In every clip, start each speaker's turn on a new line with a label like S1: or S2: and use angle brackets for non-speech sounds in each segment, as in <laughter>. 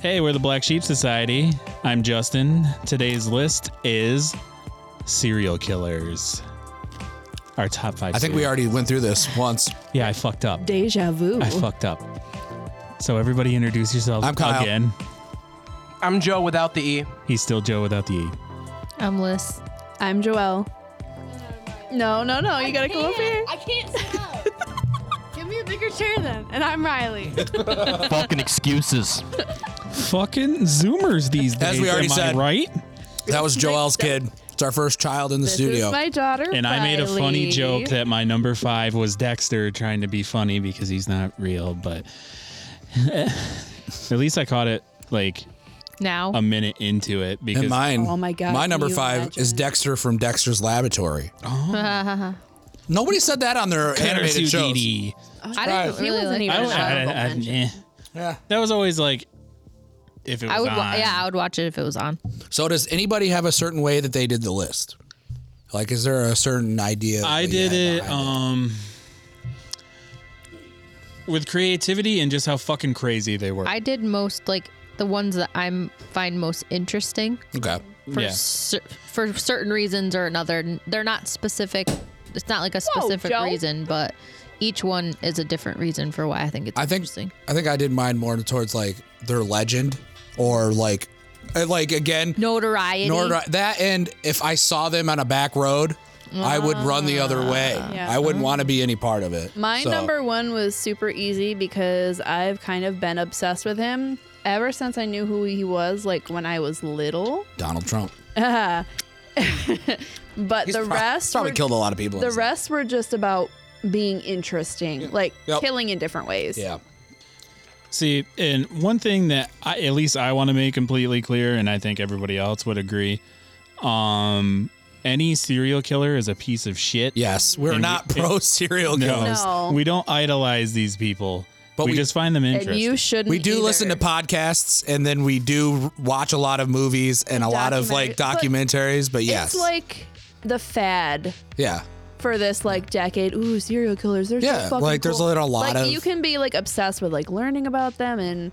S1: Hey, we're the Black Sheep Society. I'm Justin. Today's list is serial killers. Our top five.
S2: I think we
S1: serial-
S2: already went through this once.
S1: Yeah, I fucked up.
S3: Deja vu.
S1: I fucked up. So everybody introduce yourselves
S2: I'm Kyle.
S1: again.
S4: I'm Joe without the E.
S1: He's still Joe without the E.
S5: I'm Liz.
S3: I'm Joelle. No, no, no. You gotta come over here.
S6: I can't stop. Give me a bigger chair then. And I'm Riley.
S7: fucking excuses.
S1: Fucking Zoomers these days.
S2: As we already
S1: am I
S2: said.
S1: right?
S2: That was Joel's kid. It's our first child in the
S5: This
S2: studio.
S5: is my daughter.
S1: And I made a funny joke that my number five was Dexter trying to be funny because he's not real, but <laughs> at least I caught it like
S5: now
S1: a minute into it because
S2: and mine,
S3: Oh my God,
S2: my
S3: can
S2: number
S3: you
S2: five is
S3: imagine? Oh.
S2: Dexter from Dexter's Laboratory. <laughs> Nobody said that on their
S1: Connor
S2: animated shows.
S1: Sudidi.
S5: I didn't
S3: He
S5: really
S3: wasn't
S5: like
S3: even
S1: I
S3: an
S1: don't- I-
S3: honorable
S1: I- I-
S3: mention.
S1: eh.
S2: Yeah.
S1: That was always like if it was
S5: I would,
S1: on.
S5: wa- yeah, I would watch it if it was on.
S2: So does anybody have a certain way that they did the list? Like, is there a certain idea? that
S1: I
S2: we
S1: did
S2: had
S1: it
S2: behind
S1: um with creativity and just how fucking crazy they were.
S5: I did most like the ones that I'm find most interesting
S3: um,
S2: okay.
S5: for
S1: Yeah.
S5: cer- for certain reasons or another. N- They're not specific. It's not like a specific
S3: Joe.
S5: reason, but each one is a different reason for why I think it's
S2: I think
S5: interesting.
S2: I think I did mine more towards like their legend or like, uh, like again,
S5: Notoriety.
S2: nor do I- that and if I saw them on a back road, I would run the other way.
S3: Ah. Yeah.
S2: I wouldn't want to be any part of it.
S3: My
S2: So,
S3: number one was super easy because I've kind of been obsessed with him ever since I knew who he was, like when I was little.
S2: Donald Trump.
S3: But
S2: He's
S3: the
S2: prob-
S3: rest
S2: probably
S3: were,
S2: killed a lot of people.
S3: the
S2: in his
S3: rest were just about being interesting, like
S2: Yep.
S3: killing in different ways.
S2: life. Yeah.
S1: See, and one thing that I, at least I want to make completely clear, and I think everybody else would agree, um, any serial killer is a piece of shit.
S2: Yes, we're
S1: And we-
S2: not pro serial killers.
S3: No.
S1: We don't idolize these people, but
S2: But
S1: we,
S2: we-
S1: just find them
S3: And
S1: interesting.
S3: you shouldn't.
S2: We do
S3: either.
S2: listen to podcasts and then we do watch a lot of movies and a lot of like
S3: Documentary-
S2: documentaries, but yes.
S3: It's like the fad
S2: yeah.
S3: for this like decade. Ooh, serial killers. They're
S2: Yeah,
S3: so fucking
S2: like, there's
S3: cool.
S2: a lot
S3: like,
S2: of-
S3: you can be like obsessed with like learning about them and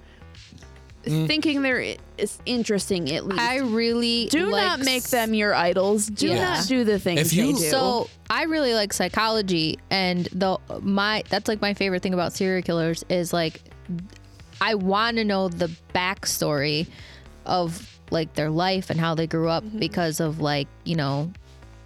S2: Mm.
S3: thinking they're i- it's interesting at least.
S5: I really
S3: do
S5: like
S3: not make them your idols. Do
S5: Yeah.
S3: not do the things
S2: If you-
S3: they do.
S5: So I really like psychology, and the my that's like my favorite thing about serial killers is like I want to know the backstory of like their life and how they grew up
S3: Mm-hmm.
S5: because of like you know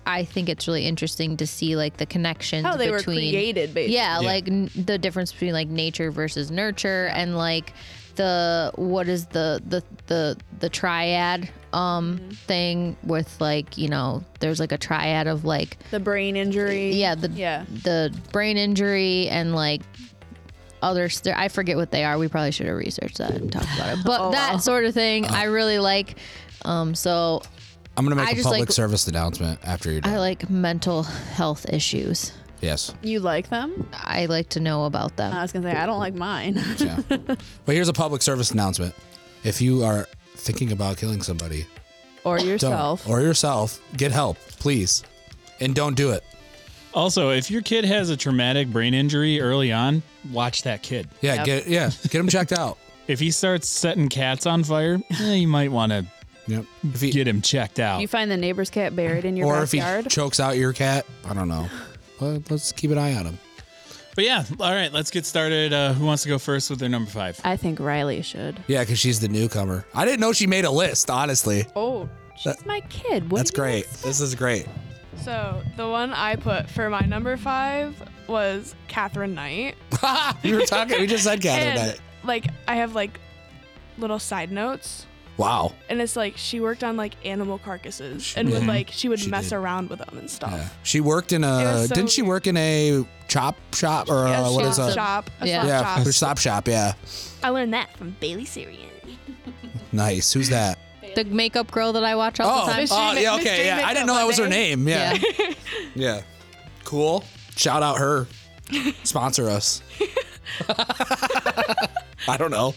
S5: I think it's really interesting to see like the connections
S3: how they were
S5: between
S3: created, basically.
S5: yeah, like n- the difference between like nature versus nurture and like the what is the the the the triad um
S3: Mm-hmm.
S5: thing with like you know there's like a triad of like
S3: the brain injury.
S5: yeah the
S3: yeah.
S5: the brain injury and like other st- I forget what they are we probably should have researched that and talked about it but
S3: Oh,
S5: that
S3: wow.
S5: sort of thing I really like um so
S2: I'm going to
S5: I
S2: make a
S5: just
S2: public
S5: like-
S2: service announcement after you're done.
S5: I like mental health issues
S2: yes.
S3: You like them?
S5: I like to know about them
S3: I was gonna say I don't like mine.
S2: Yeah. but here's a public service announcement. If you are thinking about killing somebody,
S3: <laughs> or
S2: don't.
S3: yourself.
S2: Or yourself, get help, please. And don't do it.
S1: also, if your kid has a traumatic brain injury early on, watch that kid.
S2: Yeah, get yeah, get them checked out.
S1: If he starts setting cats on fire, eh, you might want to
S2: <laughs> Yep. If he,
S1: get him checked out.
S3: you find the neighbor's cat buried in your
S2: or if he
S3: backyard.
S2: chokes out your cat, I don't <sighs> know. But let's keep an eye on him.
S1: but yeah, all right, let's get started. Uh, who wants to go first with their number five?
S3: I think Riley should.
S2: Yeah, because she's the newcomer. I didn't know she made a list, honestly.
S3: Oh, she's my kid. What
S2: That's
S3: do you
S2: great. This is
S6: <laughs>
S2: great. <laughs>
S6: So the one I put for my number five was Catherine Knight.
S2: we were talking, we just said Catherine
S6: and
S2: Knight.
S6: like I have like little side notes.
S2: Wow.
S6: And it's like she worked on like animal carcasses and would like she would
S2: Mm-hmm. She
S6: mess
S2: did.
S6: around with them and stuff.
S2: Yeah. She worked in a,
S6: was so
S2: didn't she work in a chop shop or
S6: A
S2: uh, what is
S6: slop
S2: a,
S6: shop? A
S5: Yeah.
S6: slop
S2: yeah,
S6: shop.
S2: a stop shop. Yeah.
S6: I learned that from Bailey Syrian.
S2: Nice. Who's that?
S5: the makeup girl that I watch all
S2: Oh,
S5: the time
S2: oh,
S6: Ma-
S2: yeah,
S6: Miss
S2: okay.
S6: Jane
S2: Yeah. I
S6: Makeup
S2: didn't know that was her
S6: Monday.
S2: name. Yeah.
S6: <laughs>
S2: Yeah. Cool. Shout out her. Sponsor us. <laughs> I don't know.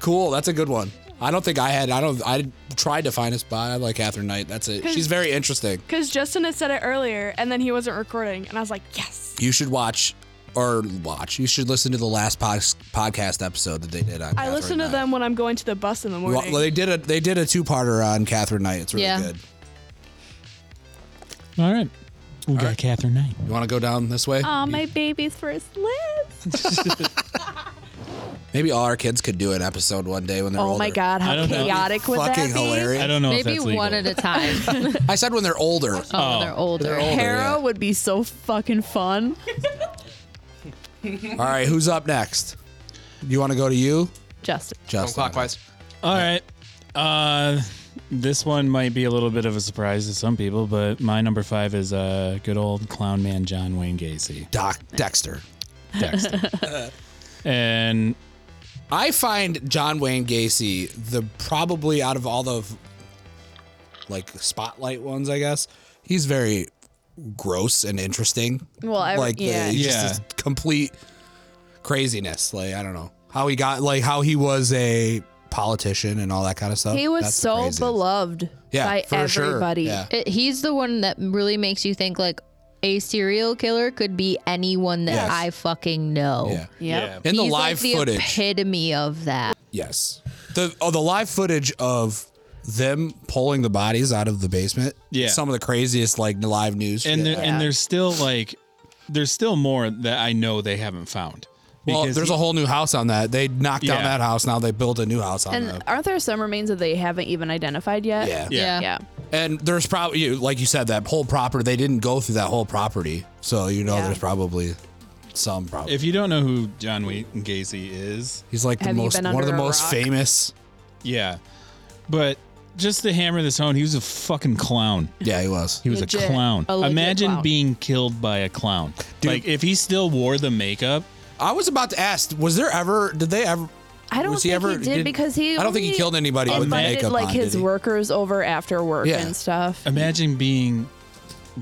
S2: Cool. That's a good one. I don't think I had. I don't. I tried to find a spot. I like Catherine Knight. That's it. She's very interesting.
S6: Because Justin had said it earlier and then he wasn't recording and I was like, yes.
S2: You should watch or watch. You should listen to the last pod- podcast episode that they did on.
S6: I
S2: Catherine
S6: listen to
S2: Knight.
S6: them when I'm going to the bus in the
S2: Well,
S6: morning.
S2: they did a they did a two parter on Catherine Knight. It's really
S5: Yeah.
S2: good.
S1: All right. We got
S2: right.
S1: Catherine Knight.
S2: You want to go down this way?
S3: Aw, my baby's first lips.
S2: Maybe all our kids could do an episode one day when they're
S3: Oh
S2: older.
S3: my god,
S1: I
S3: how
S1: don't know.
S3: chaotic would that
S2: Fucking
S3: be?
S2: hilarious.
S1: I don't know if
S5: Maybe
S1: that's legal.
S5: one at a time. <laughs> oh,
S2: I said when they're
S3: <laughs>
S2: older.
S5: they're older.
S2: They're older.
S3: Hera
S2: Oh, yeah.
S3: would be so fucking fun.
S2: All right, who's up next? You want to go to you,
S3: Justin.
S4: Going
S2: Justin?
S4: clockwise.
S1: All right. Uh, this one might be a little bit of a surprise to some people, but my number five is uh, good old clown man John Wayne Gacy.
S2: Doc Dexter.
S1: Dexter.
S5: <laughs>
S1: and
S2: I find John Wayne Gacy the probably out of all the like spotlight ones, I guess. He's very gross and interesting.
S3: Well, I-
S2: like the-
S3: yeah.
S2: he's just a complete craziness. Like I don't know how he got like how he was a politician and all that kind of stuff.
S3: He was
S2: That's
S3: so
S2: crazy.
S3: beloved
S2: Yeah,
S3: by
S2: for sure.
S3: everybody.
S2: Yeah.
S5: <laughs> It, he's the one that really makes you think like a serial killer could be anyone that
S2: Yes.
S5: I fucking know.
S1: Oh.
S2: Yeah.
S3: Yep.
S2: In the
S5: He's
S2: live
S5: like the
S2: footage.
S5: epitome of that.
S2: Yes. The oh, the live footage of them pulling the bodies out of the basement.
S1: Yeah.
S2: Some of the craziest like live news.
S1: and
S2: shit
S1: there,
S2: I've
S1: and there's still like there's still more that I know they haven't found.
S2: Well,
S1: Because
S2: there's
S1: he-
S2: a whole new house on that. They knocked down
S1: Yeah.
S2: that house. Now they build a new house on
S3: And uh,
S2: that.
S3: aren't there some remains that they haven't even identified yet?
S2: Yeah.
S1: Yeah.
S5: Yeah.
S3: Yeah.
S2: And there's probably, you- like you said, that whole property. They didn't go through that whole property, so you know
S3: Yeah.
S2: there's probably some problem.
S1: If you don't know who John Wayne Gacy is,
S2: He's like the
S3: Have you
S2: most
S3: been
S2: one of the
S3: under a
S2: most
S3: rock?
S2: famous.
S1: yeah. But just to hammer this home, he was a fucking clown.
S2: Yeah, he was.
S1: He was
S3: Legit.
S1: a clown.
S3: A legit
S1: Imagine
S3: clown.
S1: being killed by a clown.
S2: Dude.
S1: Like if he still wore the makeup,
S2: I was about to ask, was there ever? Did they ever?
S3: I don't
S2: was
S3: think he, did, because he.
S2: I don't think he
S3: only
S2: killed anybody with the
S3: invited,
S2: makeup
S3: like
S2: on,
S3: his
S2: did he?
S3: workers over after work
S2: Yeah.
S3: and stuff.
S1: imagine being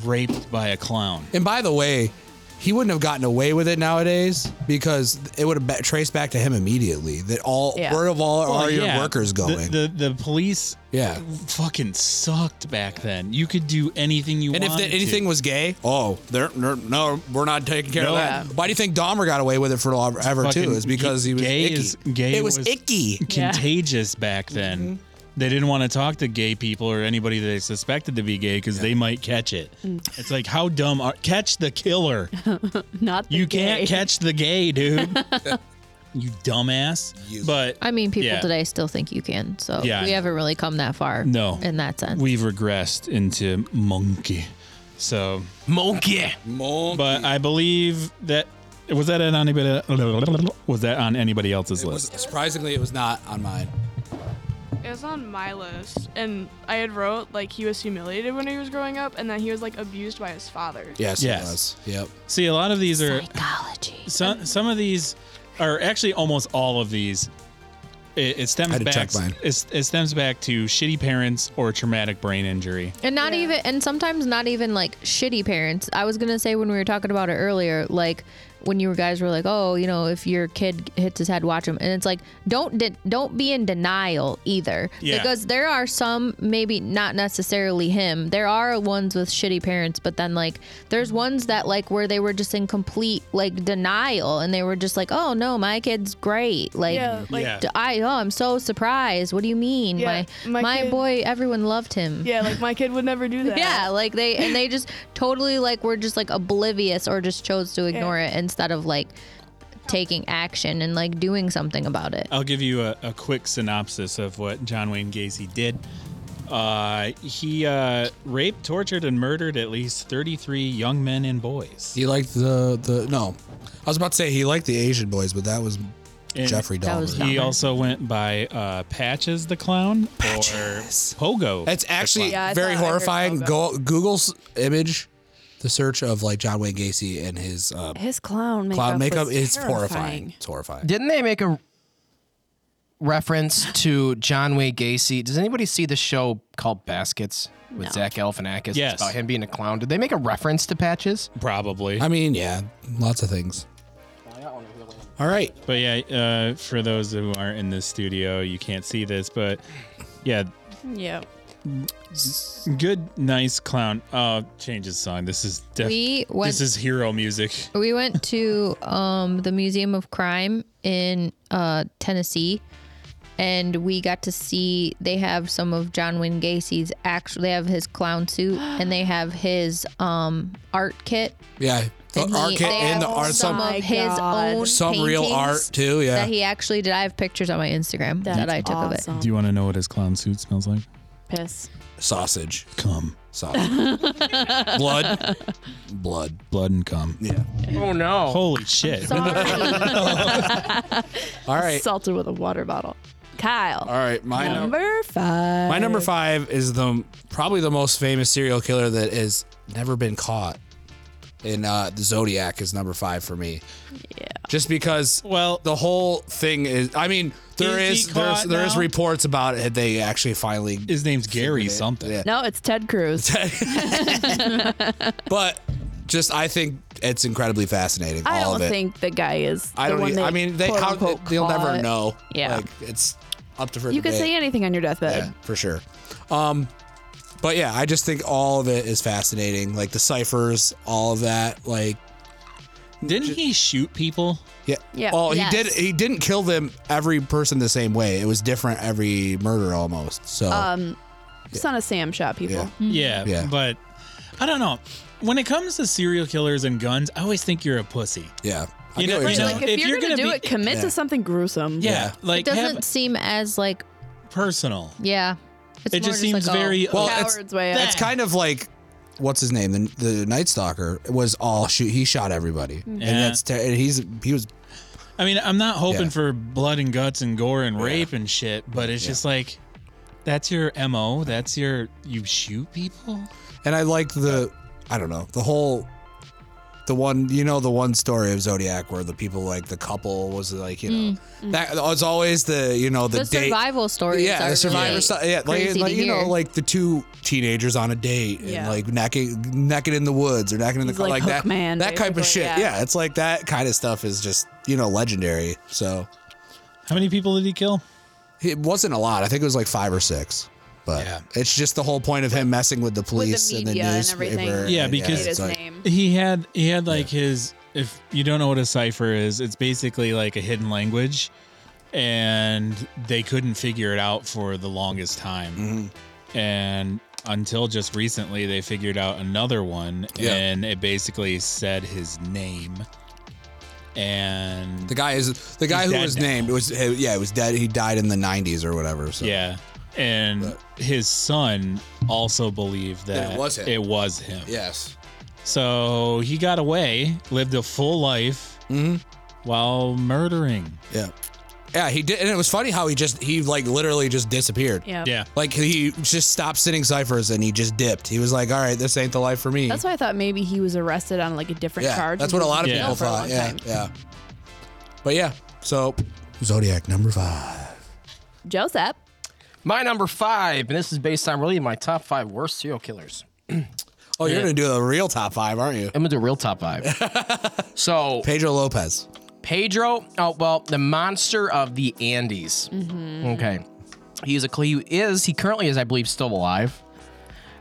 S1: raped by a clown.
S2: And by the way, he wouldn't have gotten away with it nowadays because it would have ba- traced back to him immediately. That all
S3: Yeah.
S2: where of all
S1: Well,
S2: are
S1: yeah,
S2: your workers
S1: the-
S2: going?
S1: The, the police
S2: yeah.
S1: fucking sucked back then. You could do anything you
S2: And if
S1: wanted.
S2: the, anything
S1: to.
S2: was gay, oh, they're, they're- no, we're not taking care
S1: No.
S2: of that.
S3: Yeah.
S2: Why do you think Dahmer got away with it for ever too?
S1: Fucking
S2: Is because he was
S1: gay
S2: icky.
S1: is- gay
S2: it was,
S1: was-
S2: icky.
S3: Yeah. Mm-hmm.
S1: contagious back then. They didn't want to talk to gay people or anybody that they suspected to be gay because they might catch it. It's like how dumb are catch the killer.
S3: Not Mm. <laughs> the
S1: You
S3: gay.
S1: can't catch the gay, dude.
S3: <laughs>
S1: you dumbass.
S2: You-
S1: But
S5: I mean, people
S1: Yeah.
S5: today still think you can. So
S1: Yeah, I
S5: we
S1: know.
S5: haven't really come that far.
S1: No.
S5: In that sense.
S1: we've regressed into monkey. So,
S4: Monkey.
S1: <laughs>
S2: Monkey.
S1: but I believe that was that on anybody was that on anybody else's
S2: It was-
S1: list?
S2: surprisingly, it was not on mine.
S6: It was on my list, and I had wrote like he was humiliated when he was growing up, and that he was like abused by his father.
S2: Yes,
S1: Yes.
S2: it was. Yep.
S1: See, a lot of these are
S5: Psychology.
S1: some some of these are actually almost all of these it, it
S2: I
S1: stems
S2: had to
S1: back
S2: check mine.
S1: It, it stems back to shitty parents or traumatic brain injury
S5: And not
S6: Yeah.
S5: even, and sometimes not even like shitty parents. I was gonna say when we were talking about it earlier, like when you guys were like, oh, you know, if your kid hits his head, watch him. And it's like, don't de- don't be in denial either,
S1: Yeah.
S5: because there are some, maybe not necessarily him. There are ones with shitty parents, but then like there's ones that like where they were just in complete like denial, and they were just like, oh no, my kid's great, like.
S6: Yeah, like
S1: Yeah.
S5: d- I oh I'm so surprised. What do you mean?
S6: Yeah,
S5: my
S6: my
S5: my
S6: kid-
S5: boy, everyone loved him.
S6: yeah, like my kid would never do that.
S5: Yeah, like they and they just totally like were just like oblivious or just chose to ignore it instead of like taking action and like doing something about it.
S1: I'll give you a, a quick synopsis of what John Wayne Gacy did. Uh, he uh, raped, tortured, and murdered at least 33 young men and boys.
S2: He liked the the no. I was about to say he liked the Asian boys, but that was
S1: And
S2: Jeffrey Dahmer.
S5: That was
S1: He
S5: Dahmer.
S1: also went by uh, Patches the Clown or Pogo.
S2: It's actually
S3: Yeah, I
S2: very
S3: thought I heard
S2: horrifying.
S3: about
S2: Go, Google's image, the search of like John Wayne Gacy and his uh,
S3: His clown makeup.
S2: cloud makeup
S3: was
S2: is horrifying.
S3: terrifying.
S2: It's horrifying.
S4: Didn't they make a reference to John Wayne Gacy? Does anybody see the show called Baskets with Zach Galifianakis? It's
S1: Yes.
S4: about him being a clown. Did they make a reference to Patches?
S1: Probably.
S2: I mean, yeah, lots of things. All right.
S1: But yeah, uh, for those who aren't in the studio, you can't see this, but yeah,
S3: Yeah.
S1: Good, nice clown. Uh, change his song. This is def-
S5: We went-
S1: This is hero music.
S5: We went to um, the Museum of Crime in uh, Tennessee, and we got to see they have some of John Wayne Gacy's actual. They have his clown suit, and they have his um, art kit.
S2: Yeah. The
S5: And
S2: art
S5: he-
S2: kit
S5: they
S2: and the
S5: have
S2: art
S5: some
S2: some
S5: of his
S3: God.
S5: own
S2: some real art
S5: paintings
S2: too. Yeah.
S5: that he actually did. I have pictures on my Instagram that I took of
S3: awesome.
S1: Do you want to know what his clown suit smells like?
S3: Piss.
S2: Sausage.
S1: Cum,
S2: Sausage. Blood. Blood.
S1: blood and cum.
S2: Yeah.
S4: Oh no.
S1: Holy shit!
S5: it. Sorry.
S2: All right.
S3: Salted with a water bottle. Kyle.
S2: All right. My num-
S3: Number five.
S2: my number five is the probably the most famous serial killer that has never been caught. And uh, the Zodiac is number five for me. Yeah. Just because
S1: Well,
S2: the whole thing is I mean, there
S1: Is
S2: is
S1: he
S2: there's
S1: caught
S2: there's
S1: now?
S2: reports about it they actually finally
S1: his name's Gary something.
S2: Yeah.
S3: No, it's Ted Cruz.
S2: but just I think it's incredibly fascinating.
S3: I
S2: all
S3: don't
S2: of it.
S3: think the guy is.
S2: I
S3: the
S2: don't.
S3: one
S2: e-
S3: they
S2: I mean, they
S3: quote,
S2: how,
S3: unquote,
S2: they'll never
S3: caught.
S2: know.
S3: Yeah.
S2: like, it's up to for
S3: You could
S2: debate.
S3: say anything on your deathbed.
S2: yeah, for sure. Um, but yeah, I just think all of it is fascinating. Like the ciphers, all of that. Like
S1: Didn't he shoot people?
S2: yeah,
S3: Yeah.
S2: Oh,
S5: Yes.
S2: he did. He didn't kill them every person the same way. It was different every murder almost. So
S3: Son of Sam shot people.
S2: Yeah.
S5: Mm-hmm.
S1: Yeah,
S2: Yeah.
S1: but I don't know. When it comes to serial killers and guns, I always think you're a pussy.
S2: yeah, I
S1: You know- you
S2: get what you're
S1: know,
S2: saying.
S3: Like if, you're, gonna, do
S1: be-
S3: it, commit
S2: Yeah.
S3: to something gruesome.
S1: Yeah,
S2: Yeah.
S5: It
S1: like
S5: doesn't
S1: have
S5: seem as like
S1: personal.
S5: yeah. It's
S1: It
S5: more
S1: just seems
S5: like, oh,
S1: very
S2: Well, it's-
S3: Coward's way out.
S1: that-
S2: It's kind of like what's his name, the, the Night Stalker was all shoot. He shot everybody, and
S1: Yeah.
S2: that's ter- and he's he was
S1: I mean, I'm not hoping
S2: Yeah.
S1: for blood and guts and gore and rape and shit, but it's just like that's your mo. That's your you shoot people.
S2: And I like the, I don't know, the whole, the one, you know, the one story of Zodiac where the people, like the couple was like, you know, that was always the, you know, the,
S5: The
S2: date.
S5: survival stories.
S2: Yeah,
S5: are
S2: the survivor
S5: really
S2: stuff. Yeah, like,
S5: crazy
S2: like
S5: to
S2: you know,
S5: hear.
S2: like the two teenagers on a date and
S3: Yeah.
S2: like necking, necking in the woods or necking in the
S3: He's
S2: car,
S3: like
S2: like, that,
S3: Hookman,
S2: that type
S3: basically,
S2: of shit.
S3: yeah.
S2: Yeah. it's like that kind of stuff is just you know legendary. So
S1: How many people did he kill?
S2: it wasn't a lot. I think it was like five or six. But
S1: Yeah.
S2: it's just the whole point of him messing with the police
S3: media
S2: and the
S3: and
S2: newspaper.
S3: everything.
S1: Yeah, because-
S3: His
S2: it's like-
S3: name.
S1: He had he had like his if you don't know what a cipher is, it's basically like a hidden language and they couldn't figure it out for the longest time.
S2: Mm-hmm.
S1: And until just recently they figured out another one
S2: Yeah.
S1: and it basically said his name. And
S2: The guy is the guy
S1: He's
S2: who
S1: dead
S2: was
S1: now.
S2: named. It was yeah, it was dead. He died in the '90s or whatever. So
S1: yeah. And his son also believed that
S2: That it was him.
S1: It was him.
S2: Yes.
S1: So he got away, lived a full life
S2: Mhm.
S1: while murdering.
S2: Yeah. Yeah. He did, and it was funny how he just he like literally just disappeared.
S3: Yeah.
S1: Yeah.
S2: Like he just stopped sending ciphers and he just dipped. He was like, "All right, this ain't the life for me."
S3: That's why I thought maybe he was arrested on like a different
S2: yeah.
S3: charge.
S2: That's
S3: and
S2: what a
S3: he
S2: lot of
S3: was in
S1: Yeah.
S2: people
S3: jail for a
S2: thought.
S3: long
S2: Yeah.
S3: time.
S2: Yeah. But yeah. So Zodiac number five.
S3: Joseph.
S4: My number five, and this is based on really my top five worst serial killers.
S2: Oh, you're gonna do the real top five, aren't you?
S4: I'm gonna do real top five. so
S2: Pedro Lopez.
S4: Pedro, oh well, the monster of the Andes. Okay, he's a he is he currently is I believe still alive.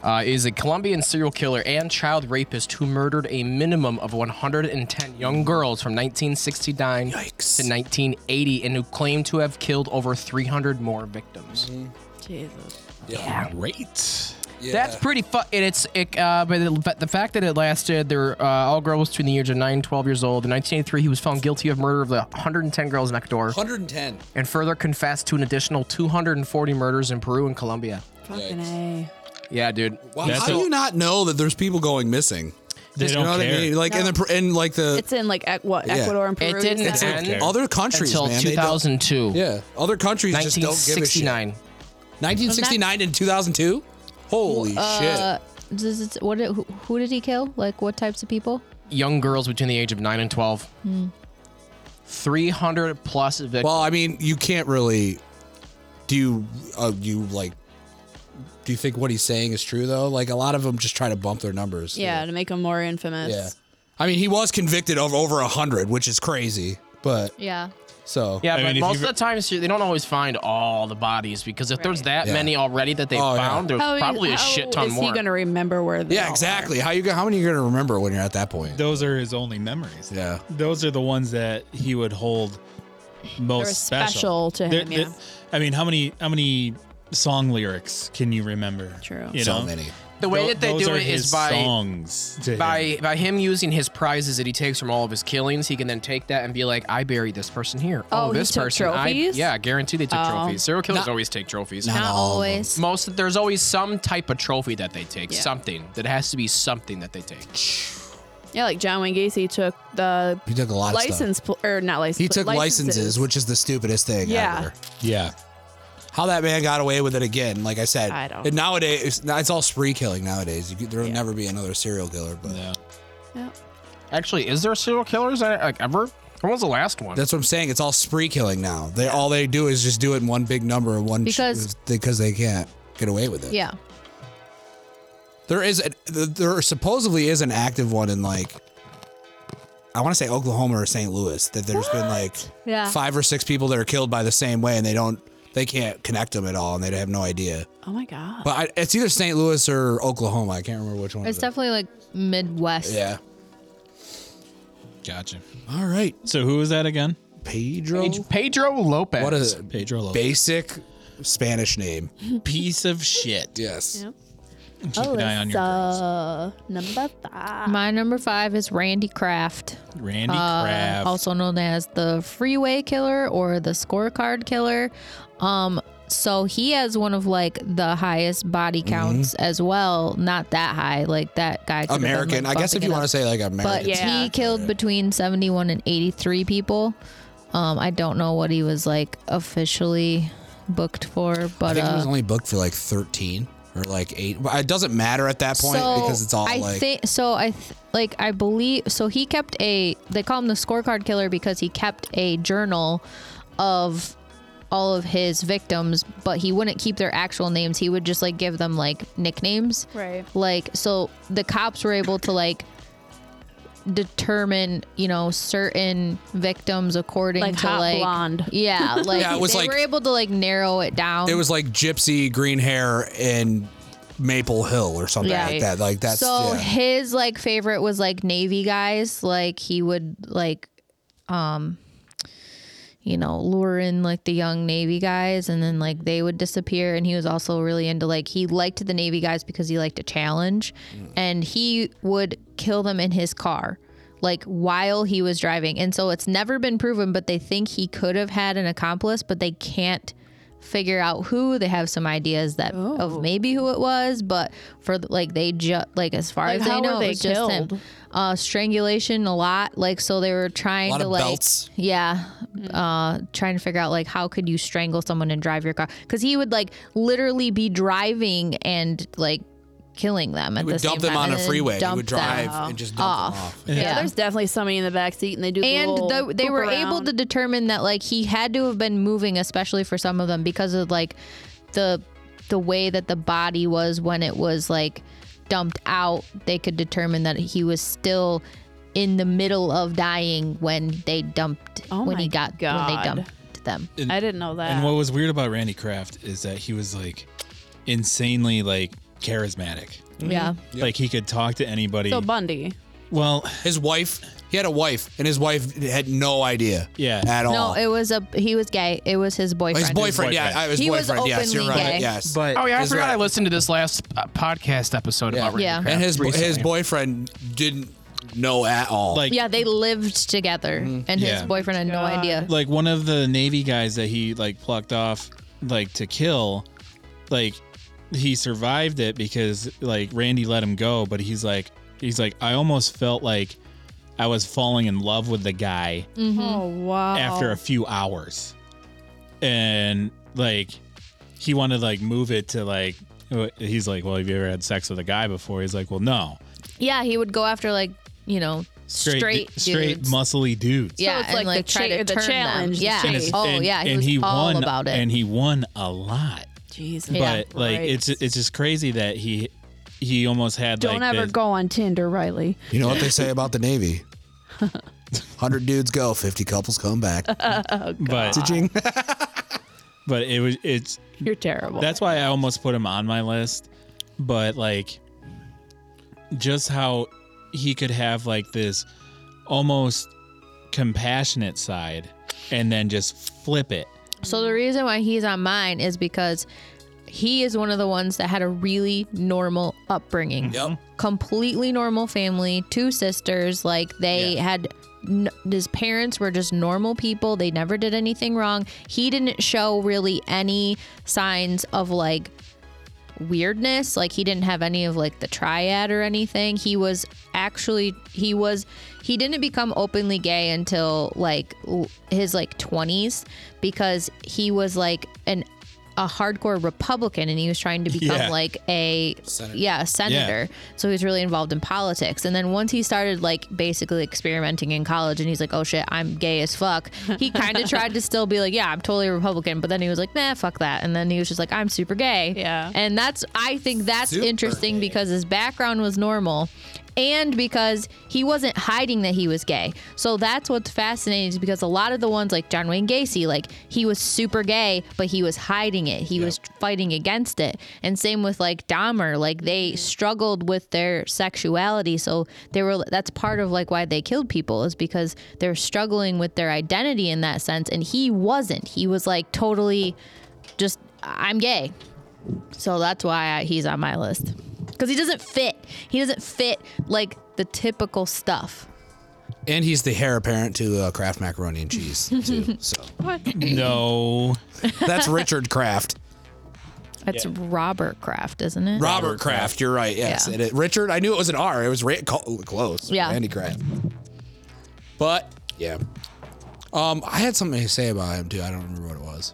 S4: Uh, is a Colombian serial killer and child rapist who murdered a minimum of 110 young girls from 1969
S2: Yikes.
S4: to 1980, and who claimed to have killed over 300 more victims.
S3: Jesus.
S1: Great.
S4: That's pretty fu- and it's it, uh, but the, but the fact that it lasted there were, uh, all girls between the ages of 9 and 12 years old. In 1983, he was found guilty of murder of the 110 girls in Ecuador
S2: 110.
S4: and further confessed to an additional 240 murders in Peru and Colombia.
S3: Fucking A.
S4: Yeah, dude.
S2: Wow.
S1: That's
S2: How do
S1: a-
S2: you not know that there's people going missing?
S1: They
S2: You
S1: don't
S2: know what
S1: care.
S2: I mean? Like in the in like the
S3: It's in like ec- what
S2: Yeah.
S3: Ecuador and
S4: It
S3: Peru.
S4: didn't
S3: you said?
S4: end
S1: care.
S2: Other countries,
S4: until
S2: man, they don't-
S4: 2002.
S2: Yeah, other countries just don't give a shit.
S4: 1969.
S2: 1969 and 2002. Holy
S5: Uh,
S2: shit!
S5: does it, what? Who, who did he kill? Like what types of people?
S4: Young girls between the age of 9 and 12.
S3: Hmm.
S4: 300 plus victims.
S2: Well, I mean, you can't really. Do you uh, you like? Do you think what he's saying is true though? Like a lot of them just try to bump their numbers.
S3: Yeah, to make him more infamous.
S2: yeah. I mean, he was convicted of over a hundred, which is crazy. But
S5: Yeah.
S2: So
S4: Yeah,
S1: I
S4: but
S1: mean, if
S4: most of
S1: you've-
S4: the times they don't always find all the bodies because if there's that
S2: Yeah.
S4: many already that they
S2: Oh,
S4: have
S2: yeah.
S4: found, there's
S3: How is-
S4: probably a
S3: how
S4: shit ton
S3: is
S4: more.
S3: he gonna remember where? they all
S2: yeah,
S3: are?
S2: exactly. How you go- how many you gonna remember when you're at that point?
S1: Those are his only memories.
S2: Yeah.
S1: Those are the ones that he would hold most
S3: They're
S1: special.
S3: special to
S1: They're-
S3: him. Yeah,
S1: they're- I mean, how many how many song lyrics can you remember?
S3: True.
S1: You
S2: so
S1: know?
S2: many.
S4: the way
S1: Tho-
S4: that they
S1: those
S4: do
S1: are
S4: it
S1: his
S4: is by
S1: songs to him.
S4: by by him using his prizes that he takes from all of his killings, he can then take that and be like, I buried this person here.
S3: Oh, he
S4: this
S3: took
S4: person. I,
S3: trophies?
S4: yeah, I guarantee they took
S3: Oh.
S4: trophies. Serial killers
S2: Not-
S4: always take trophies.
S2: Not
S5: Not
S2: all of them.
S5: always.
S4: Most there's always some type of trophy that they take.
S3: Yeah.
S4: Something that has to be something that they take.
S3: yeah, like John Wayne Gacy took the
S2: He took a lot of stuff.
S3: license pl- or not license.
S2: He
S3: but
S2: took licenses. which is the stupidest thing
S3: Yeah.
S2: ever. Yeah. How that man got away with it again, like I said.
S3: I don't-
S2: And nowadays, it's, now it's all spree killing nowadays. You, could- there'll
S3: Yeah.
S2: never be another serial killer, but
S1: Yeah.
S3: Yeah.
S4: Actually, is there serial killers that- like ever? When was the last one?
S2: that's what I'm saying. It's all spree killing now. They all they do is just do it in one big number, one
S5: Because-
S2: because they can't get away with it.
S5: Yeah.
S2: There is a, there supposedly is an active one in like I want to say Oklahoma or St. Louis that there's been like
S5: Yeah.
S2: five or six people that are killed by the same way and they don't they can't connect them at all and they have no idea.
S3: Oh my god.
S2: But I, it's either St. Louis or Oklahoma. I can't remember which one. it
S5: It's
S2: is.
S5: definitely like Midwest.
S2: yeah.
S1: Gotcha.
S2: All right,
S1: So who was that again?
S2: Pedro.
S4: Page- Pedro Lopez.
S2: What a
S1: Pedro Lopez.
S2: basic Spanish name.
S1: Piece of shit.
S2: Yes.
S3: Yep.
S1: Keep
S5: Oh,
S1: an eye on your girls.
S3: Alyssa, number five.
S5: My number five is Randy Kraft,
S1: Randy
S5: uh,
S1: Kraft.
S5: also known as the Freeway Killer or the Scorecard Killer. Um, so he has one of like the highest body
S2: Mm-hmm.
S5: counts as well. Not that high, like that guy. could've been,
S2: American.
S5: like,
S2: I guess if
S5: bumping
S2: you
S5: it
S2: want to
S5: up.
S2: say like American.
S5: but
S3: Yeah.
S5: he killed between 71 and 83 people um i don't know what he was like officially booked for
S2: I
S5: but
S2: think he was
S5: uh
S2: only booked for like 13 or like 8. But it doesn't matter at that point
S5: so
S2: because it's all
S5: I
S2: like
S5: think so. I th- like I believe so. He kept a they call him the scorecard killer because he kept a journal of all of his victims, but he wouldn't keep their actual names. He would just like give them like nicknames.
S3: Right.
S5: like so the cops were able to like determine you know certain victims according
S3: Like
S5: to
S3: hot
S5: like
S3: blonde.
S2: <laughs>
S5: yeah like
S2: Yeah, it was
S5: they
S2: like-
S5: were able to like narrow it down
S2: it was like gypsy green hair and Maple Hill or something like
S5: Right.
S2: that. Like that's
S5: so
S2: yeah.
S5: his like favorite was like navy guys like he would like um you know lure in like the young navy guys and then like they would disappear and he was also really into like he liked the navy guys because he liked a challenge
S2: Mm.
S5: and he would kill them in his car like while he was driving and so it's never been proven but they think he could have had an accomplice but they can't figure out who they have some ideas that
S3: Oh.
S5: of maybe who it was but for the- like they just like as far
S3: Like,
S5: as they
S3: how were
S5: know
S3: they
S5: it was just him
S3: killed?
S5: uh strangulation a lot like so they were trying
S2: lot
S5: to
S2: of
S5: like
S2: belts.
S5: yeah
S2: Mm.
S5: uh trying to figure out like how could you strangle someone and drive your car because he would like literally be driving and like killing them at
S2: He would
S5: the same
S2: dump them
S5: time
S2: on
S5: and
S2: a
S5: then
S2: freeway. He
S5: dump
S2: would drive
S5: them.
S2: and just dump them off.
S5: yeah,
S3: Yeah, there's definitely somebody in the back seat, and they do. the
S5: and
S3: little
S5: the, they
S3: poop
S5: were able
S3: around.
S5: to determine that like he had to have been moving especially for some of them because of like the the way that the body was when it was like dumped out they could determine that he was still in the middle of dying when they dumped
S3: Oh
S5: when he
S3: my
S5: got when they
S3: God.
S5: dumped them
S3: I didn't know that.
S1: And what was weird about Randy Kraft is that he was like insanely like charismatic.
S5: yeah
S1: Like he could talk to anybody.
S3: Bill Bundy.
S1: well,
S2: His wife, he had a wife, and his wife had no idea.
S1: Yeah.
S2: At
S5: no
S2: all.
S5: it was a he was gay it was his boyfriend
S2: his boyfriend, yeah,
S1: boyfriend.
S2: I- his
S5: He was
S2: boyfriend, yes, you're
S5: openly
S2: right,
S5: gay.
S2: yes.
S1: but
S4: Oh yeah, I
S2: Is
S4: forgot
S2: right.
S4: I listened to this last uh, podcast episode about Randy
S5: Yeah.
S4: Kraft
S2: and his his
S4: recently.
S2: boyfriend didn't know at all.
S1: like
S5: yeah they lived together and his
S1: Mm-hmm. Yeah.
S5: boyfriend had no idea
S1: like one of the Navy guys that he like plucked off like to kill, like he survived it because like Randy let him go, but he's like he's like I almost felt like I was falling in love with the guy
S5: Mm-hmm.
S3: Oh wow.
S1: after a few hours. And like he wanted to like move it to like he's like, Well, have you ever had sex with a guy before? He's like, Well, no.
S5: yeah he would go after like you know straight
S1: Straight straight
S5: dudes.
S1: muscly dudes.
S5: yeah,
S3: it's
S5: and
S3: like
S5: like,
S3: the
S5: try
S3: cha-
S5: to
S3: the
S5: turn
S3: challenge,
S5: Them.
S3: the
S5: Yeah.
S3: chase.
S1: his-
S5: oh yeah. He
S1: and
S5: was
S1: he
S5: all
S1: won
S5: about it.
S1: and he won a lot.
S3: Jesus.
S5: Yeah.
S1: but like it's
S3: Christ.
S1: it's just crazy that he he almost had
S3: Don't
S1: like
S3: ever
S1: the-
S3: go on Tinder, Riley.
S5: <laughs>
S2: you know what they say about the Navy? 100 dudes go, 50 couples come
S5: <laughs>
S2: back.
S1: but
S2: Cha-ching.
S1: but it was it's
S3: You're terrible.
S1: That's why I almost put him on my list. But like just how he could have like this almost compassionate side and then just flip it.
S5: So the reason why he's on mine is because he is one of the ones that had a really normal upbringing.
S2: Yep.
S5: Completely normal family, two sisters, like they had n- his parents were just normal people. They never did anything wrong. He didn't show really any signs of like weirdness. Like he didn't have any of like the triad or anything. He was actually he was he didn't become openly gay until like l- his like 20s because he was like an a hardcore Republican and he was trying to become
S1: Yeah.
S5: like a
S2: Senator.
S5: yeah a senator. So he was really involved in politics. And then once he started like basically experimenting in college and he's like, oh shit, I'm gay as fuck. He kind of tried to still be like, yeah, I'm totally a Republican. But then he was like, nah, fuck that. And then he was just like, I'm super gay.
S3: Yeah.
S5: And that's I think that's
S2: Super
S5: interesting
S2: gay.
S5: because his background was normal and because he wasn't hiding that he was gay. So that's what's fascinating is because a lot of the ones like John Wayne Gacy, like he was super gay, but he was hiding it. He was fighting against it. And same with like Dahmer, like they struggled with their sexuality. So they were that's part of like why they killed people is because they're struggling with their identity in that sense and he wasn't. He was like totally just I'm gay. So that's why I, he's on my list. Because he doesn't fit. He doesn't fit like the typical stuff.
S2: And he's the heir apparent to uh, Kraft macaroni and cheese,
S5: <laughs>
S2: too. So
S1: No.
S2: that's Richard Kraft.
S5: That's Robert Kraft, isn't it?
S2: Robert Kraft, you're right. Yes.
S5: Yeah.
S2: And it, Richard, I knew it was an R. It was Ra- co- close.
S5: Yeah.
S2: Randy Kraft. But, yeah. Um, I had something to say about him, too. I don't remember what it was.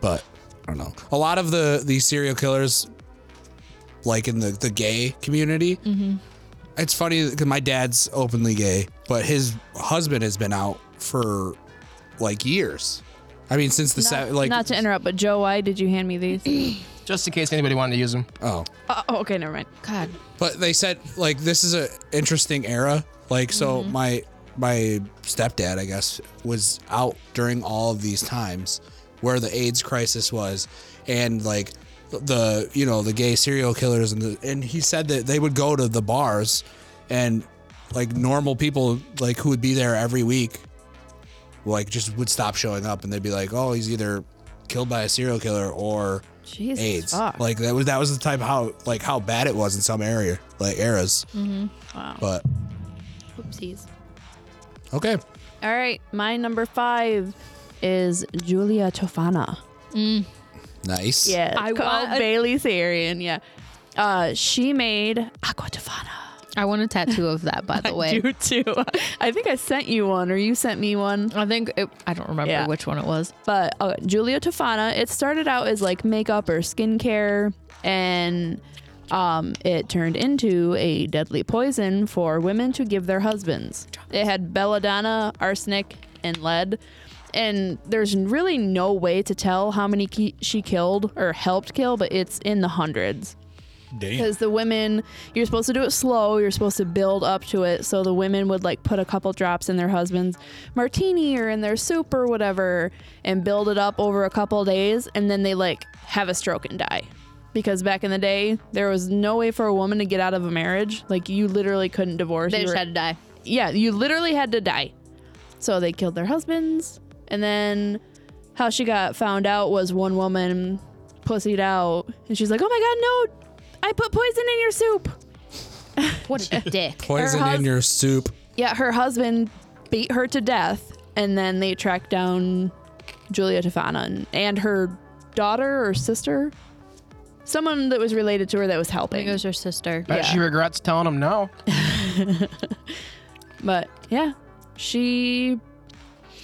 S2: But, I don't know. A lot of the, the serial killers, like in the, the gay community, it's funny because my dad's openly gay, but his husband has been out for like years. I mean, since the se- like
S3: Not to interrupt, but Joe, why did you hand me these?
S4: Just in case anybody wanted to use them.
S2: oh,
S3: <laughs> oh, okay, never mind.
S5: God.
S2: but they said like this is a interesting era like so my my stepdad i guess was out during all of these times where the aids crisis was and like the you know the gay serial killers and the, and he said that they would go to the bars and like normal people like who would be there every week like just would stop showing up and they'd be like oh he's either killed by a serial killer or
S3: Jesus.
S2: AIDS.
S3: fuck.
S2: Like that was that was the type of how like how bad it was in some area like eras.
S3: Mm-hmm. Wow.
S2: But
S5: Oopsies.
S2: okay,
S3: All right, my number five is Julia Tofana.
S2: nice.
S3: Yeah,
S5: I
S3: I called
S5: want-
S3: Bailey Therian. Yeah, uh, she made Aqua Tofana.
S5: I want a tattoo of
S2: <laughs>
S5: that, by the way.
S3: You too. <laughs> I think I sent you one, or you sent me one.
S5: I think it, I don't remember
S3: Yeah.
S5: which one it was.
S3: But uh, Julia Tofana, it started out as like makeup or skincare, and um, it turned into a deadly poison for women to give their husbands. It had belladonna, arsenic, and lead. And there's really no way to tell how many ki- she killed or helped kill, but it's in the hundreds
S1: Damn.
S3: because the women you're supposed to do it slow you're supposed to build up to it so the women would like put a couple drops in their husband's martini or in their soup or whatever and build it up over a couple days and then they like have a stroke and die because back in the day there was no way for a woman to get out of a marriage like you literally couldn't divorce
S5: They
S3: You
S5: just
S3: were-
S5: had to die.
S3: yeah, you literally had to die. So they killed their husbands, and then how she got found out was one woman pussied out, and she's like, "Oh my god, no! I put poison in your soup."
S5: What
S2: <laughs>
S5: a dick.
S2: Poison
S3: Her hus-
S2: in your soup.
S3: Yeah, her husband beat her to death, and then they tracked down Julia Tefana and, and her daughter or sister, someone that was related to her that was
S5: I think
S3: helping.
S5: it was her sister.
S4: Bet she regrets telling him no.
S3: But yeah, she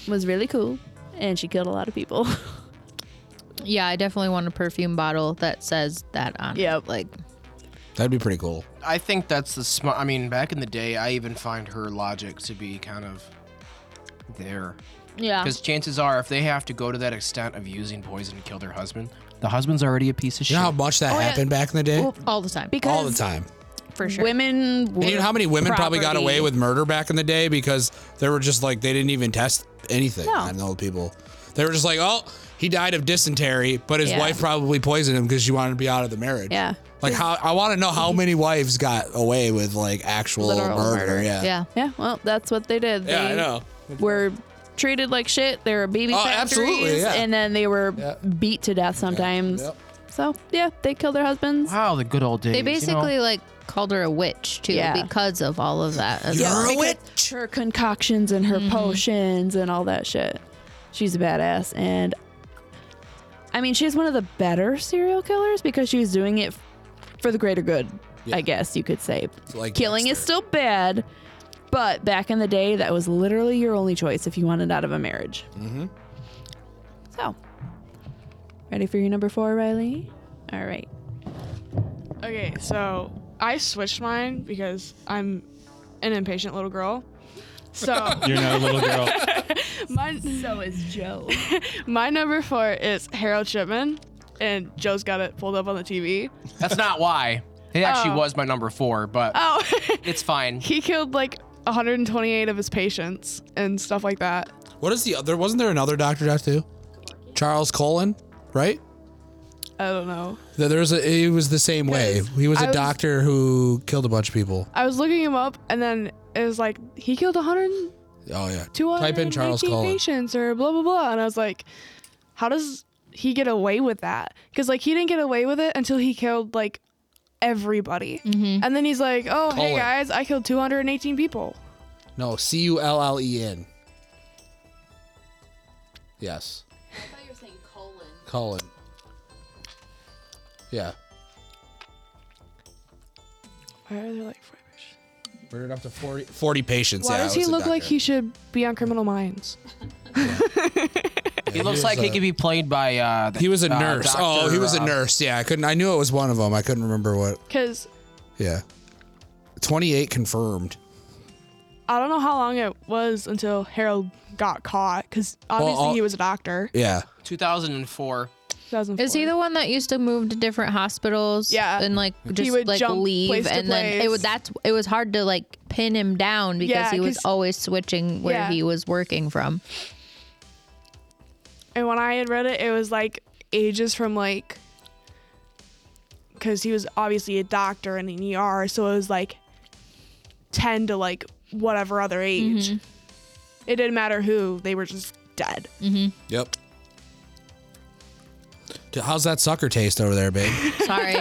S3: was really cool, and she killed a lot of people. <laughs>
S5: Yeah, I definitely want a perfume bottle that says that on it.
S3: Yep.
S5: Like,
S2: That'd be pretty cool.
S4: I think that's the smart. I mean, back in the day, I even find her logic to be kind of there.
S5: yeah.
S4: Because chances are, if they have to go to that extent of using poison to kill their husband, the husband's already a piece of
S2: You
S4: shit.
S3: Oh,
S2: know how much that happened back in the day,
S5: All the time.
S3: because
S2: all the time.
S5: for sure.
S3: Women.
S2: And you know how many women probably got
S3: property.
S2: away with murder back in the day because they were just like they didn't even test anything
S3: No.
S2: on old people. They were just like, oh, he died of dysentery, but his
S3: Yeah.
S2: wife probably poisoned him because she wanted to be out of the marriage.
S3: Yeah.
S2: Like how I want to know how many wives got away with like actual
S3: Literal
S2: murder.
S3: murder.
S2: Yeah.
S5: yeah.
S3: Yeah. Well, that's what they did. They
S2: Yeah, I know.
S3: Were treated like shit. They were baby
S2: Oh,
S3: factories,
S2: absolutely, yeah.
S3: and then they were
S2: Yeah.
S3: beat to death sometimes.
S2: Yep.
S3: So yeah, they killed their husbands.
S4: Wow, the good old days.
S5: They
S4: you know?
S5: basically like called her a witch too
S3: Yeah.
S5: because of all of that. as
S2: You're
S5: well.
S2: a witch. Mm-hmm.
S3: Her concoctions and her potions and all that shit. She's a badass, and I mean, she's one of the better serial killers because she's doing it f- for the greater good. I guess you could say.
S2: like
S3: Killing is
S2: Dexter.
S3: still bad, but back in the day, that was literally your only choice if you wanted out of a marriage. Mm-hmm. So, ready for your number four, Riley? All right.
S6: Okay, so I switched mine because I'm an impatient little girl. So
S1: You're not a little girl.
S6: my
S3: So is <laughs> Joe.
S6: my number four is Harold Shipman, and Joe's got it pulled up on the TV.
S4: That's not why. It actually
S6: Oh.
S4: was my number four, but
S6: Oh, <laughs>
S4: it's
S5: <laughs>
S4: fine.
S6: he killed like 128 of his patients and stuff like that.
S2: What is the other? Wasn't there another Doctor Death too? Charles Colon, right?
S6: I don't know.
S2: There- There's a. He was the same way. He was a
S6: I was-
S2: doctor who killed a bunch of people.
S6: I was looking him up, and then it was like he killed 100,
S2: Oh yeah.
S6: 200
S2: Type in Charles Cullen.
S6: patients or blah blah blah, and I was like, how does he get away with that? Because like he didn't get away with it until he killed like everybody,
S5: Mm-hmm.
S6: and then he's like, oh hey
S2: Cullen.
S6: guys, I killed 218 people.
S2: No, C U L L E N. Yes. Colin. Yeah.
S6: Why are there like fibers?
S2: Murdered up to 40, 40 patients.
S6: Why
S2: yeah,
S6: does
S2: it
S6: he
S2: was a
S6: look like
S2: doctor.
S6: he should be on Criminal Minds?
S2: Yeah,
S4: He looks
S2: was
S4: like he
S2: a-
S4: could be played by. Uh, the-
S2: He was a
S4: uh,
S2: nurse. oh,
S4: Dr.,
S2: he was a
S4: uh,
S2: nurse. Yeah, I couldn't. I knew it was one of them. I couldn't remember what.
S6: Because
S2: Yeah. 28 confirmed.
S6: I don't know how long it was until Harold got caught. Because obviously
S2: I'll-
S6: he was a doctor.
S2: Yeah.
S4: 2004.
S6: 2004.
S5: Is he the one that used to move to different hospitals?
S6: Yeah.
S5: and like just
S6: would
S5: like
S6: jump place
S5: leave,
S6: to
S5: and then it
S6: place.
S5: would. That's it was hard to like pin him down because
S6: Yeah,
S5: he was
S6: 'cause-
S5: always switching where
S6: Yeah.
S5: he was working from.
S6: And when I had read it, it was like ages from like, because he was obviously a doctor and an ER, so it was like 10 to like whatever other age. It didn't matter who, they were just dead.
S2: Yep. D- How's that sucker taste over there, babe?
S6: <laughs>
S5: Sorry,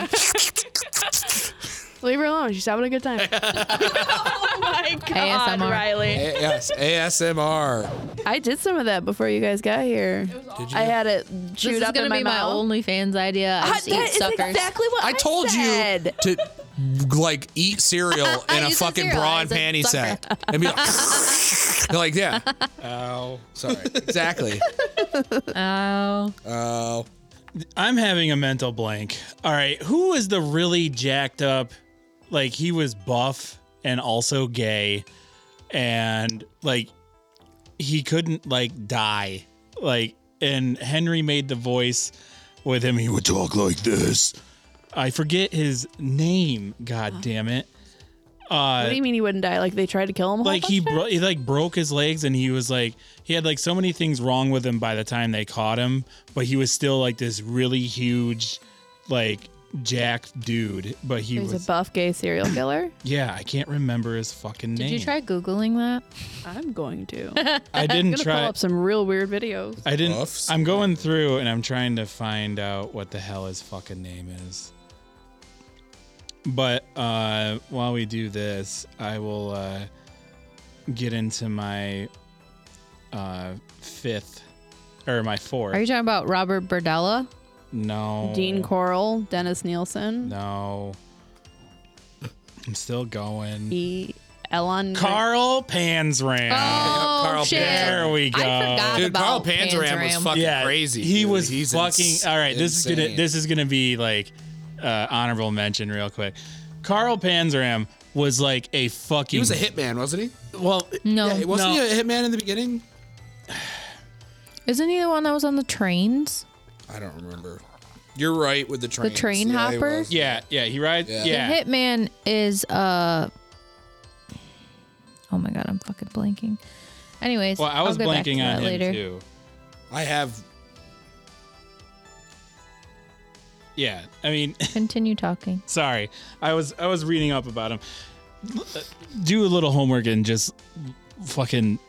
S6: Leave her alone, she's having a
S4: <laughs>
S6: good
S5: <laughs>
S6: time.
S5: ASMR.
S2: <laughs> A- yes. ASMR.
S3: I did some of that before you guys got here.
S2: Did you?
S3: I had it
S5: this
S3: chewed
S5: is
S3: up
S5: gonna
S3: in my
S5: be my
S3: mouth.
S5: OnlyFans
S6: Uh,
S5: idea. I
S3: Ah,
S5: just eat
S3: that is
S5: suckers.
S3: exactly what
S2: I told
S3: said.
S2: you to like eat cereal
S5: <laughs>
S2: in a
S5: You said
S2: fucking
S5: cereal,
S2: bra
S5: I
S2: and
S5: said
S2: panty
S5: sucker.
S2: set. And be like, You're like, <laughs> yeah. Oh. Sorry. Exactly.
S5: Oh,
S2: Oh.
S1: I'm having a mental blank. All right, who was the really jacked up? Like he was buff and also gay, and like he couldn't like die. Like and Henry made the voice with him. He would talk like this. I forget his name. God damn it. Uh,
S3: What do you mean he wouldn't die? Like they tried to kill him? a whole <laughs>
S1: like he
S3: bunch?
S1: bro- he like broke his legs and he was like he had like so many things wrong with him by the time they caught him but he was still like this really huge like jack dude but he
S3: He was
S1: was
S3: a buff gay serial
S5: <laughs>
S3: killer.
S1: yeah i can't remember his fucking
S5: did
S1: name
S5: you try googling that?
S3: I'm going <laughs> to. I'm
S1: i didn't
S3: gonna pull
S1: try
S3: up some real weird videos.
S1: i didn't
S2: Buffs?
S1: i'm going through and i'm trying to find out what the hell his fucking name is but uh while we do this i will uh get into my uh fifth or my fourth
S5: Are you talking about Robert Berdella?
S1: No.
S3: Dean Coral, Dennis Nielsen,
S1: No. I'm still going.
S3: he, Elon.
S1: Carl Panzram.
S5: Oh
S2: Carl
S5: shit!
S1: There we go.
S5: I forgot
S2: Dude,
S5: about
S2: Carl Panzram was
S5: Panzram.
S2: fucking
S1: yeah,
S2: crazy.
S1: He
S2: dude.
S1: was
S2: He's
S1: fucking.
S2: ins-
S1: all right, this is gonna
S2: insane.
S1: this is gonna be like uh, honorable mention real quick. Carl Panzram was like a fucking.
S2: He was a hitman, wasn't he?
S1: Well,
S5: No,
S2: Yeah, wasn't
S1: Uh, No.
S2: he a hitman in the beginning?
S5: isn't he the one that was on the trains?
S2: I don't remember. You're right with the train.
S5: train hopper?
S1: Yeah, yeah, he rides.
S2: Yeah.
S1: Yeah,
S2: The
S5: The hitman is uh Oh my god, I'm fucking blanking. Anyways,
S1: well, I
S5: I'll
S1: was
S5: get back to
S1: blanking
S5: that
S1: on him
S5: later.
S1: too.
S2: I have.
S1: Yeah, I mean,
S5: Continue talking.
S1: sorry, I was I was reading up about him. Do a little homework and just fucking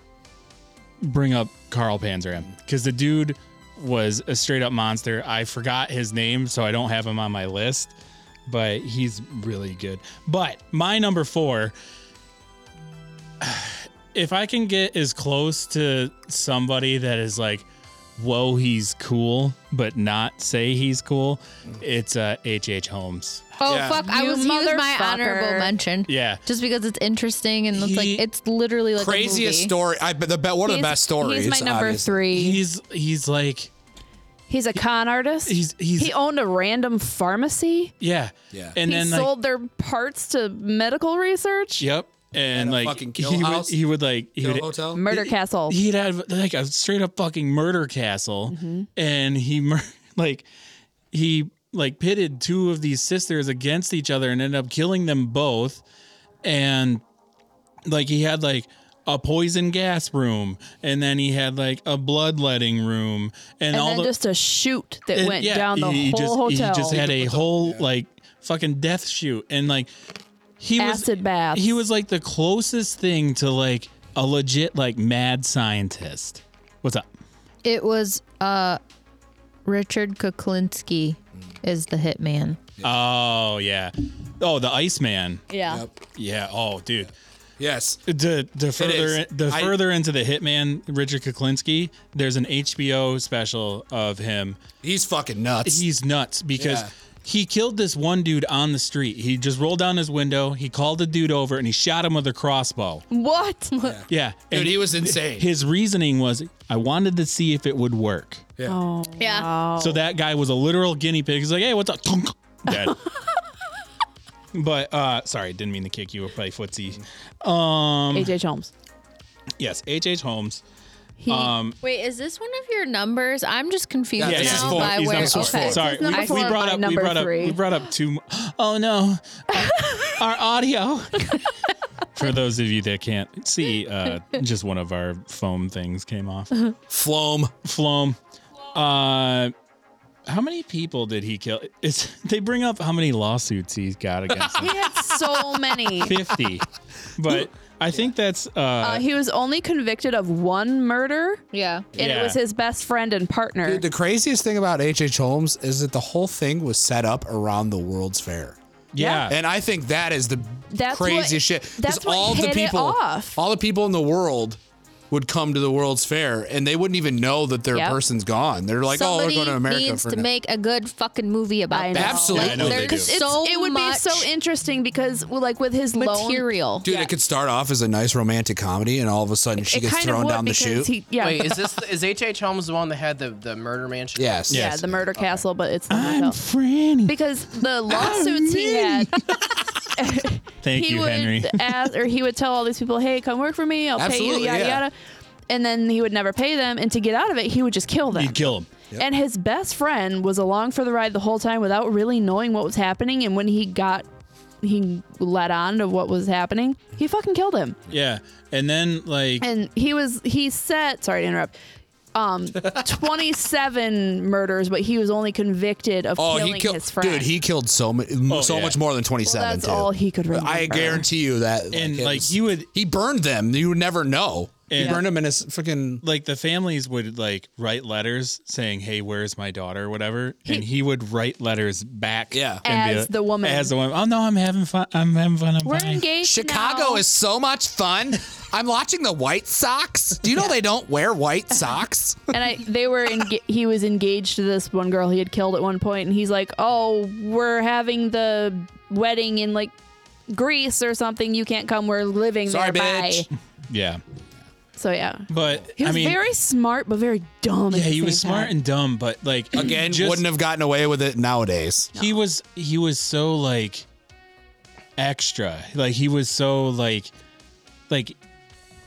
S1: bring up Carl Panzram because the dude was a straight up monster. I forgot his name, so I don't have him on my list, but he's really good. But my number four, <sighs> if I can get as close to somebody that is like, whoa, he's cool, but not say he's cool, it's uh, H.H. Holmes.
S5: Oh
S2: Yeah.
S5: fuck, I
S3: You
S5: was he was my honorable
S3: motherfucker.
S5: mention.
S1: Yeah.
S5: Just because it's interesting and it's
S2: He-
S5: like it's literally like
S2: Craziest
S5: a movie.
S2: story. I bet the be, one of the
S3: He's-
S2: best stories.
S3: He's my number
S2: obviously.
S3: three.
S1: He's he's like
S3: He's a con artist.
S1: he's he's
S3: he owned a random pharmacy.
S1: yeah
S2: Yeah.
S1: and
S3: he
S1: then like
S3: sold their parts to medical research.
S1: yep and
S2: a
S1: like
S2: fucking
S1: he
S2: kill
S1: would,
S2: house.
S1: he would like he
S2: Hill
S1: would,
S2: Hotel.
S3: Murder Castle.
S1: he'd have like a straight up fucking murder castle
S3: Mm-hmm.
S1: and he mur- <laughs> like he like pitted two of these sisters against each other and ended up killing them both and like he had like a poison gas room and then he had like a bloodletting room and,
S3: and
S1: all
S3: then
S1: the
S3: just a chute that
S1: And
S3: went
S1: yeah,
S3: down the
S1: he
S3: whole
S1: just,
S3: hotel.
S1: He just had a whole like fucking death shoot, and like he
S3: Acid
S1: was
S3: baths.
S1: He was like the closest thing to like a legit like mad scientist. What's up?
S5: It was uh Richard Kuklinski is the hitman.
S1: Oh yeah, oh the Iceman.
S3: yeah.
S2: Yep.
S1: Yeah. Oh dude.
S2: Yes.
S1: To, to
S2: is.
S1: further the
S2: I-
S1: further into the Hitman Richard Kuklinski, there's an HBO special of him
S2: He's fucking nuts.
S1: he's nuts because
S2: Yeah.
S1: he killed this one dude on the street. He just rolled down his window. He called the dude over and he shot him with a crossbow.
S3: What?
S1: Yeah.
S2: Dude,
S1: and
S2: he was insane.
S1: his reasoning was, I wanted to see if it would work.
S3: Oh,
S5: Yeah.
S1: So that guy was a literal guinea pig. He's like, hey, what's up? Tunk. Dead.
S3: <laughs>
S1: but uh sorry, didn't mean to kick you or play footsie. Um,
S3: H.H. Holmes.
S1: Yes, H. H. Holmes.
S3: He,
S1: Um
S5: Wait, is this one of your numbers? I'm just confused
S2: Yeah,
S5: now
S2: this is four.
S5: by
S1: He's
S5: where.
S1: number four.
S5: Okay.
S1: Sorry, we,
S3: number
S1: we
S3: four,
S1: brought
S3: my
S1: up we
S3: number
S1: brought up
S3: three.
S1: we brought up two. mo- Oh no, our audio.
S3: <laughs>
S1: For those of you that can't see, uh, just one of our foam things came off.
S2: Flom.
S1: Flom. Uh, how many people did he kill? It's, they bring up how many lawsuits he's got against him.
S3: <laughs> he had
S1: <laughs>
S3: so many.
S1: Fifty, but I think that's uh,
S3: Uh, he was only convicted of one murder,
S5: Yeah.
S3: and
S1: Yeah.
S3: it was his best friend and partner.
S2: Dude, the craziest thing about H.H. Holmes is that the whole thing was set up around the World's Fair.
S1: yeah.
S2: And I think that is the
S3: That's
S2: craziest
S3: what-
S2: shit. 'Cause
S3: that's what
S2: all the
S3: hit it
S2: people,
S3: off.
S2: all the people in the world would come to the World's Fair, and they wouldn't even know that their
S3: Yep.
S2: person's gone. They're like, "Oh, we're
S5: Somebody
S2: going to America
S5: needs
S2: for
S5: to
S2: now."
S5: make a good fucking movie about
S3: I
S5: that.
S3: know.
S2: Absolutely.
S5: Like,
S1: I know they
S5: there's
S1: do.
S3: It's-
S5: so
S3: it would be
S5: much
S3: so interesting because, well, like, with his loan,
S5: material.
S2: Dude, it could start off as a nice romantic comedy, and all of a sudden she
S3: it
S2: gets
S3: kind
S2: thrown
S3: of would
S2: down the chute.
S3: because He, yeah,
S4: Wait, is this is H.H. Holmes the one that had the, the murder mansion?
S2: yes.
S3: yeah, the murder castle, but it's the hotel.
S1: Franny.
S3: because
S2: <laughs>
S3: the lawsuits he had,
S1: Thank
S3: he
S1: you,
S3: would <laughs>
S1: Henry. <laughs>
S3: ask, or he would tell all these people, "Hey, come work for me. I'll pay
S2: Absolutely,
S3: you, yada
S2: yeah.
S3: yada." And then he would never pay them, and to get out of it, he would just kill them.
S1: He'd kill him.
S3: And his best friend was along for the ride the whole time without really knowing what was happening. And when he got, he let on to what was happening. He fucking killed him.
S1: Yeah, and then like
S3: And he was he said, sorry to interrupt.
S2: <laughs>
S3: Um, twenty-seven murders, but he was only convicted of
S2: Oh,
S3: killing
S2: he killed.
S3: his friend.
S2: Dude, he killed so much, so
S1: yeah.
S2: much more than
S3: well,
S2: twenty-seven.
S3: that's
S2: too.
S3: all he could remember.
S2: I guarantee you that. like,
S1: And,
S2: it
S1: like,
S2: was-
S1: you would-
S2: he burned them. You would never know. He
S1: And-
S2: burned them in his freaking.
S1: like the families would like write letters saying, "Hey, where's my daughter?" or whatever, and he would write letters back.
S2: Yeah.
S1: and be
S3: As the woman.
S1: As the woman. Oh no, I'm having fun. I'm having fun. I'm
S3: We're
S1: fine."
S3: engaged.
S2: Chicago
S3: now.
S2: is so much
S3: <laughs>
S2: fun. I'm watching the White Sox. Do you know they don't wear white
S3: <laughs>
S2: socks?
S3: and I they were enga- he was engaged to this one girl he had killed at one point, and he's like, "Oh, we're having the wedding in like Greece or something. You can't come. We're living
S2: Sorry,
S3: there. Bye."
S2: bitch.
S1: Yeah,
S3: So yeah,
S1: but
S3: he was
S1: I mean,
S3: very smart but very dumb.
S1: yeah, he was smart and dumb, but like
S2: <laughs> Again,
S1: just-
S2: wouldn't have gotten away with it nowadays.
S1: He was he was so like extra. Like he was so like like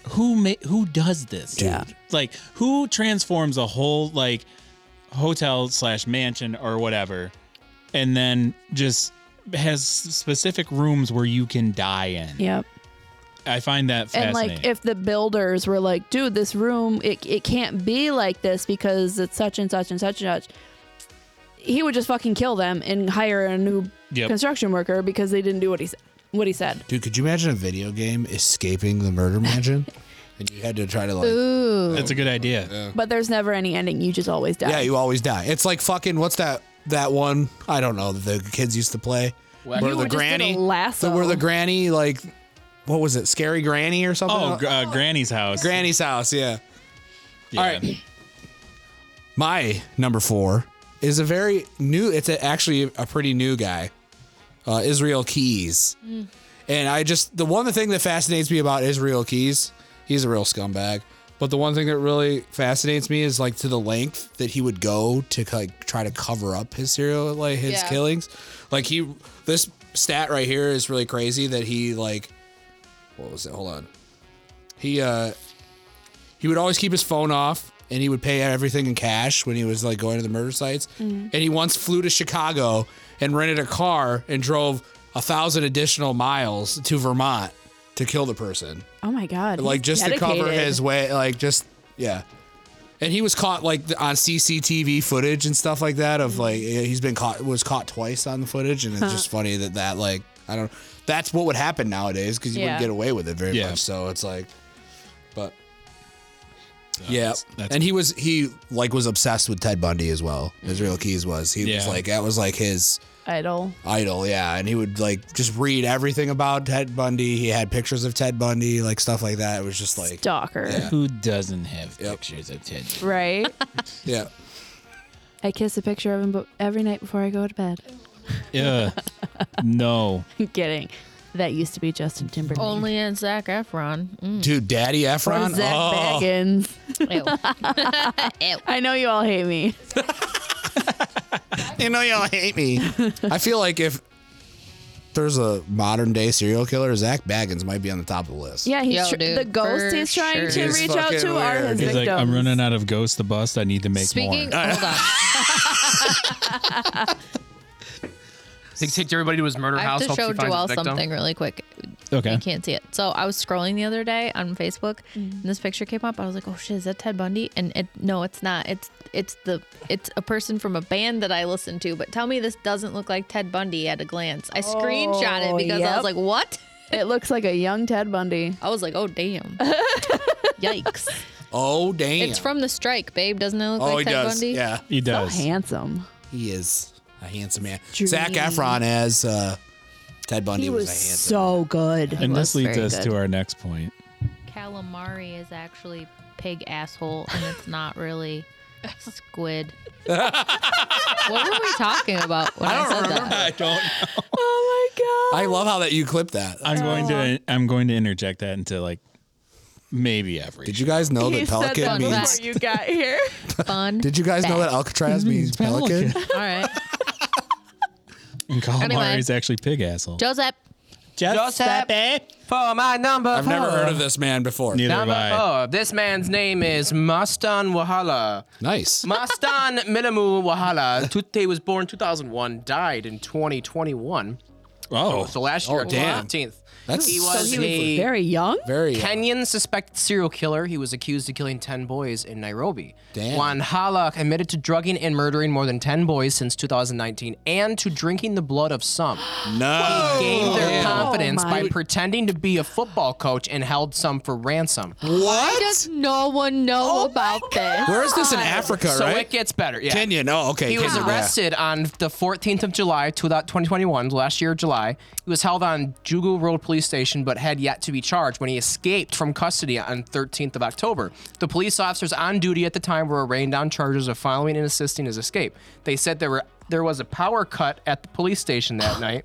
S1: who ma- who does this?
S2: Yeah.
S1: Like who transforms a whole like hotel slash mansion or whatever, and then just has specific rooms where you can die in.
S3: Yep.
S1: I find that
S3: And
S1: fascinating.
S3: like if the builders were like, dude, this room it, it can't be like this because it's such and such and such and such. He would just fucking kill them and hire a new
S1: Yep.
S3: construction worker because they didn't do what he said. What he said.
S2: Dude, could you imagine a video game escaping the murder
S3: <laughs>
S2: mansion? and you had to try to like
S5: Ooh.
S1: That's a good idea.
S3: But there's never any ending. You just always die.
S2: Yeah, you always die. It's like fucking what's that that one? I don't know. that The kids used to play. where
S3: You
S2: the
S3: just did a
S2: granny,
S3: lasso.
S2: the, where the granny, like, what was it? Scary Granny or something?
S1: Oh, gr- uh, Granny's house.
S2: Granny's house. Yeah.
S1: Yeah.
S2: All right. My number four is a very new. It's a, actually a pretty new guy, uh, Israel Keys. And I just the one thing that fascinates me about Israel Keys, he's a real scumbag. But the one thing that really fascinates me is like to the length that he would go to like try to cover up his serial like his
S5: Yeah.
S2: killings. Like he this stat right here is really crazy that he like what was it? Hold on. He uh he would always keep his phone off and he would pay everything in cash when he was like going to the murder sites. And he once flew to Chicago and rented a car and drove a thousand additional miles to Vermont to kill the person.
S3: Oh my god.
S2: Like
S3: he's
S2: just to cover
S3: dedicated.
S2: his way, like just yeah. And he was caught like on CCTV footage and stuff like that. Of like
S3: Mm-hmm.
S2: he's been caught was caught twice on the footage, and it's just funny that that like I don't. That's what would happen nowadays because you
S3: Yeah.
S2: wouldn't get away with it very
S1: Yeah.
S2: much. So it's like, but yeah,
S1: that's-
S2: and he was he like was obsessed with Ted Bundy as well. Israel Keys was he was
S1: Yeah.
S2: like that was like his
S3: idol.
S2: idol, yeah. And he would like just read everything about Ted Bundy. He had pictures of Ted Bundy, like stuff like that. It was just like,
S3: Stalker.
S1: Who doesn't have
S2: Yep.
S1: pictures of Ted?
S2: <laughs>
S3: Right?
S2: yeah,
S3: I kiss a picture of him bo- every night before I go to
S2: <laughs>
S3: bed.
S1: Yeah. <laughs> no.
S3: Kidding. That used to be Justin Timberlake.
S5: Only in Zach Efron. Mm.
S2: dude, Daddy
S3: Or
S2: Efron.
S3: Zach
S2: oh,
S3: Baggins.
S2: <laughs>
S5: Ew. Ew.
S3: I know you all hate me.
S2: <laughs> you know y'all hate me. I feel like if there's a modern day serial killer, Zach Baggins might be on the top of the list.
S3: Yeah, he's
S5: Yo,
S3: tr-
S5: dude,
S3: the ghost
S5: for
S3: he's trying
S5: sure.
S3: to
S2: He's
S3: reach out
S2: fucking
S3: to are
S2: weird.
S3: his
S1: He's
S3: victims.
S1: like, I'm running out of ghosts to bust. I need to make
S5: Speaking,
S1: more.
S5: hold on.
S4: He takes everybody to his murder
S5: I have
S4: house.
S5: to
S4: hopes
S5: show
S4: he finds
S5: Joelle
S4: the victim.
S5: something really quick.
S1: Okay.
S5: You can't see it. So I was scrolling the other day on Facebook,
S1: Mm.
S5: and this picture came up. I was like, "Oh shit, is that Ted Bundy?" And it, no, it's not. It's it's the it's a person from a band that I listen to. But tell me this doesn't look like Ted Bundy at a glance. I screenshot
S3: Oh,
S5: it because I
S3: yep.
S5: was like, "What?"
S3: It looks like a young Ted Bundy.
S5: I was like,
S1: <laughs>
S5: "Oh damn, yikes!"
S2: Oh damn.
S5: It's from the strike, babe. Doesn't it look
S2: Oh,
S5: like
S2: he
S5: Ted
S2: does.
S5: Bundy?
S2: Yeah,
S1: He
S3: So
S1: does.
S3: handsome.
S2: he is a handsome man.
S3: Dream.
S2: Zach Efron as uh, Ted Bundy
S3: He
S2: was,
S3: was
S2: a handsome.
S3: so good.
S1: and this
S3: Was
S1: leads
S3: very
S1: us
S3: good.
S1: to our next point.
S5: Calamari is actually pig asshole, and it's not <laughs> really squid. what were we talking about when I, said that?
S1: don't.
S3: Oh my god.
S2: I love how that you clipped that.
S1: I'm going to. I'm going to interject that into like maybe every.
S2: Did you guys
S3: <laughs>
S2: know that pelican
S5: that
S2: means?
S5: back.
S3: you got
S2: <laughs>
S3: here.
S5: Fun.
S2: Did you guys know that Alcatraz means pelican?
S5: All right,
S1: And calamari
S5: Anyway.
S1: is actually pig asshole.
S5: Joseph.
S4: Giuseppe for my number
S2: I've never heard of this man before.
S1: Neither have
S4: Number
S1: I.
S4: four. This man's name is Mastan Wahala.
S2: Nice. <laughs>
S4: Mastan Minamu Wahala. Tute was born 2001, died in 2021.
S1: Oh,
S4: So last year,
S2: Oh, damn.
S4: October 15th.
S2: That's
S4: he was
S2: so
S4: a
S3: Very young.
S2: very
S4: Kenyan suspected serial killer. He was accused of killing 10 boys in Nairobi.
S2: Damn.
S4: Wanhala admitted to drugging and murdering more than 10 boys since 2019 and to drinking the blood of some.
S2: no.
S4: Gained their
S2: Damn.
S4: confidence
S3: Oh, my-
S4: by pretending to be a football coach and held some for ransom.
S5: Why does no one know
S3: Oh
S5: about this?
S2: Where is this in Africa,
S4: so
S2: right?
S4: it gets better. Yeah.
S2: Kenya. No, okay.
S4: He was
S2: Kenya, yeah.
S4: arrested on the 14th of July, 2021, last year, July. He was held on Jugu Road Police Station, but had yet to be charged when he escaped from custody on 13th of October. The police officers on duty at the time were arraigned on charges of following and assisting his escape. They said there were there was a power cut at the police station that night.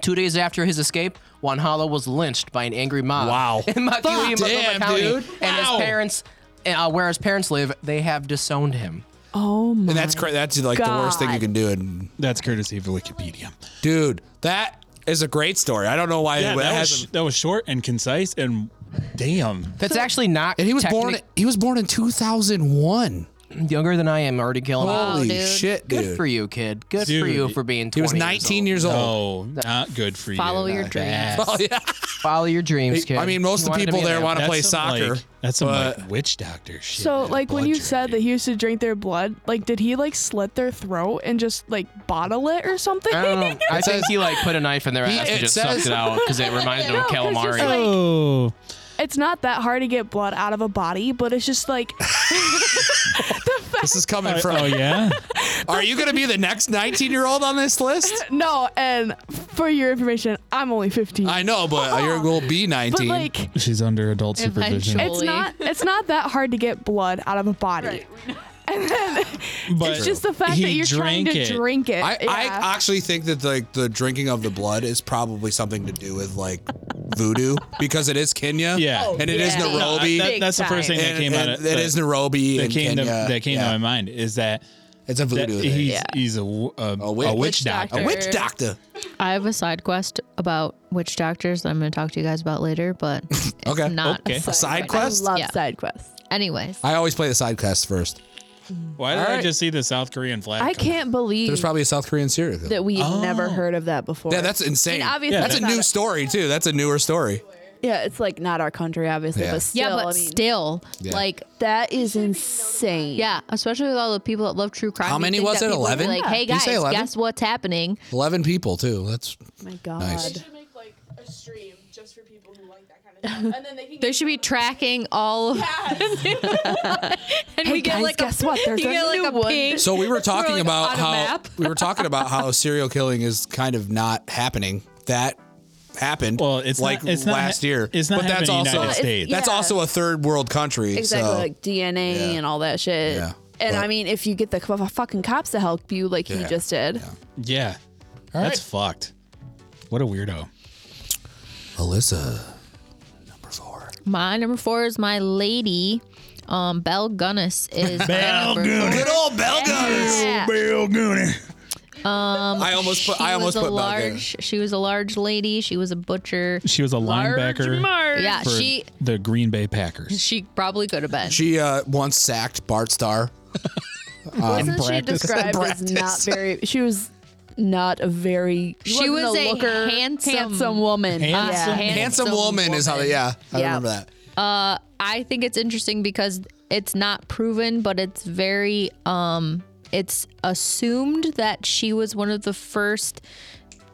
S4: Two days after his escape, Wanhala was lynched by an angry mob.
S2: Wow.
S4: <laughs> In Makiuwi, Multnomah
S2: Damn,
S4: County,
S2: dude.
S4: and his
S2: Wow.
S4: parents, uh, where his parents live, they have disowned him.
S3: Oh my.
S2: And that's cra- that's like the worst thing you
S3: God.
S2: can do. And
S1: that's courtesy of Wikipedia.
S2: dude, that is a great story. I don't know why
S1: Yeah,
S2: it
S1: that,
S2: has.
S1: was, that was short and concise and damn.
S4: That's actually not.
S2: and he was born.
S4: technic-
S2: He was born in 2001.
S4: younger than I am already killing. people.
S2: Holy
S5: dude.
S2: shit, dude.
S4: Good for you, kid. Good for
S1: Dude,
S4: you for being. 20
S2: He was 19
S4: Years
S2: years old. <laughs>
S1: No, Oh, not good for you.
S5: Follow your dreams.
S1: That's-
S2: Oh, yeah.
S4: old. Follow your dreams, kid.
S2: I mean, most of
S4: You
S2: the
S4: wanted to
S2: people
S4: be
S2: there
S4: an
S2: want to
S1: that's
S2: play
S1: some,
S2: soccer.
S1: Like, that's some
S2: but-
S1: like witch doctor shit.
S6: So,
S1: man.
S6: like, when
S1: Blood
S6: you said
S1: drinking.
S6: that he used to drink their blood, like, did he, like, slit their throat and just, like, bottle it or <laughs> something?
S4: I don't know. I think he like put a knife in their ass
S2: it
S4: and just
S2: says-
S4: sucked it out because it reminded him of
S6: No, 'cause
S4: calamari.
S6: just like-
S1: oh,
S6: it's not that hard to get blood out of a body, but it's just like,
S2: This is
S1: <laughs>
S2: coming
S1: oh,
S2: from.
S1: oh, yeah.
S2: Are you going to be the next 19 year old on this list?
S6: no. And for your information, I'm only 15.
S2: I know, but you're going to be 19.
S6: but like,
S1: She's under adult supervision.
S5: Eventually.
S6: it's not it's not that hard to get blood out of a body.
S1: But
S6: It's just the fact
S1: he
S6: that you're trying
S1: drank
S6: to
S1: it.
S6: drink it.
S2: I,
S6: yeah.
S2: I actually think that like the drinking of the blood is probably something to do with like voodoo because it is Kenya.
S1: Yeah. Oh,
S2: and it is
S5: yeah.
S1: No, I-
S2: Nairobi.
S1: that- that's the first thing that
S2: and,
S1: came out.
S2: and
S1: of
S2: it
S1: that-
S2: is Nairobi
S1: that
S2: and
S1: came to
S2: Kenya.
S1: that came to
S2: Yeah.
S1: my mind is that,
S2: It's a
S1: that
S2: voodoo thing.
S1: he's he's a, w- a- a witch,
S2: witch
S1: doctor.
S2: A witch doctor.
S5: I have a side quest about witch doctors that I'm going to talk to you guys about later, but it's
S2: <laughs> Okay.
S5: not
S1: Okay.
S5: a
S2: A
S5: side.
S2: side
S3: I
S2: quest.
S3: love
S5: Yeah.
S3: side quests.
S5: Anyways,
S2: I always play the side quest first.
S1: Why did I
S2: Alright.
S1: just see the South Korean flag?
S3: I
S1: come
S3: can't believe
S2: There's Oh. probably a South Korean serial killer.
S3: that we've never heard of that before.
S2: Yeah, that's insane.
S3: And obviously
S2: that's a
S3: it's not
S2: new
S3: a-
S2: story too. That's a newer story.
S3: yeah, it's like not our country, obviously,
S2: Yeah.
S3: but still,
S5: yeah, but
S3: I mean,
S5: still,
S2: Yeah.
S5: like,
S3: that is insane.
S5: yeah, especially with all the people that love true crime.
S2: How
S5: you
S2: many
S5: think
S2: was
S5: that
S2: it,
S5: people would be
S2: 11?
S5: Like, hey
S2: Did you
S5: guys,
S2: say 11?
S5: guess what's happening?
S2: Eleven people too. That's
S3: Oh my God.
S2: Nice.
S6: make like a stream just for people who like that kind of stuff, and then they can.
S5: They should be tracking all. and
S3: Hey, guys, guess what?
S5: <laughs>
S6: <laughs>
S3: There's a new one.
S2: so we were talking
S5: like,
S2: about
S5: on a
S2: how
S5: map.
S2: we were talking about
S5: <laughs>
S2: how serial killing is kind of not happening. That happened.
S1: Well, it's
S2: like
S1: not- it's not
S2: last
S1: ha-
S2: year.
S1: it's not
S2: but that's
S1: happening in the
S2: also
S1: United States.
S2: that's
S3: Yeah.
S2: also a third world country.
S3: Exactly,
S2: so.
S3: like DNA
S2: Yeah.
S3: and all that shit.
S2: Yeah.
S3: And
S2: But-
S3: I mean, if you get the c- fucking cops to help you, like he
S2: Yeah.
S3: just did,
S1: Yeah. That's fucked. What a weirdo.
S2: Alyssa, number four.
S5: My number four is my lady. Um, Belle Gunnis is my number four.
S2: Good old Bell Gunners.
S5: Yeah.
S1: Bill Goonie.
S2: I almost put.
S5: Um, She
S2: I almost
S5: was a
S2: put Bell Gunners.
S5: large. She was a large lady. She was a butcher.
S1: She was a linebacker
S5: Yeah,
S1: for
S5: she
S1: the Green Bay Packers.
S5: she probably could have been.
S2: She uh, once sacked Bart Starr.
S3: wasn't she described as not
S2: Practice.
S3: very? She was not a very.
S5: She
S3: wasn't
S5: was a
S3: looker,
S5: handsome-
S3: woman.
S1: Handsome.
S3: Yeah.
S2: Handsome, woman, is how. They, yeah, I
S3: Yeah.
S2: remember that.
S5: I think it's interesting because it's not proven, but it's very um it's assumed that she was one of the first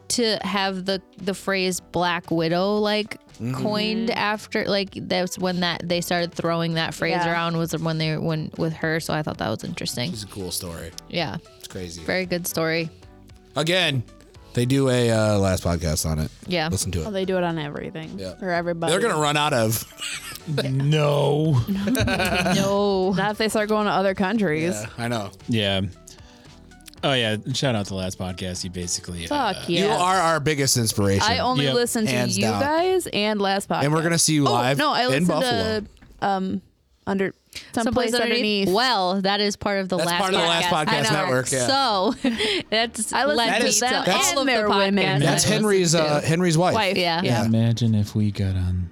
S5: to have the the phrase black widow like
S2: Mm-hmm.
S5: coined
S3: Mm-hmm.
S5: after like that's when that they started throwing that phrase
S3: Yeah.
S5: around was when they when with her so I thought that was interesting.
S2: It's a cool story.
S5: Yeah.
S2: It's crazy.
S5: Very good story.
S2: Again, they do a uh, last podcast on it.
S5: Yeah. Oh,
S2: Listen to
S3: Well,
S2: it.
S3: they do it on everything
S2: Yeah.
S3: or everybody.
S2: They're gonna run out of.
S1: No.
S3: <laughs>
S5: No.
S3: Not if they start going to other countries.
S2: Yeah, I know.
S1: Yeah. Oh yeah. Shout out to the last podcast. You basically uh,
S3: Fuck
S2: You
S3: yeah.
S2: are our biggest inspiration.
S3: I only
S1: Yep.
S3: listen to
S2: Hands
S3: you
S2: down.
S3: guys and last podcast.
S2: and we're gonna see you
S3: Oh,
S2: live
S3: no, I
S2: in
S3: listened
S2: Buffalo.
S3: to um under someplace, underneath.
S5: Well, that is part of the
S2: That's
S5: last
S2: part of the Last Podcast
S5: I know.
S2: Network, yeah.
S5: So <laughs> that's
S3: I listened
S5: led
S3: to
S5: me
S3: them and
S5: all of the
S3: their
S5: podcasts
S3: women.
S5: I
S2: That's
S5: listened
S2: Henry's
S5: to.
S2: uh, Henry's wife.
S3: Wife.
S5: Yeah.
S2: Yeah.
S1: Imagine if we got on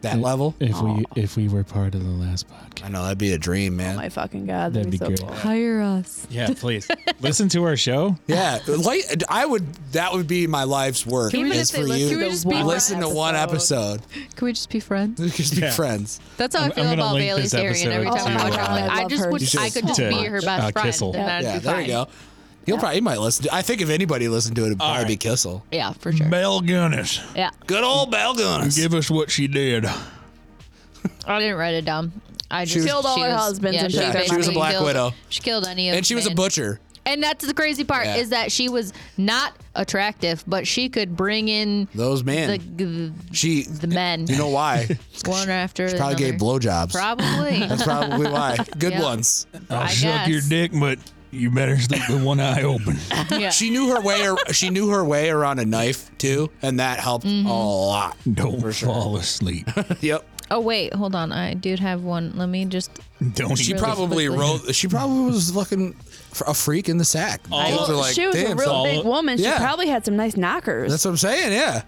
S2: That level.
S1: if we if we were part of the last podcast.
S2: I know that'd be a dream, man.
S3: My fucking god,
S1: That'd
S3: that'd,
S1: be
S3: be,
S1: good.
S3: so cool.
S5: Hire us.
S1: Yeah, please <laughs> listen to our show.
S2: yeah, like I would. That would be my life's work.
S5: Even
S2: is
S5: if they
S2: for
S5: listen-
S2: you.
S5: can we just be
S2: listen,
S5: one
S2: to one episode. <laughs>
S5: Can we just be friends?
S2: Just be
S1: Yeah.
S2: friends.
S5: That's how i
S1: I'm-
S5: feel
S1: I'm gonna
S5: about
S1: link
S5: Bailey
S1: this
S5: Sarian every
S1: episode
S5: time I
S3: to,
S5: watch her.
S3: uh,
S5: I'm like, I
S3: love
S5: just
S3: her.
S5: would,
S3: You
S2: should
S5: I could just
S1: to,
S5: be her
S1: uh,
S5: best
S1: Kissel.
S5: friend. and that'd
S2: Yeah,
S5: be
S2: there
S5: fine.
S2: you go. He'll probably he might listen. To, I think if anybody listened to it, it'd probably be Kissel.
S5: Yeah, for sure.
S1: Bell Gunness,
S5: Yeah,
S2: Good old Bell Gunners.
S1: us what she did.
S5: I didn't write it down. I just
S2: was-
S3: Killed all
S5: she
S3: her
S5: was-
S3: husbands
S5: Yeah,
S3: and
S5: she
S3: took their
S5: basically
S2: money. She was a black
S5: killed-
S2: widow.
S5: She killed any of
S2: and she was a
S5: men.
S2: butcher.
S5: And that's the crazy part
S2: Yeah.
S5: is that she was not attractive, but she could bring in
S2: Those men.
S5: the the,
S2: she.
S5: the men
S2: you know why?
S5: one after
S2: Probably
S5: another.
S2: gave blowjobs. <laughs>
S5: Probably.
S2: That's probably why. Good
S5: Yeah.
S2: ones.
S1: I'll
S5: I suck your guess.
S1: dick, but you better sleep with one eye open.
S5: yeah.
S2: She knew her way. ar- she knew her way around a knife too, and that helped
S3: Mm-hmm.
S2: a lot.
S1: Don't fall asleep. <laughs>
S2: Yep.
S5: Oh wait, hold on. I did have one. Let me just.
S1: Don't
S2: She
S1: eat
S2: probably
S5: quickly.
S2: wrote. She probably was fucking f- a freak in the sack.
S1: All-
S2: Those are
S1: Well,
S2: like,
S3: she was
S2: damn,
S3: a real
S2: son.
S1: son.
S3: big woman. She
S2: Yeah.
S3: probably had some nice knockers.
S2: That's what I'm saying. Yeah.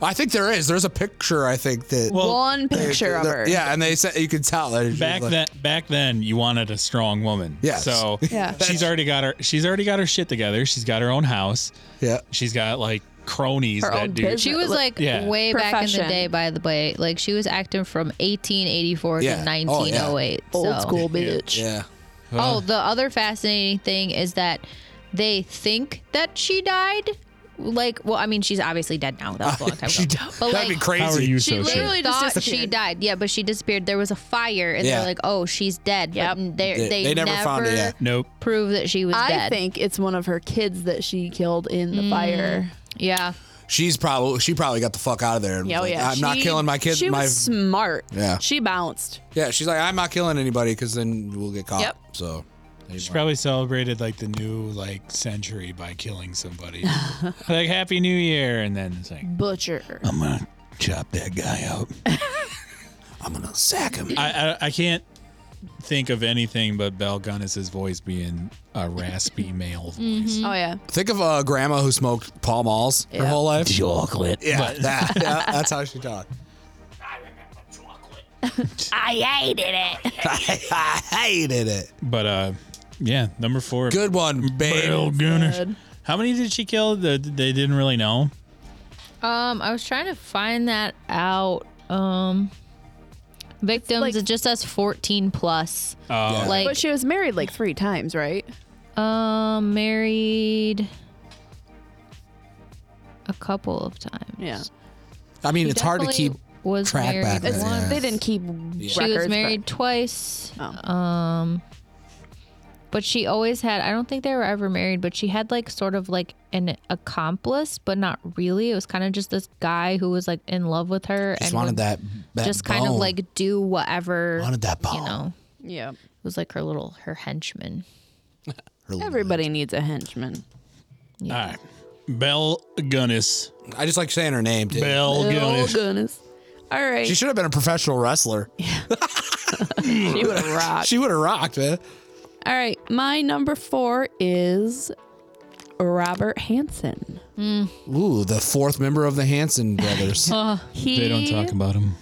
S2: I think there is. There's a picture. I think that.
S1: Well,
S3: One picture of her.
S2: Yeah, and they said you could tell that it's just
S1: back
S2: like-
S1: then back then you wanted a strong woman
S2: Yes.
S1: so
S3: Yeah.
S1: she's already got her she's already got her shit together she's got her own house
S2: Yeah.
S1: she's got like cronies
S3: Her
S1: that
S3: own
S1: do
S3: business.
S5: She was like
S1: Yeah.
S5: way back in the
S3: Profession.
S5: day, by the way. Like she was acting from 1884
S2: Yeah.
S5: to
S2: Oh, yeah.
S5: 1908.
S3: Old
S5: so.
S3: school bitch.
S2: Yeah.
S5: Oh, the other fascinating thing is that they think that she died. Like, well, I mean, she's obviously dead now. That was a long
S2: <laughs>
S5: time
S2: She-
S5: ago. But
S2: That'd be
S5: like,
S2: crazy.
S1: how are you
S5: she
S1: so sure
S5: literally
S3: Just
S5: thought she
S3: disappeared.
S5: died. Yeah, but she disappeared. There was a fire, and
S2: Yeah.
S5: they're like, "Oh, she's dead."
S3: Yep.
S5: But they,
S2: They-
S5: they,
S2: they never
S5: never,
S2: found her, yeah.
S1: nope
S5: proved that she was
S3: I
S5: dead.
S3: think it's one of her kids that she killed in the fire.
S5: yeah,
S2: She's probably she probably got the fuck out of there. and was
S3: Oh
S2: like,
S3: yeah,
S2: I'm not
S3: She-
S2: killing my kids.
S3: She
S2: my
S3: was smart.
S2: Yeah.
S3: she bounced.
S2: yeah. She's like, I'm not killing anybody because then we'll get caught.
S3: Yep.
S2: So. there you
S1: she
S2: go.
S1: probably celebrated like the new like century by killing somebody like happy new year and then it's like
S3: Butcher.
S1: i'm gonna chop that guy up
S2: I'm gonna sack him.
S1: I, I i can't think of anything but bell Gunness's voice being a raspy male voice
S3: Oh yeah.
S2: Think of uh, grandma who smoked Pall Malls her
S3: Yeah.
S2: whole life.
S7: Chocolate.
S2: Yeah, that, yeah, that's how she talked. I hated it. I hated it.
S1: but uh yeah number four
S2: Good one, babe.
S1: Bell Gunness.
S3: Good.
S1: How many did she kill? that they didn't really know.
S5: Um, I was trying to find that out. Um, victims.
S3: like-
S5: it just says 14 plus.
S1: Uh,
S2: Yeah.
S5: Like,
S3: But she was married like three times, right?
S5: Um, married a couple of times.
S3: Yeah.
S2: I mean,
S5: She
S2: it's hard to keep.
S5: definitely was
S2: track
S5: married
S2: back then,
S5: once.
S2: yeah.
S3: They didn't keep
S5: She
S3: records.
S5: was married
S3: but-
S5: twice.
S3: Oh.
S5: Um, but she always had. I don't think they were ever married, but she had like sort of like an accomplice, but not really. It was kind of just this guy who was like in love with her
S2: Just
S5: and
S2: wanted
S5: would
S2: that. that
S5: just kind of
S2: bone.
S5: like do whatever.
S2: wanted that bone.
S5: you know,
S3: yeah.
S5: it was like her little her henchman.
S2: Her little-
S3: Mm. Everybody needs a henchman.
S1: All right. Bell Gunness.
S2: I just like saying her name too.
S1: Bell
S3: Oh
S1: Gunness.
S3: goodness. All right.
S2: She
S3: <laughs> She,
S2: should have been a professional wrestler.
S3: would
S2: <laughs>
S3: have rocked.
S2: She would have rocked, man.
S3: All right. My number four is Robert Hansen.
S2: Ooh, the fourth member of the Hanson
S5: <laughs>
S2: brothers.
S3: He
S1: They don't talk about <laughs> him.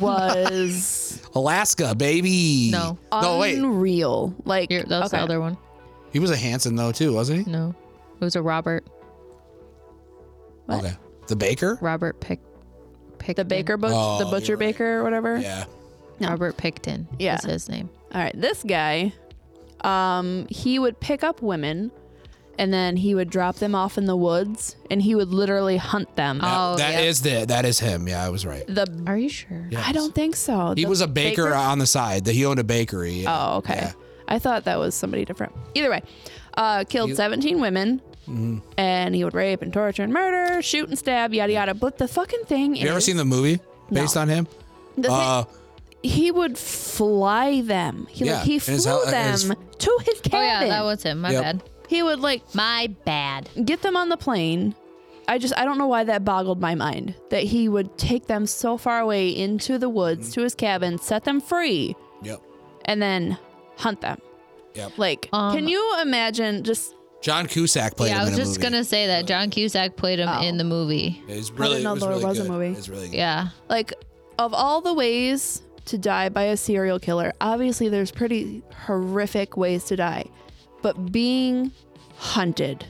S3: was
S2: Alaska, baby.
S5: No.
S2: <laughs> No, wait.
S3: unreal. Like
S5: Here, that was the
S3: okay.
S5: other one.
S2: He was a Hanson though too, wasn't he?
S5: No, it was a Robert.
S3: What?
S2: Okay. The baker?
S5: Robert Pick, Pickton.
S3: The Baker Butch,
S2: Oh,
S3: the Butcher
S2: you're right.
S3: Baker or whatever.
S2: Yeah.
S5: Robert Picton.
S3: Yeah.
S5: is his name.
S3: All right, this guy, um, he would pick up women, and then he would drop them off in the woods, and he would literally hunt them.
S5: Oh,
S2: that
S5: yeah.
S2: is the that is him. Yeah, I was right.
S3: the
S5: Are you sure?
S2: Yes.
S3: I don't think so.
S2: He
S3: The
S2: was a baker, on the side. That he owned a bakery. yeah.
S3: Oh, okay.
S2: Yeah.
S3: I thought that was somebody different. Either way, uh, killed 17 women,
S2: Mm-hmm.
S3: and he would rape and torture and murder, shoot and stab, yada yada. But the fucking
S2: Mm-hmm.
S3: thing
S2: Have you ever
S3: is,
S2: seen the movie based on him?
S3: the thing-
S2: Uh,
S3: he would fly them. He
S2: Yeah,
S3: like he
S2: in his
S3: flew
S2: hou- in
S3: them
S2: his-
S3: to his
S5: Oh yeah,
S3: cabin.
S5: that was him. My
S2: Yep.
S5: bad.
S3: he would like
S5: My bad.
S3: get them on the plane. I just I don't know why that boggled my mind that he would take them so far away into the
S2: Mm-hmm.
S3: woods to his cabin, set them free,
S2: yep.
S3: and then hunt them.
S2: Yep.
S3: Like,
S5: Um,
S3: can you imagine? Just
S2: John Cusack played
S5: yeah, I
S2: him
S5: was
S2: in a
S5: just
S2: movie.
S5: gonna say that John Cusack played him
S3: Oh.
S5: in the movie.
S2: It's really,
S3: know
S2: it was
S3: there
S2: really
S3: was a
S2: good.
S3: movie.
S2: It's really good.
S5: Yeah,
S3: like of all the ways to die by a serial killer, obviously there's pretty horrific ways to die, but being hunted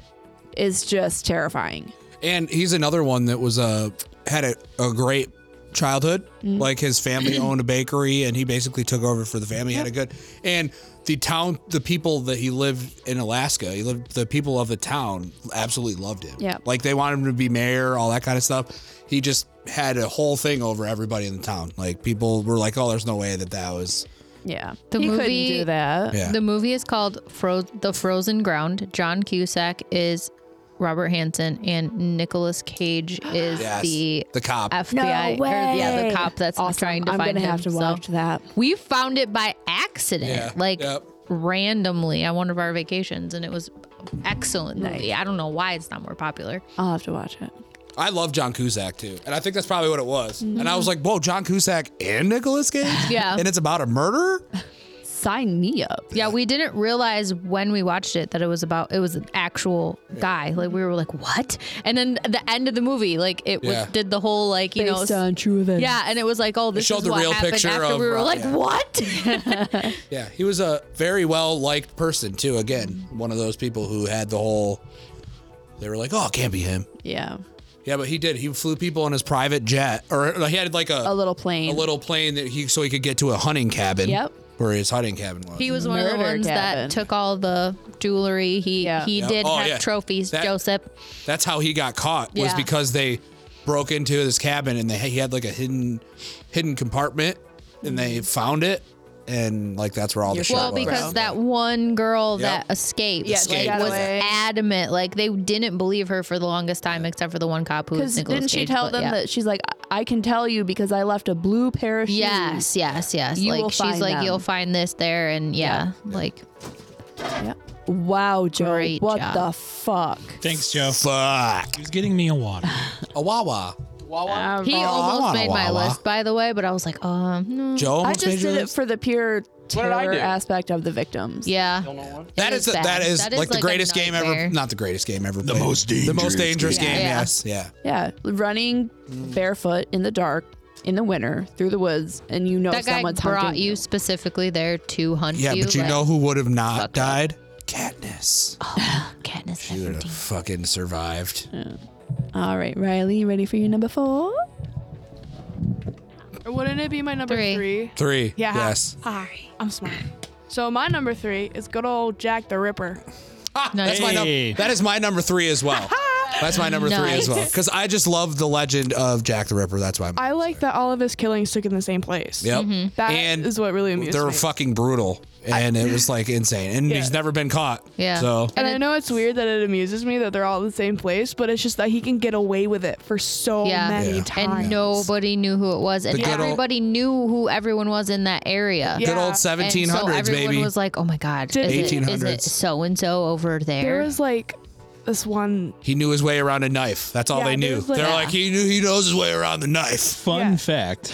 S3: is just terrifying.
S2: And he's another one that was uh, had a, a great childhood.
S5: Mm.
S2: Like his
S5: <clears throat>
S2: family owned a bakery, and he basically took over for the family. Had a good and the town, the people that he lived in Alaska, he lived the people of the town absolutely loved him.
S3: Yeah.
S2: like they wanted him to be mayor, all that kind of stuff. He just had a whole thing over everybody in the town. Like people were like, "Oh, there's no way that that was."
S3: Yeah,
S5: The
S3: he
S5: movie-
S3: couldn't do that.
S2: Yeah.
S5: the movie is called Fro- "The Frozen Ground." John Cusack is Robert Hansen, and Nicolas Cage is
S2: Yes.
S5: the
S2: The cop.
S5: FBI. Or, yeah,
S3: way.
S5: the cop that's
S3: Awesome.
S5: trying to
S3: I'm
S5: find
S3: gonna
S5: him.
S3: have to
S5: so-
S3: watch that.
S5: We found it by accident,
S2: Yeah.
S5: like
S2: Yep.
S5: randomly on one of our vacations, and it was excellent movie. I don't know why it's not more popular.
S3: I'll have to watch it.
S2: I love John Cusack too, and I think that's probably what it was. And I was like, "Whoa, John Cusack and Nicolas Cage."
S5: Yeah.
S2: and it's about a murder.
S3: sign me up.
S5: Yeah, we didn't realize when we watched it that it was about it was an actual guy. Like we were like, what? And then the end of the movie, like it
S2: Yeah.
S5: was did the whole like you
S3: Based
S5: know.
S3: on true events.
S5: yeah, and it was like, oh, this
S2: showed
S5: is
S2: the
S5: what
S2: real
S5: happened
S2: picture
S5: after
S2: of
S5: we were
S2: Rob,
S5: like,
S2: yeah.
S5: what?
S2: Yeah, he was a very well liked person too. Again, one of those people who had the whole. They were like, "Oh, it can't be him."
S3: Yeah.
S2: Yeah, but he did. He flew people on his private jet, or he had like a
S3: A little plane.
S2: a little plane that he so he could get to a hunting cabin.
S3: Yep.
S2: where his hunting cabin was.
S5: he was one of the
S3: Murder
S5: ones
S3: cabin.
S5: that took all the jewelry. He
S3: Yeah.
S5: he
S2: Yeah.
S5: did
S2: Oh,
S5: have
S2: yeah.
S5: trophies,
S2: That-
S5: Joseph.
S2: That's how he got caught was
S5: Yeah.
S2: because they broke into his cabin and they he had like a hidden hidden compartment and they found it and like that's where all the shit
S5: Well,
S2: was.
S5: because that one girl
S2: Yep.
S5: that escaped,
S6: Yeah, she
S5: like,
S2: got
S5: was
S6: away.
S5: adamant. Like they didn't believe her for the longest time, except for the one cop who was
S3: Because
S5: Nicolas
S3: didn't she
S5: Cage,
S3: tell
S5: but
S3: them
S5: yeah.
S3: that she's like, "I- I can tell you because I left a blue pair of shoes.
S5: Yes, yes, yes.
S3: You
S5: like
S3: will
S5: she's
S3: find
S5: like,
S3: them.
S5: you'll find this there, and yeah, like
S3: Yeah. Wow, Joe.
S5: Great
S3: what
S5: job.
S3: the fuck?
S1: Thanks, Joe.
S2: fuck
S1: He was getting me a water.
S2: a wawa.
S5: he
S2: I
S5: almost
S2: want a
S5: made my
S2: Wawa.
S5: list, by the way. But I was like, um, no.
S2: Joe
S3: I
S2: almost
S3: just
S2: made your
S3: did it
S2: list?
S3: for the pure
S4: did I
S3: terror
S4: do?
S3: aspect of the victims.
S5: yeah,
S2: That
S5: It
S2: is,
S5: is bad.
S2: that is
S5: That is
S2: like the
S5: like a
S2: greatest game ever.
S5: nightmare.
S2: Not the greatest game ever.
S1: The
S2: played.
S1: most
S2: The most
S1: dangerous
S2: dangerous game.
S5: game. Yeah.
S2: Yes. Yeah.
S3: Yeah, running
S2: Mm.
S3: barefoot in the dark in the winter through the woods, and you know
S5: that guy
S3: someone's
S5: brought
S3: hunting
S5: you specifically there to hunt
S2: Yeah.
S5: you.
S2: but you
S5: like,
S2: know who would have
S5: fuck
S2: not
S5: up.
S2: died? Katniss.
S5: Katniss
S2: She would have
S5: Everdeen.
S2: fucking survived.
S3: All right, Riley, you ready for your number four?
S6: Wouldn't it be my number
S5: Three.
S6: three?
S2: Three.
S6: Yeah.
S2: Yes.
S6: Sorry. I'm smart. So my number three is good old Jack the Ripper.
S2: Ah, that's my
S1: Hey.
S2: num- that is my number three as well. That's my number three as well.
S5: Nice.
S2: Because I just love the legend of Jack the Ripper. That's why I'm.
S6: I like that all of his killings took in the same place.
S2: yep.
S6: That
S2: And
S6: is what really amused
S2: They're
S6: me.
S2: fucking brutal. And it was like insane. And he's
S6: Yeah.
S2: never been caught.
S5: Yeah.
S2: So.
S6: and I know it's weird that it amuses me that they're all in the same place, but it's just that he can get away with it for so
S5: Yeah.
S6: many
S2: Yeah.
S6: times.
S5: And nobody knew who it was, and
S2: The good old-
S5: everybody knew who everyone was in that area.
S6: Yeah.
S2: Good old
S6: And so
S5: And
S2: 1700s,
S5: so everyone
S2: baby.
S5: was like, "Oh my God,
S6: Did-
S5: is it, is it
S2: 1800s.
S5: so and so over
S6: There
S5: there?"
S6: was like this one.
S2: he knew his way around a knife. That's all
S6: Yeah,
S2: they knew.
S6: there's like-
S2: They're
S6: Yeah.
S2: like, he knew he knows his way around the knife.
S1: Fun
S6: Yeah.
S1: fact: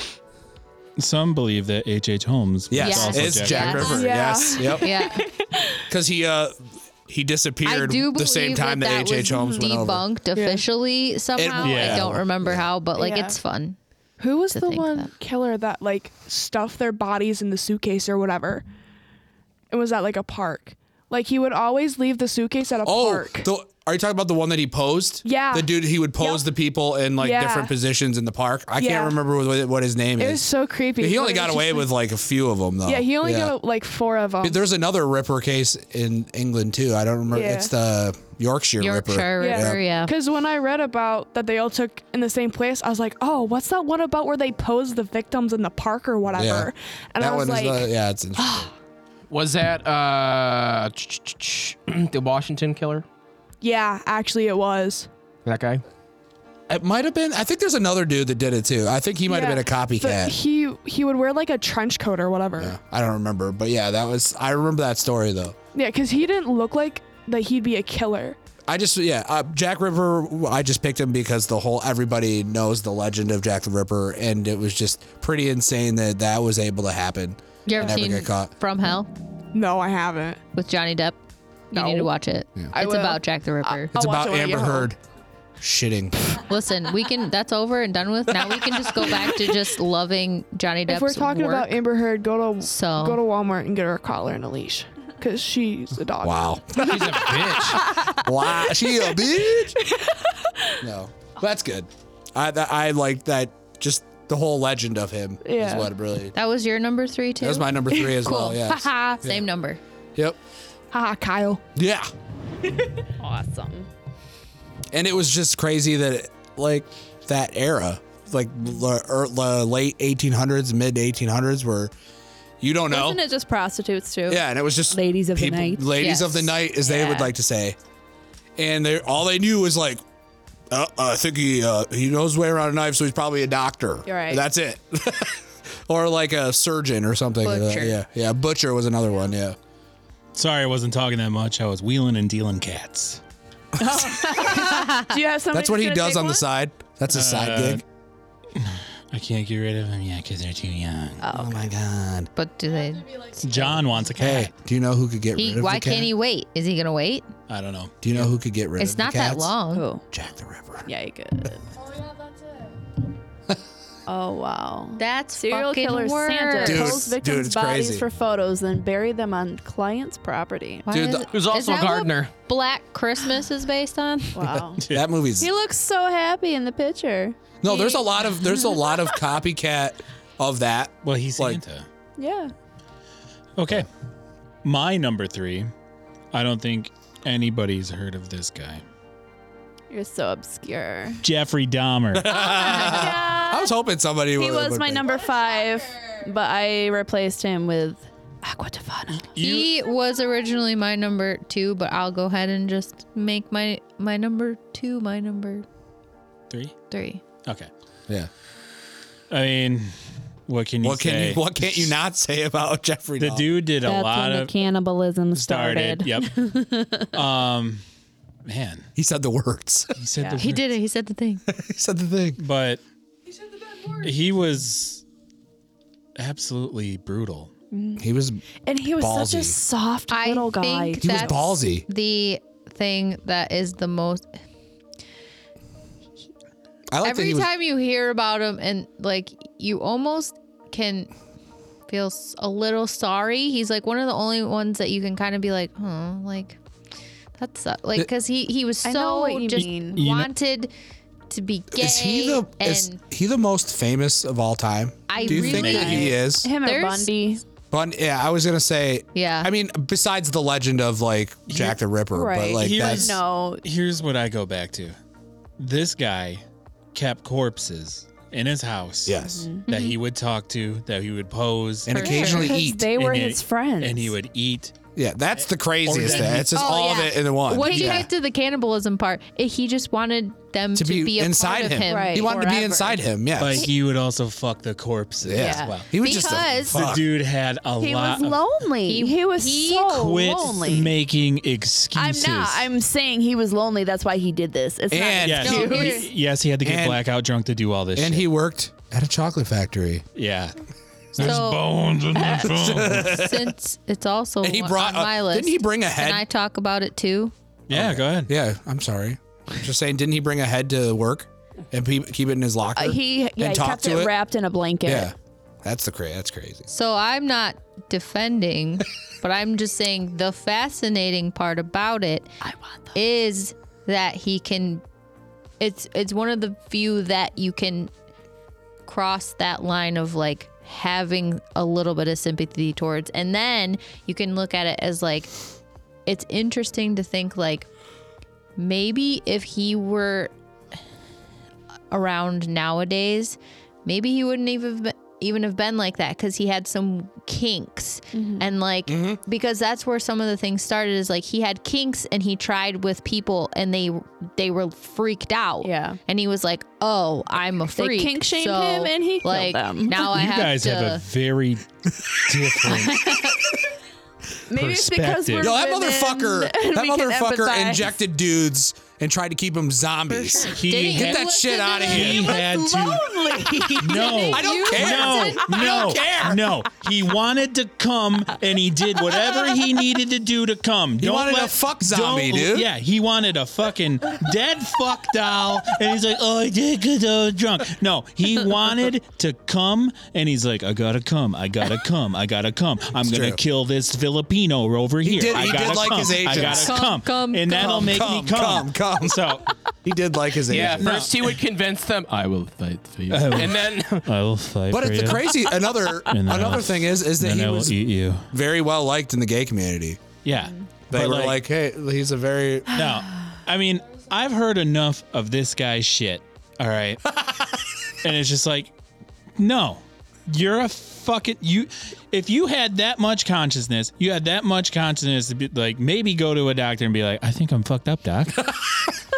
S1: Some believe that H.H. H. Holmes. was
S2: Yes,
S1: also
S2: it's Jack,
S5: Jack.
S2: Ripper.
S6: Yeah.
S2: Yes, yep. <laughs>
S5: <laughs> yeah,
S2: Because he uh he
S5: I
S2: disappeared
S5: do
S2: the same
S5: believe
S2: time that
S5: that,
S2: H.H.
S5: that was
S2: Holmes went over.
S5: debunked officially somehow.
S1: Yeah.
S5: I don't remember how, but like
S6: Yeah.
S5: it's fun.
S6: Who was
S5: To
S6: the
S5: think
S6: one
S5: that.
S6: killer that like stuffed their bodies in the suitcase or whatever? It was at like a park. Like he would always leave the suitcase at a
S2: Oh,
S6: park.
S2: the, are you talking about the one that he posed?
S6: Yeah.
S2: The dude, he would pose
S6: Yep.
S2: the people in like
S6: Yeah.
S2: different positions in the park. I
S6: Yeah.
S2: can't remember what, what his name
S6: it
S2: is.
S6: was so creepy.
S2: he
S6: but
S2: only
S6: it
S2: got
S6: was
S2: away
S6: just,
S2: with like a few of them though.
S6: Yeah, he only got like four of them.
S2: There's another Ripper case in England too. I don't remember.
S6: Yeah.
S2: It's the Yorkshire,
S5: Yorkshire
S2: Ripper.
S5: Ripper, yeah.
S6: Because when I read about that they all took in the same place, I was like, oh, what's that one about where they pose the victims in the park or whatever?
S2: Yeah.
S6: And
S2: that
S6: I was
S2: one
S6: like,
S2: is the, yeah, it's
S6: <gasps>
S2: interesting.
S4: Was that uh <clears throat> ch- ch- ch- the Washington killer?
S6: yeah, actually it was.
S4: That guy?
S2: it might have been. I think there's another dude that did it too. I think he might
S6: Yeah.
S2: have been a
S6: But
S2: copycat.
S6: he he would wear like a trench coat or whatever.
S2: Yeah, I don't remember, but yeah, that was. I remember that story though.
S6: Yeah, because he didn't look like that he'd be a killer.
S2: I just yeah, uh, Jack Ripper. I just picked him because the whole everybody knows the legend of Jack the Ripper, and it was just pretty insane that that was able to happen.
S5: You ever
S2: Never
S5: seen
S2: get caught.
S5: From Hell
S6: No, I haven't.
S5: with Johnny Depp? You need to watch it.
S6: I
S5: It's
S6: will. Uh,
S5: about Jack the Ripper.
S2: It's
S6: I'll
S2: about
S6: watch it when I get
S2: Amber
S6: home.
S2: Heard shitting.
S5: Listen, we can. That's over and done with. Now we can just go back to just loving Johnny Depp's
S6: if we're talking
S5: work.
S6: about Amber Heard, go to
S5: So-
S6: go to Walmart and get her a collar and a leash, because she's a dog.
S2: Wow. <laughs>
S4: He's a bitch.
S2: Why she a
S6: <laughs>
S2: bitch? No, that's good. I that, I like that. Just the whole legend of him is
S6: Yeah.
S2: what really.
S5: that was your number three too.
S2: That was my number three as well.
S6: <laughs>
S5: cool. <laughs>
S2: Yes.
S5: Haha, Same number.
S2: yep.
S6: Haha, Kyle.
S2: Yeah.
S3: Awesome.
S2: And it was just crazy that it, like that era, like the er, the late 1800s, mid 1800s, where you don't know.
S3: Wasn't it just prostitutes too?
S2: Yeah, and it was just
S3: Ladies of the night.
S2: Ladies of the
S5: Yes.
S2: night, as they would
S3: Yeah.
S2: like to say. And they all they knew was like, uh, I think he uh, he knows his way around a knife, so he's probably a doctor.
S3: You're right.
S2: That's it. <laughs> or like a surgeon or something.
S5: Butcher.
S2: Yeah, yeah. Butcher was another one. Yeah.
S1: Sorry, I wasn't talking that much. I was wheeling and dealing cats.
S6: Do you have somebody
S2: That's what he
S6: who's
S2: does
S6: gonna
S2: on the
S6: take
S2: side. That's a side gig.
S1: I can't get rid of them yet because they're too young.
S2: Oh my god.
S5: But do they?
S1: John wants a cat.
S2: Hey, do you know who could get rid
S5: He,
S2: of
S5: why
S2: the cat?
S5: can't he wait? Is he gonna wait?
S1: I don't know.
S2: Do you know who could get rid
S5: It's
S2: of the
S5: not that
S2: cats?
S5: long.
S3: Who?
S2: Jack the
S1: <laughs>
S2: Ripper.
S3: Yeah, you good.
S2: <laughs>
S3: Oh wow.
S5: That's
S3: Serial
S5: fucking
S3: killer
S5: worse.
S3: Santa
S2: Dude,
S3: pulls
S2: dude,
S3: victims'
S2: it's
S3: bodies
S2: crazy.
S3: for photos, then bury them on
S2: <laughs>
S3: clients' property.
S5: Why
S2: Dude,
S5: is
S2: the-
S5: it-
S4: Who's
S5: is
S4: also a
S5: that what
S4: gardener.
S5: Black Christmas is based on.
S3: Wow.
S2: That movie's
S3: he looks so happy in the picture.
S2: no. There's a lot of there's a lot of copycat of that.
S1: Well, he's
S2: Like-
S1: Santa.
S3: Yeah.
S1: Okay. My number three. I don't think anybody's heard of this guy.
S3: You're so obscure.
S1: Jeffrey
S2: <laughs>
S1: Dahmer.
S2: I was hoping somebody
S3: He
S2: would.
S3: was
S2: would
S3: my
S2: think-
S3: number five, but I replaced him with Aqua Tofana.
S1: You-
S5: He was originally my number two, but I'll go ahead and just make my my number two my number
S1: three?
S5: three.
S1: Okay.
S2: Yeah.
S1: I mean, what can you
S2: What
S1: say?
S2: can you What can't you not say about Jeffrey?
S1: the
S2: Dahmer?
S1: dude did a
S3: That's
S1: lot
S3: when the
S1: of
S3: cannibalism started.
S1: started. Yep.
S3: <laughs>
S1: um, man,
S2: He said the words. <laughs>
S1: he said the
S5: He did it. He said the thing.
S2: he said the thing.
S1: but he was absolutely brutal.
S2: He was.
S3: And he was such
S2: Ballsy.
S3: a soft <laughs>
S5: I
S3: little guy.
S5: think
S2: He was
S5: That's-
S2: ballsy.
S5: The thing that is the most.
S2: I like that
S5: Every
S2: he was.
S5: time you hear about him, and like you almost can feel s- a little sorry. He's like one of the only ones that you can kind of be like, oh, like that's like because he he was
S3: I know
S5: so
S3: what you
S5: just
S3: mean.
S1: You know-
S5: wanted. to be gay
S2: is he the
S5: and
S2: is he the most famous of all time?
S5: I
S2: Do you think
S5: really-
S2: that he is?
S3: him or
S5: There's-
S3: Bundy.
S2: But yeah, I was gonna say.
S5: Yeah.
S2: I mean, besides the legend of like Jack the Ripper, but
S3: Right.
S2: like
S1: He
S2: that's
S1: was-
S3: No.
S1: Here's what I go back to: this guy kept corpses in his house.
S2: yes,
S1: That he would talk to, that he would pose,
S2: and occasionally
S3: Because
S2: eat.
S3: Mm-hmm. they were
S1: and
S3: his
S1: he-
S3: friends.
S1: and he would eat.
S2: yeah, that's the craziest
S1: then
S2: thing.
S1: he-
S2: It's just
S5: Oh,
S2: all
S5: yeah.
S2: of it in the one.
S5: Once
S2: yeah.
S5: you get to the cannibalism part, it, he just wanted them to,
S2: to be,
S5: a
S2: inside
S5: part of
S2: him.
S5: him.
S3: Right.
S2: He wanted to be
S3: forever.
S2: inside him. Yes.
S1: But he would also fuck the corpses
S2: yeah.
S1: as well.
S2: He was just a
S5: Because-
S1: The
S2: fuck.
S1: dude had a
S3: He
S1: lot.
S3: was
S1: of-
S3: lonely. He,
S5: He-
S3: was
S5: he
S3: so
S1: quit
S3: lonely.
S1: making
S3: I'm
S1: excuses.
S3: not. I'm saying he was lonely. That's why he did this. It's
S2: And-
S3: not.
S1: Yes,
S5: No,
S1: he-
S5: here's-
S1: yes, he had to get
S2: And-
S1: blackout drunk to do all this.
S2: and
S1: shit.
S2: he worked at a chocolate factory.
S5: <laughs>
S1: yeah,
S5: There's
S1: bones in
S5: <laughs>
S1: the
S2: <laughs>
S1: trunk.
S5: Since it's also
S2: And he
S5: on
S2: brought.
S5: my
S2: a-
S5: list.
S2: didn't he bring a
S5: Can I
S2: head?
S5: talk about it too?
S1: yeah, go ahead.
S2: Yeah, I'm sorry. Just saying. Didn't he bring a head to work and pe- keep it in his locker?
S3: Uh, he yeah, he
S2: talk
S3: kept
S2: to
S3: it
S2: it?
S3: wrapped in a blanket.
S2: yeah. That's the cra- That's crazy.
S5: So I'm not
S3: <laughs>
S5: defending, but I'm just saying the fascinating part about it
S3: I want that.
S5: is that he can it's it's one of the few that you can cross that line of like having a little bit of sympathy towards and then you can look at it as like it's interesting to think like maybe if he were around nowadays maybe he wouldn't even be- even have been like that because he had some kinks and like because that's where some of the things started is like he had kinks and he tried with people and they they were freaked out
S3: Yeah.
S5: and he was like oh i'm a
S3: They
S5: freak
S3: kink shamed
S5: so,
S3: him and he killed
S5: like
S3: them.
S5: now i
S1: you
S5: have
S1: guys
S5: to
S1: have a
S5: <laughs>
S1: very different.
S3: Maybe it's because
S1: Perspective.
S3: we're
S2: Yo, that
S3: women
S2: motherfucker.
S3: and
S2: That
S3: <laughs> we can
S2: motherfucker
S3: empathize.
S2: injected dudes and tried to keep them zombies.
S1: he
S5: Didn't
S1: had,
S2: Get that shit out of
S1: he
S2: here.
S1: had to.
S2: <laughs>
S1: <laughs> No,
S2: I don't care.
S1: No, no,
S2: care.
S1: no. He wanted to come, and he did whatever he needed to do to come. He
S2: wanted a fuck zombie, dude.
S1: Yeah, he wanted a fucking dead fuck doll, and he's like, "Oh, I did because I was drunk." No,
S2: <laughs>
S1: he wanted to come, and he's like, "I gotta come. I gotta come. I gotta come. I'm gonna
S2: true.
S1: kill this Filipino over here.
S2: did-
S1: I
S2: he did
S1: gotta
S2: like
S1: come.
S2: his
S1: I
S2: agents.
S1: gotta
S5: Come,
S1: come,
S5: come,
S1: and that'll
S5: come,
S1: make
S2: come,
S1: me come.
S2: come, <laughs> come.
S1: So
S2: He did like his
S4: Yeah,
S2: agent.
S4: first he would convince them, I will fight for you.
S1: will-
S4: and then <laughs>
S1: I will fight
S2: But
S1: for
S2: it's
S1: you.
S2: the crazy another
S1: And then
S2: another
S1: I'll-
S2: thing is is that
S1: then
S2: he
S1: I will
S2: was
S1: eat you.
S2: very well liked in the gay community.
S1: Yeah,
S2: They
S1: But
S2: were like, hey, he's a very
S1: No, I mean, I've heard enough of this guy's shit. All right. <laughs> and it's just like, no, you're a fucking you. If you had that much consciousness, you had that much consciousness to be like, maybe go to a doctor and be like, I think I'm fucked up, doc.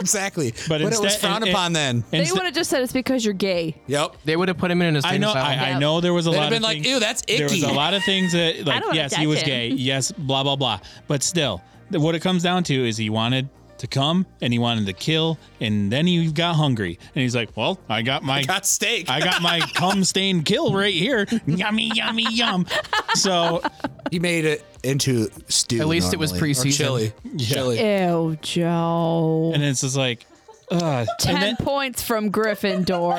S2: exactly. But,
S1: But
S2: it was
S1: instead-
S2: frowned
S1: and-
S2: upon then.
S1: And
S3: They would have just said it's because you're gay.
S2: Yep.
S4: they would have put him in an
S1: I know, I, I know there was a
S2: They'd
S1: lot
S2: have
S1: of
S2: been like,
S1: things-
S2: ew, that's
S1: There was
S2: icky.
S1: a lot of things
S2: <laughs>
S1: that like,
S3: don't wanna
S1: yes, he
S3: touch
S1: was
S3: him.
S1: gay. Yes, blah blah blah. But still, th- what it comes down to is he wanted to come and he wanted to kill and then he got hungry and he's like, "Well, I got my
S2: Got steak.
S1: I got my cum stained kill right here. yummy, yummy, yum." So
S2: he made it into stew.
S4: At least it was
S2: normally, or
S4: preseason.
S2: Chili. Chili.
S3: Ew, Joe.
S1: and it's just like, uh,
S3: Ten
S1: and then,
S3: points from Gryffindor.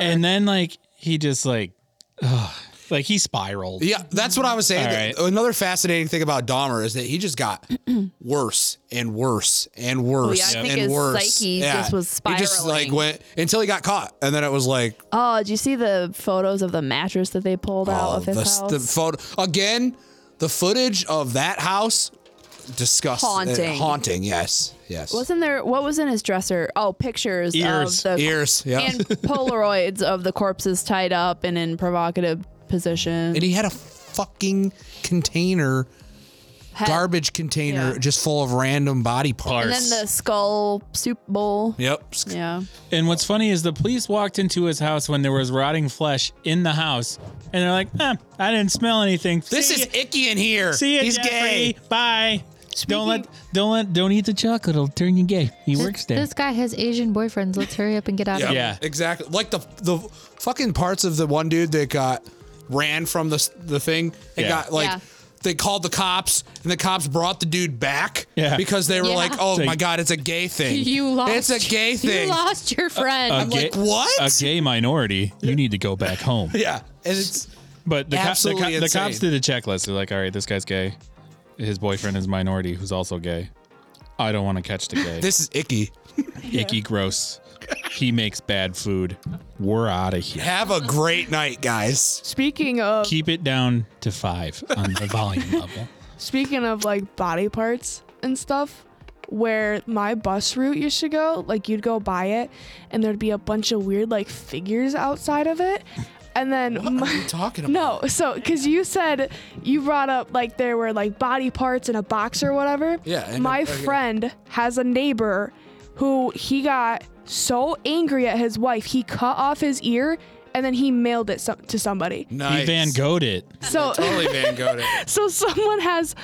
S2: <laughs>
S1: and then like he just like, ugh, like he spiraled.
S2: Yeah, that's what I was saying.
S1: All right.
S2: Another fascinating thing about Dahmer is that he just
S3: <clears throat>
S2: got worse and worse and worse
S3: yeah, I think
S2: and
S3: his
S2: worse.
S3: psyche just was
S2: He just like
S3: spiraling.
S2: went until he got caught, and then it was like,
S3: oh, did you see the photos of the mattress that they pulled out
S2: oh,
S3: of his
S2: the,
S3: house?
S2: the photo again. The footage of that house, disgusting,
S3: Haunting.
S2: haunting. Yes, yes.
S3: Wasn't there what was in his dresser? Oh, pictures
S1: Ears.
S3: of the
S2: Ears, yeah. <laughs>
S3: and Polaroids of the corpses tied up and in provocative position.
S2: and he had a fucking container,
S3: Had-
S2: garbage container,
S3: Yeah.
S2: just full of random body parts.
S3: And then the skull soup bowl.
S2: yep,
S3: Yeah.
S1: And what's funny is the police walked into his house when there was rotting flesh in the house, and they're like, eh, "I didn't smell anything."
S2: This
S1: See
S2: is
S1: ya.
S2: icky in here.
S1: See you,
S2: He's gay.
S1: Bye. don't let don't let don't eat the chocolate. It'll turn you gay. He works there.
S5: This guy has Asian boyfriends. Let's hurry up and get out of here.
S2: <laughs>
S1: Yeah.
S2: exactly. Like the the fucking parts of the one dude that got ran from the the thing and
S1: Yeah.
S2: got like
S5: Yeah.
S2: they called the cops and the cops brought the dude back
S1: Yeah.
S2: because they were
S5: Yeah.
S2: like, oh
S1: It's a-
S2: my god, it's a gay
S6: <laughs>
S2: thing.
S5: You lost.
S2: It's a gay thing.
S5: You lost your friend.
S1: A gay-
S2: like, what?
S1: A gay minority. You need to go back
S2: <laughs>
S1: home.
S2: Yeah, and it's
S1: But the, co- the,
S2: Absolutely
S1: co- the
S2: insane.
S1: cops did a checklist. They're like, all right, this guy's gay. His boyfriend is minority, who's also gay. I don't want to catch the gay.
S2: <laughs> this is icky.
S1: icky gross. He makes bad food. We're out of here.
S2: Have a great night, guys.
S6: Speaking of
S1: Keep it down to five on the
S2: <laughs>
S1: volume level.
S6: Speaking of like body parts and stuff, where my bus route used to go, like you'd go by it and there'd be a bunch of weird like figures outside of it. And then my,
S2: Talking about
S6: no, so because you said you brought up like there were like body parts in a box or whatever.
S2: Yeah, and-
S6: My
S2: okay.
S6: friend has a neighbor who he got so angry at his wife, he cut off his ear and then he mailed it some- to somebody.
S1: He Van Gogh'd it.
S6: So,
S2: Totally Van Gogh.
S6: <laughs> so someone has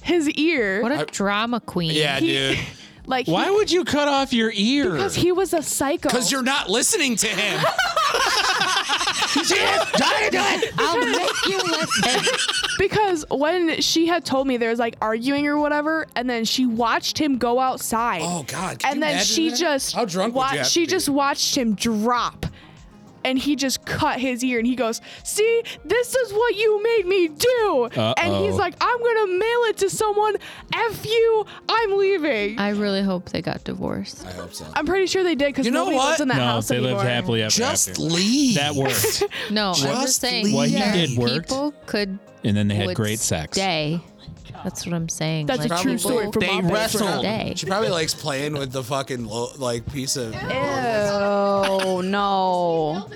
S6: his ear.
S5: what a drama queen.
S2: Yeah,
S6: <laughs>
S2: dude.
S6: Like he-
S1: Why would you cut off your ear?
S6: Because he was a psycho.
S2: Because you're not listening to
S6: <laughs>
S2: him.
S5: I'll make you listen.
S6: Because when she had told me there was like arguing or whatever, and then she watched him go outside.
S2: Oh God! can
S6: and
S2: you
S6: then
S2: imagine
S6: she
S2: that?
S6: just
S2: how drunk would
S6: wa-
S2: you have to
S6: she
S2: be?
S6: just watched him drop. And he just cut his ear and he goes, See, this is what you made me do. And he's
S1: Uh-oh.
S6: like, I'm going to mail it to someone. F you. I'm leaving. I-
S5: I really hope they got divorced.
S2: I hope so.
S6: am pretty sure they did because
S2: You know
S6: nobody
S2: what?
S6: lives in that
S1: no,
S6: house
S1: they
S6: anymore.
S1: lived happily ever
S2: Just
S1: after.
S2: leave.
S1: That worked.
S5: No, I'm
S2: Just
S5: just saying.
S2: What
S5: What
S2: he
S1: did worked.
S5: People could.
S1: and then they had
S5: would
S1: great sex.
S5: Stay. That's what I'm saying.
S6: That's a
S5: Like,
S6: true
S5: people
S6: story from
S4: They
S6: my best
S4: wrestled.
S6: friend.
S5: Stay.
S2: She probably likes playing with the fucking lo- like piece of. <laughs>
S3: Oh no.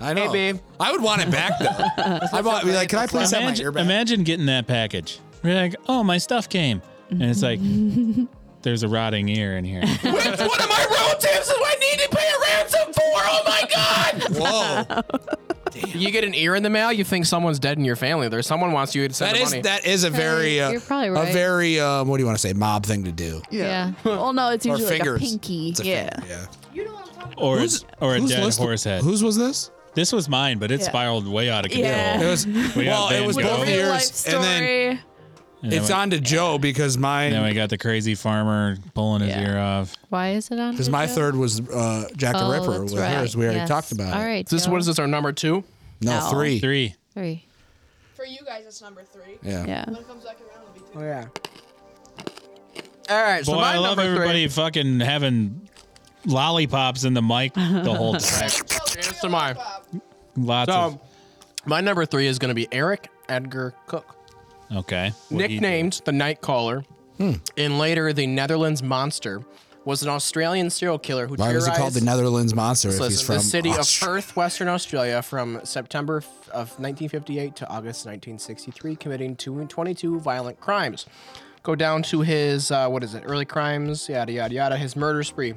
S2: I know.
S4: Hey, babe.
S2: I would want it back
S1: <laughs>
S2: though. I want. Be like, can I please have my ear
S1: Imagine,
S2: back?
S1: imagine getting that package. You're like, oh, my stuff came. And it's
S6: <laughs>
S1: like, there's a rotting ear in here.
S2: It's <laughs> one of my relatives who I need to pay a ransom for. Oh my
S1: <laughs>
S2: god! Whoa,
S4: You get an ear in the mail, you think someone's dead in your family. There's someone wants you to send
S2: that
S4: them
S2: is
S4: money.
S2: that is a very uh,
S5: You're probably right.
S2: a very um, what do you want to say mob thing to do?
S5: Yeah.
S3: Well no, it's
S2: Or
S3: usually like a
S2: fingers.
S3: pinky.
S2: It's a
S3: yeah.
S2: thing, yeah.
S1: Or,
S2: Who's-
S1: or a
S2: whose
S1: dead
S2: list-
S1: horse head.
S2: Whose was this?
S1: This was mine, but it
S6: Yeah.
S1: spiraled way out of control.
S6: Yeah.
S2: It
S1: <laughs>
S2: was
S1: We
S2: well,
S1: got
S2: it
S1: Van
S2: was
S1: Gogh.
S2: both
S1: Real
S2: ears, and then
S1: And then
S2: it's
S1: we-
S2: on to Joe because
S1: Then
S2: mine
S1: we got the crazy farmer pulling his ear off.
S5: Why is it on?
S2: because
S5: here,
S2: my
S5: Joe?
S2: third was uh, Jack the
S5: Oh,
S2: Ripper
S5: that's
S2: with
S5: right.
S2: hers. We already
S5: Yes.
S2: talked about it.
S5: All right.
S4: Is this
S5: Joe.
S4: what is this our number two?
S2: No,
S3: No.
S2: three.
S1: Three.
S5: Three.
S8: For you guys, it's number three.
S2: Yeah.
S3: Yeah.
S8: It comes back around, it'll be three.
S4: Oh yeah. All right, so
S1: Boy,
S4: my
S1: I love
S4: number
S1: everybody fucking having lollipops in the mic the
S4: <laughs>
S1: whole time.
S4: three. Here's to mine.
S1: Lots
S4: So, my number three is going to be Eric Edgar Cook,
S1: of okay. What he did. Hmm.
S4: nicknamed the Night Caller, and later the Netherlands Monster, was an Australian serial killer who
S2: Why was
S4: terrorized
S2: he called the Netherlands Monster if he's
S4: listen,
S2: from
S4: the city
S2: Aust-
S4: of Perth, Western Australia, from September f- of 1958 to August 1963, committing two- 22 violent crimes. Go down to his uh, what is it? Early crimes, yada yada yada. His murder spree.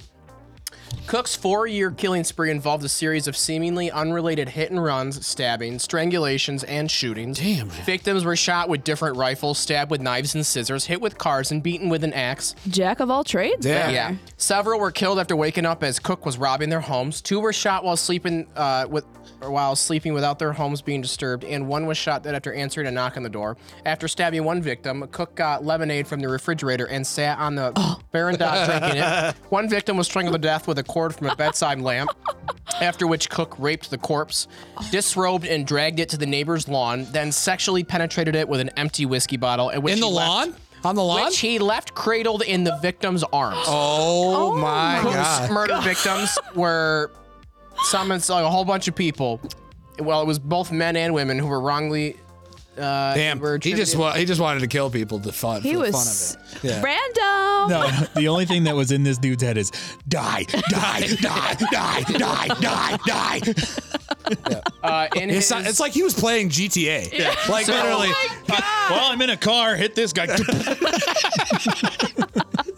S4: Cook's four-year killing spree involved a series of seemingly unrelated hit and runs, stabbings, strangulations, and shootings.
S2: Damn.
S4: Victims were shot with different rifles, stabbed with knives and scissors, hit with cars, and beaten with an axe.
S3: Jack of all trades.
S2: Yeah.
S4: Yeah. Several were killed after waking up as Cook was robbing their homes. Two were shot while sleeping uh, with or while sleeping without their homes being disturbed, and one was shot dead after answering a knock on the door. After stabbing one victim, Cook got lemonade from the refrigerator and sat on the
S2: Oh.
S4: barren dock drinking
S2: <laughs>
S4: it. One victim was strangled to death with a cord from a bedside lamp. After which Cook raped the corpse, disrobed and dragged it to the neighbor's lawn, then sexually penetrated it with an empty whiskey bottle. and which
S2: In the
S4: he left-
S2: lawn? On the lawn?
S4: which he left cradled in the victim's arms.
S2: Oh, my
S4: Cook's
S2: god.
S4: murder
S2: <laughs>
S4: victims were some it's like a whole bunch of people. Well, it was both men and women who were wrongly. Uh,
S2: Damn.
S4: were
S2: He just
S4: attributed-
S2: wa- he just wanted to kill people to fun
S3: He
S2: for the
S3: was
S2: fun of it. Yeah.
S3: random.
S1: No, the only thing that was in this dude's head is die, die, die, die, die, die, die.
S4: uh, in
S2: It's,
S4: his,
S2: not, it's like he was playing GTA. <laughs> Like
S4: So-
S2: literally.
S1: well, I'm in a car. Hit this
S2: <laughs>
S1: guy. <laughs>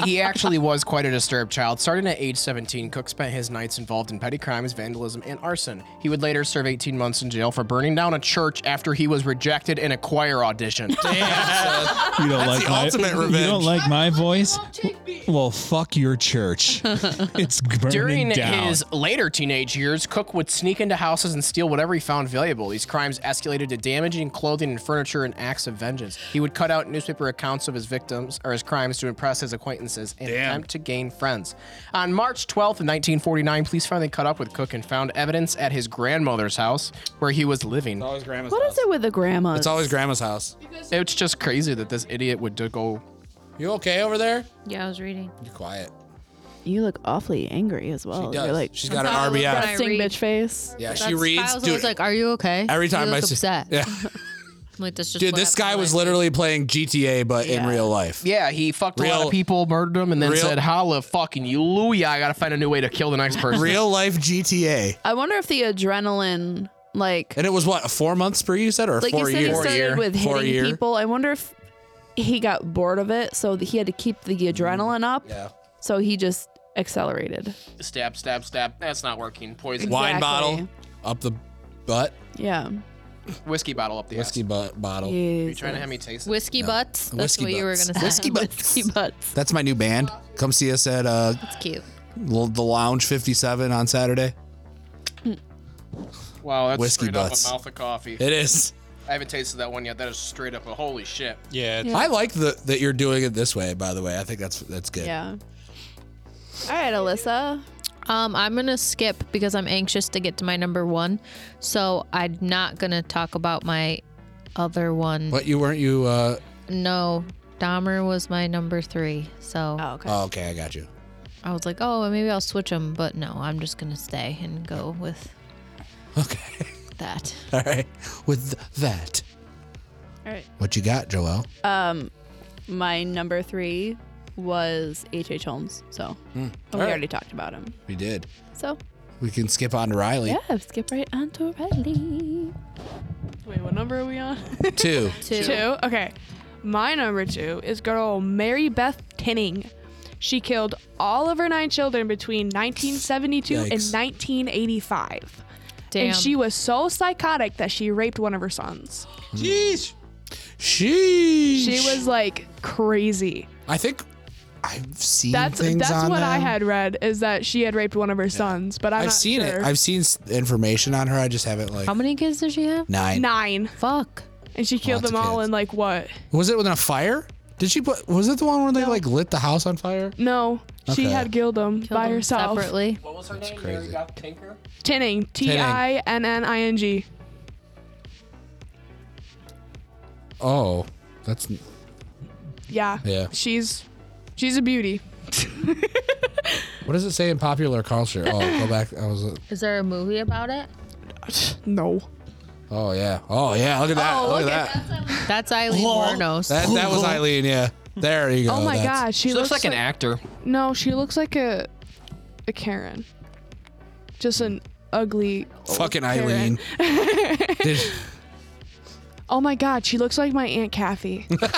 S4: he actually was quite a disturbed child. Starting at age 17, Cook spent his nights involved in petty crimes, vandalism, and arson. He would later serve 18 months in jail for burning down a church after he was rejected in a choir audition.
S1: You don't
S2: That's
S1: like
S2: the
S1: my
S2: ultimate
S1: You
S2: revenge.
S1: don't like my voice?
S8: Won't take me.
S1: Well, fuck your church. It's burning
S4: During
S1: down.
S4: his later teenage years, Cook would sneak into houses and steal whatever he found valuable. These crimes escalated to damaging clothing and furniture and acts of vengeance. He would cut out newspaper accounts of his victims or his crimes to impress his acquaintances and attempt to gain friends. On March 12th, of 1949, police finally caught up with Cook and found evidence at his grandmother's house where he was living.
S2: always grandma's
S3: What is it with the grandmas?
S2: It's always grandma's house.
S4: It's just crazy that this idiot would do- go.
S2: You okay over there?
S5: Yeah, I was reading.
S2: You quiet.
S3: You look awfully angry as well.
S2: She does.
S3: Oh, You're like
S2: She's got her
S5: That's all
S2: RBI.
S5: I
S3: resting
S5: read.
S3: bitch face.
S2: Yeah, she reads.
S5: Kyle's
S2: Dude,
S5: always like, "Are you okay?"
S2: every
S5: You
S2: time
S5: look
S2: I see,
S5: upset.
S2: yeah,
S5: I'm like that's just
S2: dude,
S5: what
S2: this
S5: happened
S2: guy
S5: in
S2: was
S5: my-
S2: literally playing GTA, but in real life.
S4: Yeah, he fucked a lot
S2: Real-
S4: of people, murdered them, and then
S2: real-
S4: said, "Holla, fucking Yulia! I gotta find a new way to kill the
S2: <laughs>
S4: next person."
S2: Real life GTA,
S3: I wonder if the adrenaline, like,
S2: and it was what a four month spree you said, or a
S3: like you
S2: four
S3: said, he
S2: year.
S3: started
S4: year.
S3: with
S2: Four
S3: hitting
S2: year.
S3: people. I wonder if he got bored of it, so that he had to keep the adrenaline up.
S2: Mm, Yeah.
S3: So he just accelerated.
S4: Stab, stab, stab. That's not working. Poison.
S2: Wine
S3: Exactly.
S2: bottle up the butt,
S3: Yeah.
S4: Whiskey bottle up the
S2: whiskey
S4: ass.
S2: butt bottle.
S4: Are you trying to have me taste it?
S5: whiskey butts. That's
S2: Whiskey
S5: what you were
S2: butts.
S5: gonna say. <laughs>
S2: Whiskey butts.
S5: Whiskey butts.
S2: That's my new band. Come see us at uh
S5: It's cute.
S2: L- the Lounge 57 on Saturday.
S4: Wow, that's
S2: Whiskey
S4: straight
S2: butts.
S4: up a mouth of coffee.
S2: It is.
S4: I haven't tasted that one yet. That is straight up a holy shit.
S1: yeah,
S2: I like the, that you're doing it this way. By the way, I think that's that's good.
S3: Yeah. All right, Alyssa.
S5: Um, I'm gonna skip because I'm anxious to get to my number one, so I'm not gonna talk about my other one.
S2: But you weren't you? uh
S5: No, Dahmer was my number three, so
S3: Oh, okay.
S2: oh, Okay, I got you. <laughs>
S5: I was like, oh, well, maybe I'll switch them, but no, I'm just gonna stay and go with
S2: Okay,
S5: that.
S2: all right. With that,
S3: All right.
S2: what you got, Joel?
S3: My number three was H.H. H. Holmes. So and we
S2: Mm. right.
S3: already talked about him.
S2: We did.
S3: So
S2: We can skip on to Riley.
S3: yeah, skip right on to Riley.
S6: Wait, what number are we on?
S2: <laughs> Two.
S5: Two.
S6: <laughs> two. Okay. My number two is girl Mary Beth Tinning. She killed all of her nine children between 1972 and
S2: Yikes.
S6: 1985.
S5: Damn.
S6: And she was so psychotic that she raped one of her sons.
S2: Jeez. Sheesh.
S6: She was like crazy.
S2: I think I've seen
S6: That's
S2: things
S6: that's
S2: on
S6: what I
S2: them.
S6: had read is that she had raped one of her sons, but I'm
S2: I've
S6: not
S2: seen
S6: sure.
S2: it. I've seen s- information on her. I just haven't like
S5: How many kids does she have?
S2: nine.
S6: nine,
S5: Fuck.
S6: and she killed
S2: Lots
S6: them
S2: of
S6: all
S2: kids.
S6: in like what?
S2: Was it within a fire? Did she put? Was it the one where they like lit the house on fire?
S6: No, she
S2: Okay.
S6: had killed them
S5: Killed
S6: by
S5: them
S6: herself.
S5: Separately.
S4: What was her name?
S2: Mary crazy.
S4: Beth Tinker?
S6: Tinning, T I N N I N G.
S2: Oh, that's
S6: Yeah.
S2: Yeah.
S6: She's she's a beauty.
S2: what does it say in popular culture? Oh, go back. I was.
S5: Is there a movie about it?
S6: No.
S2: Oh yeah. Oh yeah. Look at that. look, at that.
S5: That's Eileen Wernos.
S2: That that
S6: <laughs>
S2: was Eileen. Yeah. There you go.
S6: Oh my
S2: That's-
S6: gosh, she,
S4: She looks like an actor.
S6: No, she looks like a a Karen. Just an ugly old
S2: Fucking
S6: Karen.
S2: Eileen.
S6: <laughs>
S2: Did-
S6: Oh my god, she looks like my
S2: <laughs>
S6: Aunt Kathy. <laughs>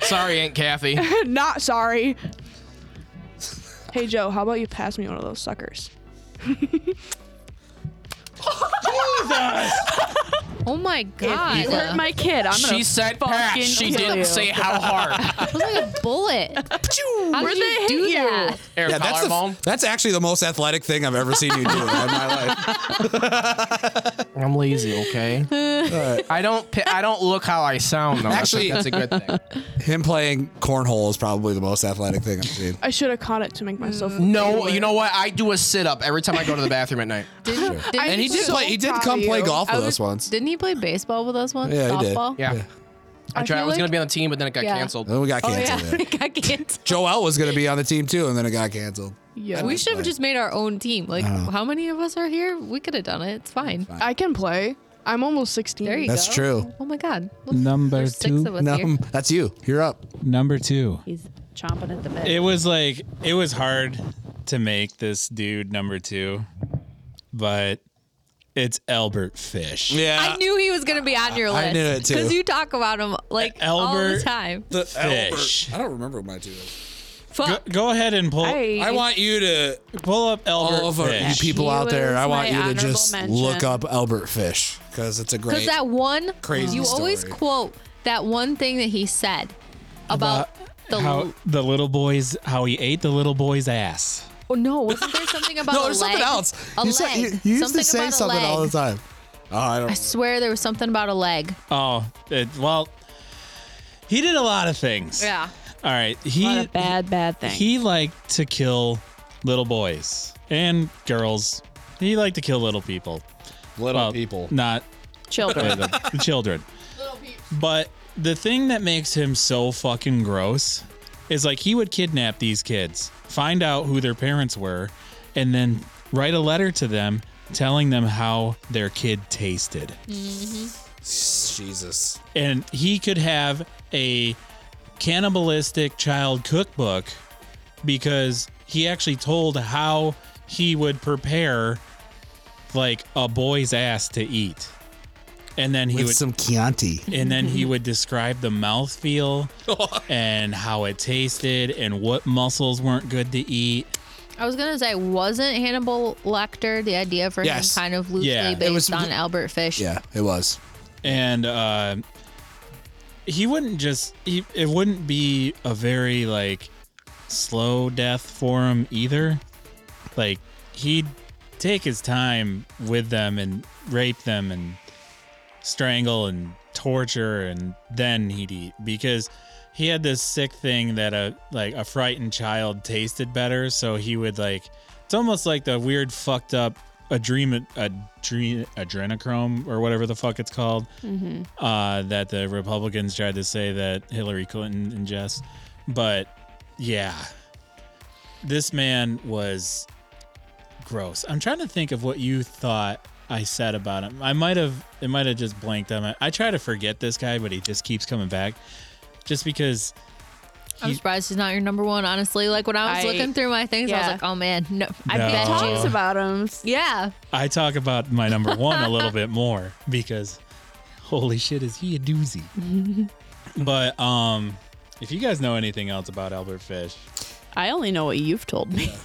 S4: Sorry, Aunt Kathy.
S6: Not sorry. hey Joe, how about you pass me one of those suckers?
S5: Oh my god.
S3: You hurt my kid. I'm
S4: She
S3: gonna
S4: said pass.
S3: fucking
S4: She
S3: kill
S4: didn't
S3: you.
S4: say how hard.
S5: it was like a bullet. <laughs> How
S3: Where'd
S5: did
S3: they
S5: you
S3: hit
S5: do
S3: you?
S5: that?
S4: Eric
S2: Yeah, that's, the,
S4: Collarbone.
S2: that's actually the most athletic thing I've ever seen you do in my life.
S4: I'm lazy, <laughs> okay? I don't pi- I don't look how I sound though. I
S2: Actually-
S4: think that's a good thing.
S2: Him playing cornhole is probably the most athletic thing I've seen.
S6: I should have caught it to make myself.
S4: <laughs> No, you know what? I do a sit up every time I go to the bathroom at night.
S5: Did, did,
S6: I-
S2: And he did
S6: So
S2: play. He did
S6: proud
S2: come
S6: of
S2: play
S6: you.
S2: golf
S5: I
S2: with
S5: was-
S2: us once.
S5: Didn't he play baseball with us once?
S2: Yeah, he did.
S5: Softball?
S4: Yeah. I tried. I,
S5: feel
S4: was gonna
S5: like-
S4: be on the team, but then it got
S5: Yeah.
S4: canceled.
S2: Then we got
S5: Oh <laughs> yeah.
S2: canceled. yeah.
S5: Got canceled.
S2: Joel was going to be on the team too, and then it got canceled.
S6: Yeah.
S5: We should have just made our own team. Like, how many of us are here? We could have done it. It's fine.
S6: I can play. I'm almost 16.
S5: There you
S2: That's
S5: go.
S2: true.
S5: Oh my god. Look,
S1: Number
S5: there's six
S1: two.
S5: of us
S2: No,
S5: here.
S2: that's you. You're up.
S1: Number two.
S3: He's chomping at the bit.
S1: It was like it was hard to make this dude number two, but it's Albert Fish.
S5: I knew he was gonna be on your list.
S2: Uh, I knew it, too.
S5: Because you talk about him like all the
S1: Albert-
S5: time.
S2: The
S1: Fish.
S2: I don't remember what my two is.
S1: Go,
S5: Fuck.
S1: go ahead and pull
S3: I,
S2: I want you to
S1: pull up Albert
S2: all of our, you
S1: Fish.
S2: people
S3: He
S2: out there.
S3: was
S2: I want
S3: my
S2: you to
S3: honorable
S2: just
S3: mention.
S2: look up Albert Fish because it's a
S5: Because
S2: great.
S5: that one
S2: Crazy
S5: you always
S2: story.
S5: quote that one thing that he said
S3: Uh,
S5: about, the
S1: how the little boys how he ate the little boy's ass.
S5: Oh no, wasn't
S2: <laughs>
S5: there something about
S2: no,
S5: a
S2: there's
S5: leg?
S2: something else.
S5: A
S2: you
S5: leg.
S2: said- you, you used
S5: something
S2: to say
S5: about a
S2: something all the
S5: leg.
S2: time. Oh, I don't.
S5: I swear there was something about a leg.
S1: Oh, it, well, he did a lot of things.
S5: Yeah.
S1: All right.
S3: a lot
S1: He
S3: of bad, bad thing.
S1: he liked to kill little boys and girls. He liked to kill little people.
S2: little
S1: Well, Not
S3: Children.
S1: <laughs> women, children.
S8: Little peeps.
S1: But the thing that makes him so fucking gross is like he would kidnap these kids, find out who their parents were, and then write a letter to them telling them how their kid tasted.
S2: Jesus.
S1: And he could have a cannibalistic child cookbook because he actually told how he would prepare like a boy's ass to eat. And then he
S2: With
S1: would
S2: some
S5: <laughs>
S2: Chianti.
S1: and then he would describe the mouthfeel and how it tasted and what muscles weren't good to eat.
S5: I was gonna say, wasn't Hannibal Lecter the idea for
S2: Yes.
S5: him kind of loosely
S1: Yeah. It
S5: based
S2: was-
S5: on Albert Fish?
S2: Yeah, it was.
S1: And uh, he wouldn't just, he, it wouldn't be a very like slow death for him either. Like he'd take his time with them and rape them and strangle and torture and then he'd eat because he had this sick thing that a like a frightened child tasted better so he would like it's almost like the weird fucked up adrenal adren- adrenochrome or whatever the fuck it's called uh, that the republicans tried to say that hillary clinton ingests but yeah this man was gross. I'm trying to think of what you thought I said about him. I might have it might have just blanked on it. I try to forget this guy, but he just keeps coming back. Just because
S5: I'm surprised he's not your number one, honestly. Like when I was
S3: I-
S5: looking through my things, I was
S3: yeah.
S5: like, oh man, no.
S3: I
S1: No.
S3: bet talks about him.
S5: yeah.
S1: I talk about my number one a little bit more because holy shit is he a doozy. but um if you guys know anything else about Albert Fish,
S3: I only know what you've told me. <laughs>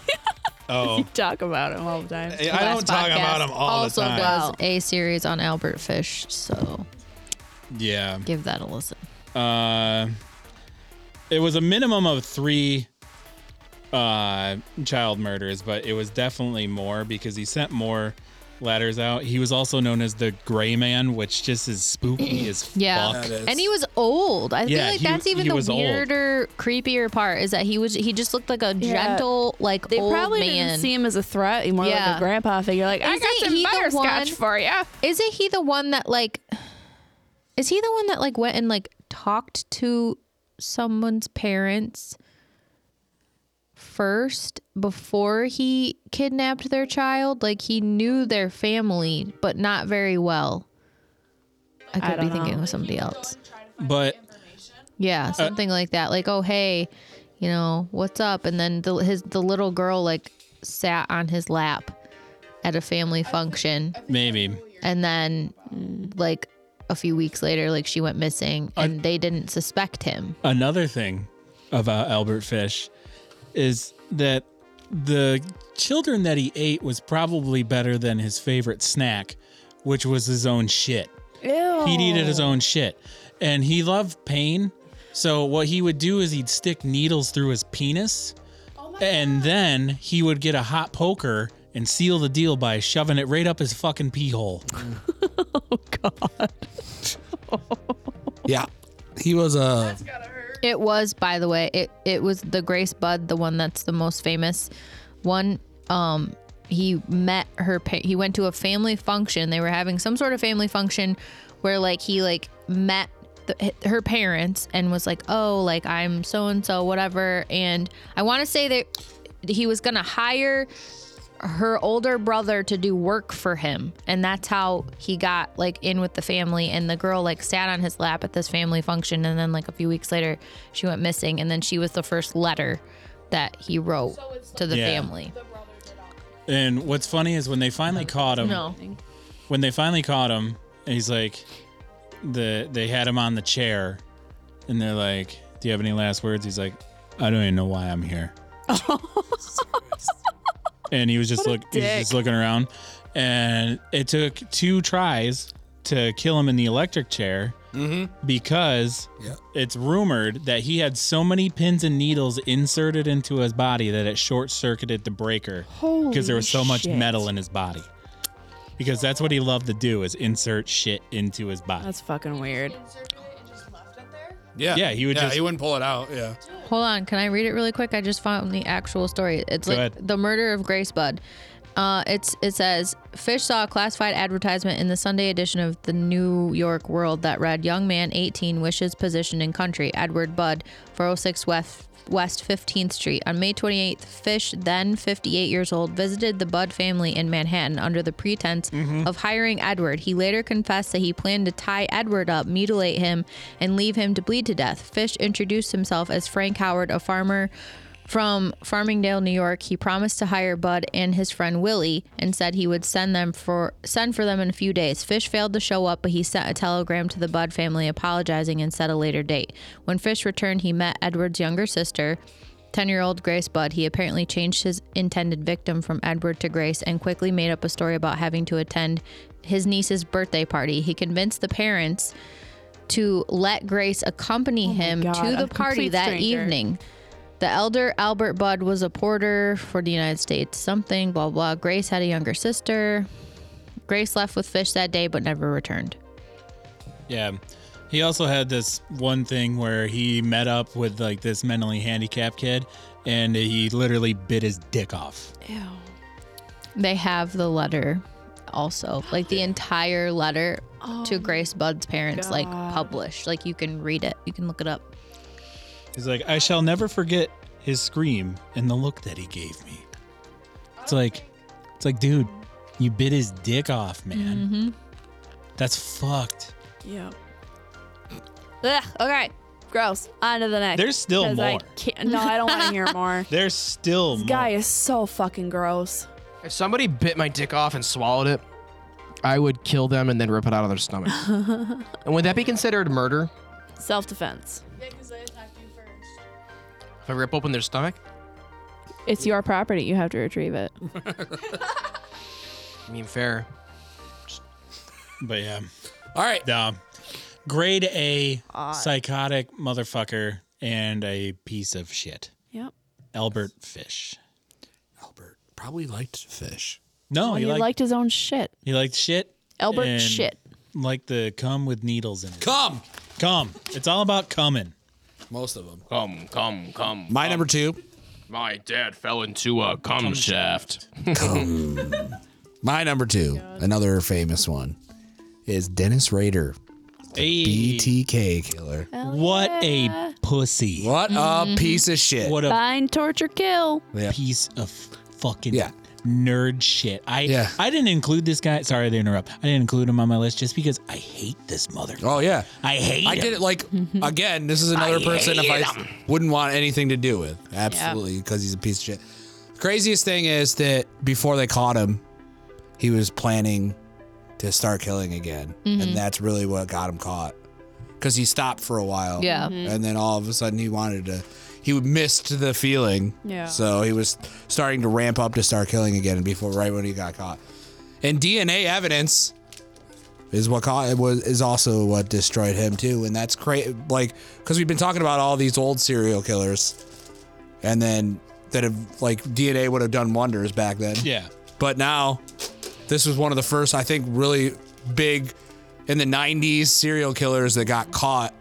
S1: oh
S3: Talk about him all the time.
S1: I don't
S5: last
S1: talk
S5: podcast
S1: about him all the
S5: also
S1: time.
S5: does a series on Albert Fish, so
S1: <laughs> Yeah.
S5: give that a listen.
S1: uh, it was a minimum of three uh, child murders, but it was definitely more because he sent more letters out. He was also known as the Gray Man, which just is spooky as
S5: Yeah.
S1: fuck.
S2: is.
S5: And he was old. I
S1: Yeah,
S5: feel like
S1: he-
S5: that's even
S1: he
S5: the
S1: was old.
S5: weirder, creepier part is that he was he just looked like a
S3: Yeah.
S5: gentle, like
S3: They
S5: old
S3: probably
S5: man.
S3: didn't see him as a threat, more like
S5: Yeah.
S3: a grandpa figure. Like, I
S5: Isn't
S3: got some
S5: he the
S3: butterscotch
S5: one-
S3: for you.
S5: Isn't he the one that like is he the one that like went and like talked to someone's parents first before he kidnapped their child? Like he knew their family, but not very well. I could
S3: I
S5: be
S3: don't
S5: thinking
S3: know.
S5: of somebody else.
S1: But
S5: Yeah, something like that. Like, oh hey, you know what's up? And then the, his the little girl like sat on his lap at a family function,
S1: maybe.
S5: and then like a few weeks later, like she went missing, and they didn't suspect him.
S1: Another thing about Albert Fish is that the children that he ate was probably better than his favorite snack, which was his own shit.
S6: Ew.
S1: He needed his own shit. And he loved pain. So what he would do is he'd stick needles through his penis. and then he would get a hot poker and seal the deal by shoving it right up his fucking pee hole.
S2: Yeah. He was a
S5: It was, by the way, it it was the Grace Bud, the one that's the most famous one. Um, he met her. Pa- he went to a family function. They were having some sort of family function where, like, he like met the, her parents and was like, "Oh, like I'm so and so, whatever." And I want to say that he was gonna hire her older brother to do work for him and that's how he got like in with the family and the girl like sat on his lap at this family function and then like a few weeks later she went missing and then she was the first letter that he wrote to the
S1: Yeah.
S5: family
S1: And what's funny is when they finally caught him,
S5: no
S1: when they finally caught him, and he's like, the they had him on the chair, and they're like, "Do you have any last words?" He's like, "I don't even know why I'm here." and he was just look, he was just looking around, and it took two tries to kill him in the electric chair because
S2: Yeah.
S1: it's rumored that he had so many pins and needles inserted into his body that it short circuited the breaker because there was so much metal in his body. Because that's what he loved to do is insert shit into his body.
S3: That's fucking weird.
S8: Inserted it and just left it there.
S2: yeah.
S1: Yeah, he would just-
S2: he wouldn't pull it out. Yeah.
S5: Hold on, can I read it really quick? I just found the actual story. It's
S1: Go
S5: like
S1: ahead.
S5: the murder of Grace Budd. Uh, it's it says Fish saw a classified advertisement in the Sunday edition of the New York World that read, "Young man, 18, wishes position in country." Edward Budd, 406 West West 15th Street. On May 28th, Fish, then 58 years old, visited the Budd family in Manhattan under the pretense of hiring Edward. He later confessed that he planned to tie Edward up, mutilate him, and leave him to bleed to death. Fish introduced himself as Frank Howard, a farmer from Farmingdale, New York. He promised to hire Bud and his friend Willie and said he would send them for send for them in a few days. Fish failed to show up, but he sent a telegram to the Bud family apologizing and set a later date. When Fish returned, he met Edward's younger sister. 10 year old Grace Budd, he apparently changed his intended victim from Edward to Grace and quickly made up a story about having to attend his niece's birthday party. He convinced the parents to let Grace accompany him
S3: Oh God,
S5: to
S3: a
S5: the party
S3: complete
S5: that
S3: stranger.
S5: evening. The elder Albert Budd was a porter for the United States, something, blah, blah. Grace had a younger sister. Grace left with fish that day but never returned.
S1: Yeah. He also had this one thing where he met up with like this mentally handicapped kid and he literally bit his dick off.
S6: Ew.
S5: They have the letter also, like the entire letter to Grace Budd's parents, like published. Like you can read it, you can look it up.
S1: He's like, I shall never forget his scream and the look that he gave me. It's like it's like, dude, you bit his dick off, man. That's fucked.
S6: Yep.
S3: Ugh, okay. Gross. On to the next.
S1: There's still
S3: 'Cause I
S1: more.
S3: can't- no, I don't want to <laughs> hear more.
S1: There's still more.
S6: This guy is so fucking gross.
S4: If somebody bit my dick off and swallowed it, I would kill them and then rip it out of their <laughs> stomach. and would that be considered murder?
S3: Self defense.
S8: Yeah, because they attacked you first.
S4: If I rip open their stomach?
S3: It's your property. You have to retrieve it.
S4: I mean, fair.
S1: But yeah.
S2: All right.
S1: No. Grade A psychotic motherfucker and a piece of shit.
S6: Yep.
S1: Albert Fish.
S2: Albert probably liked fish.
S1: No,
S3: Oh,
S1: he,
S3: he
S1: liked,
S3: liked his own shit.
S1: he liked shit.
S3: Albert
S1: and
S3: shit.
S1: Liked the cum with needles in it.
S2: Come.
S1: Cum. It's all about coming.
S2: Most of them.
S4: Come, come, come.
S2: My number two.
S4: My dad fell into a cum shaft.
S2: My number two. Another famous one is Dennis Rader,
S1: Hey,
S2: BTK killer.
S1: what a pussy. What,
S2: What a piece of shit.
S1: a
S3: Bind, torture, kill.
S2: Yeah.
S1: piece of fucking
S2: Yeah.
S1: nerd shit. I
S2: Yeah.
S1: I didn't include this guy. Sorry to interrupt. I didn't include him on my list just because I hate this motherfucker.
S2: Oh yeah.
S1: I hate
S2: I
S1: him.
S2: did it like again. This is another person if I wouldn't want anything to do with. Absolutely, because he's a piece of shit. Craziest thing is that before they caught him, he was planning to start killing again, and that's really what got him caught. Because he stopped for a while,
S5: Yeah.
S2: and then all of a sudden he wanted to. he missed the feeling.
S3: Yeah.
S2: So he was starting to ramp up to start killing again before right when he got caught. And DNA evidence is what caught it was is also what destroyed him too, and that's crazy. Like because we've been talking about all these old serial killers, and then that have like DNA would have done wonders back then.
S1: Yeah.
S2: But now, this was one of the first, I think, really big in the 90s serial killers that got caught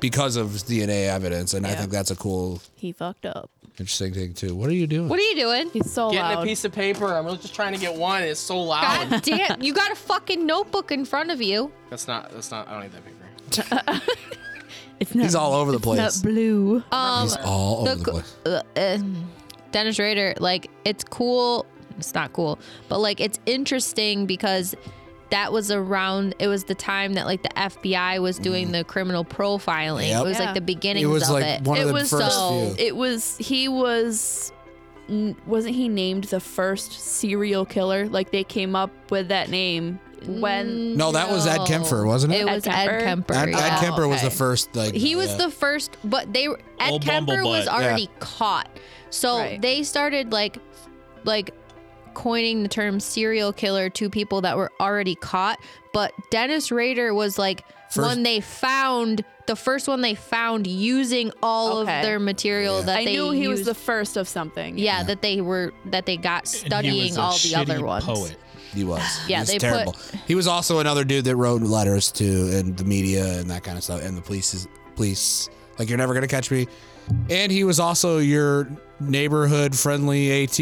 S2: because of DNA evidence. And I
S3: Yeah.
S2: think that's a cool,
S3: He fucked up.
S2: interesting thing, too. What are you doing?
S5: What are you doing?
S3: He's so
S4: Getting
S3: loud.
S4: a piece of paper. I'm just trying to get one. It's so loud.
S5: God damn, you got a fucking notebook in front of you.
S4: <laughs> That's not. That's not. I don't need that paper.
S3: it's not,
S2: He's all over the
S3: it's not
S2: place.
S3: blue.
S5: Um,
S2: He's all over
S5: the
S2: the,
S5: co-
S2: place.
S5: uh, uh, Dennis Rader, like it's cool. It's not cool, but like it's interesting because that was around. It was the time that like the FBI was doing the criminal profiling.
S2: Mm. Yep.
S5: It was
S3: Yeah.
S5: like the beginning.
S2: It was
S5: of
S2: like
S5: it.
S2: one of
S3: it
S2: the
S3: was
S2: first
S3: so.
S2: few.
S3: It was. He was. n- Wasn't he named the first serial killer? Like they came up with that name when
S2: No, that was Ed Kemper, wasn't it?
S5: It
S3: Ed
S5: was Ed
S3: Kemper?
S5: Kemper.
S2: Ed,
S5: yeah.
S2: Ed Kemper was the
S3: Oh, okay.
S2: first, like
S5: He was
S2: yeah.
S5: the first, but they were Ed
S1: Old
S5: Kemper was
S1: Bumblebutt.
S5: already
S2: Yeah.
S5: caught, so
S3: Right.
S5: they started like, like, coining the term serial killer to people that were already caught. But Dennis Rader was like
S2: First-
S5: one they found, the first one they found using all
S3: Okay.
S5: of their material that
S3: I
S5: they
S3: knew he was
S5: used-
S3: the first of something.
S5: yeah, that they were that they got
S1: And he was
S5: studying
S1: a
S5: all the other
S1: shitty
S5: ones.
S1: Poet.
S2: he was.
S5: <sighs> Yeah,
S2: he was
S5: they put-
S2: terrible. he was also another dude that wrote letters to and the media and that kind of stuff and the police police like you're never gonna catch me. And he was also your neighborhood friendly AT,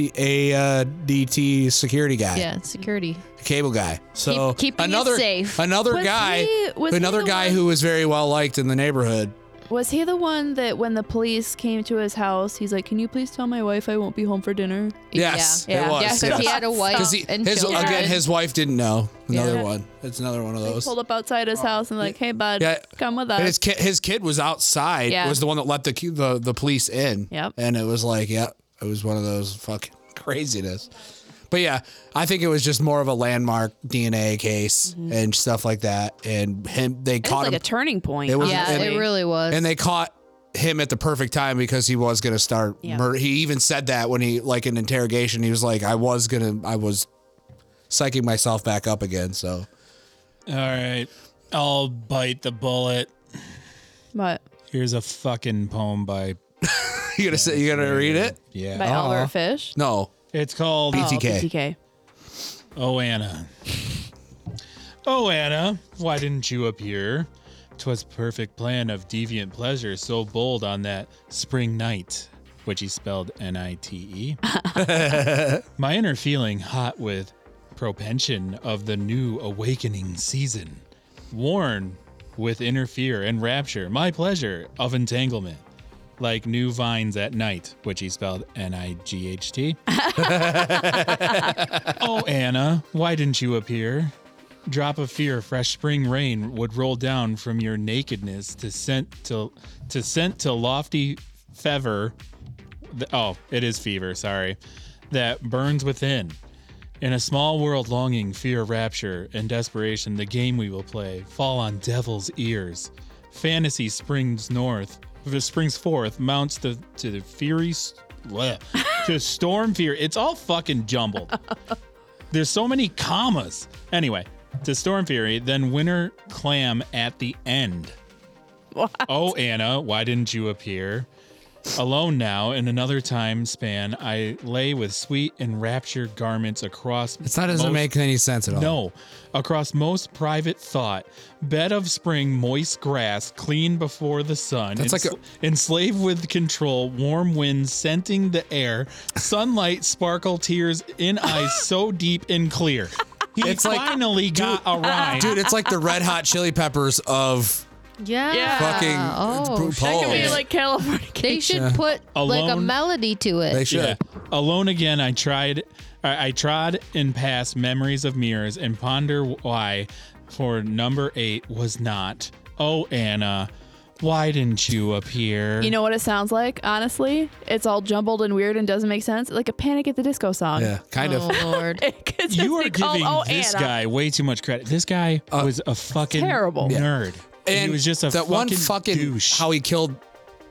S2: ADT uh, security guy,
S5: Yeah, security.
S2: cable guy. So
S5: Keep- keeping you
S2: another
S5: safe.
S2: another
S3: Was
S2: guy,
S3: he- was he
S2: another
S3: the
S2: guy
S3: one-
S2: who was very well liked in the neighborhood.
S3: Was he the one that when the police came to his house, he's like, "Can you please tell my wife I won't be home for dinner?"
S2: Yes,
S5: yeah,
S2: it was.
S5: Yeah, so he
S2: yes.
S5: had a wife
S2: 'Cause he-
S5: Oh, and
S2: his,
S5: children.
S2: again, his wife didn't know. Another
S3: Yeah.
S2: one. It's another one of
S3: They
S2: those.
S3: pulled up outside his house and like, "Hey, bud,
S2: Yeah.
S3: come with
S2: And his
S3: us."
S2: kid, his kid was outside.
S3: Uh, Yeah.
S2: Was the one that let the cu- the the police in.
S3: Yep.
S2: And it was like, yeah, it was one of those fucking <laughs> craziness. But yeah, I think it was just more of a landmark DNA case and stuff like that. And him, they
S3: Mm-hmm. It
S2: caught
S3: was like
S2: him,
S3: a turning point.
S2: It was-
S5: yeah,
S2: and-
S5: it really was.
S2: and they caught him at the perfect time because he was gonna start
S3: Yeah.
S2: murder. He even said that when he like in interrogation, he was like, I was gonna, I was psyching myself back up again. So <laughs>
S1: All right. I'll bite the bullet.
S3: but
S1: Here's a fucking poem by
S2: you gonna say, you gonna read it?
S1: yeah.
S3: by
S2: Uh-huh.
S3: Albert Fish.
S2: No.
S1: It's called
S3: Oh,
S2: BTK.
S3: BTK.
S1: Oh Anna. Oh Anna, why didn't you appear? 'Twas perfect plan of deviant pleasure so bold on that spring night, which he spelled N I T E. My inner feeling hot with propension of the new awakening season, worn with inner fear and rapture, my pleasure of entanglement, like new vines at night, which he spelled N I G H T. Oh, Anna, why didn't you appear? Drop of fear, fresh spring rain would roll down from your nakedness to scent to to scent to lofty fever. th- Oh, it is fever. Sorry, that burns within. In a small world longing, fear, rapture, and desperation, the game we will play fall on devil's ears. Fantasy springs north, springs forth, mounts to, to the fury, s- bleh, to storm fear. It's all fucking jumbled. There's so many commas. Anyway, to Storm Fury, then Winter Clam at the end. Oh, Anna, why didn't you appear? Alone now, in another time span, I lay with sweet and raptured garments across.
S2: It's not doesn't
S1: most-
S2: make any sense at all.
S1: no, across most private thought, bed of spring, moist grass, clean before the sun,
S2: That's like a-
S1: enslaved with control, warm winds scenting the air, sunlight, sparkle, tears in eyes so deep and clear. He
S2: It's like-
S1: finally got a rhyme.
S2: Dude, it's like the red hot chili peppers of
S5: yeah.
S3: Yeah.
S2: fucking
S5: oh,
S2: Paul.
S5: shit.
S3: That could be like California.
S5: They should put like a
S1: Alone.
S5: melody to it.
S2: <laughs> they should.
S1: Yeah. Alone again, I tried. I, I trod in past memories of mirrors and ponder why. For number eight was not. Oh, Anna, why didn't you appear?
S3: You know what it sounds like? Honestly, it's all jumbled and weird and doesn't make sense. Like a Panic at the Disco song.
S2: Yeah, kind
S5: Oh
S2: of.
S5: Lord.
S3: <laughs> It could <laughs> just
S1: you are
S3: be called,
S1: giving
S3: "Oh,
S1: this
S3: Anna."
S1: guy way too much credit. This guy was a fucking
S3: terrible.
S1: nerd.
S2: Uh, And
S1: he was just a
S2: that
S1: fucking
S2: one fucking
S1: douche.
S2: how he killed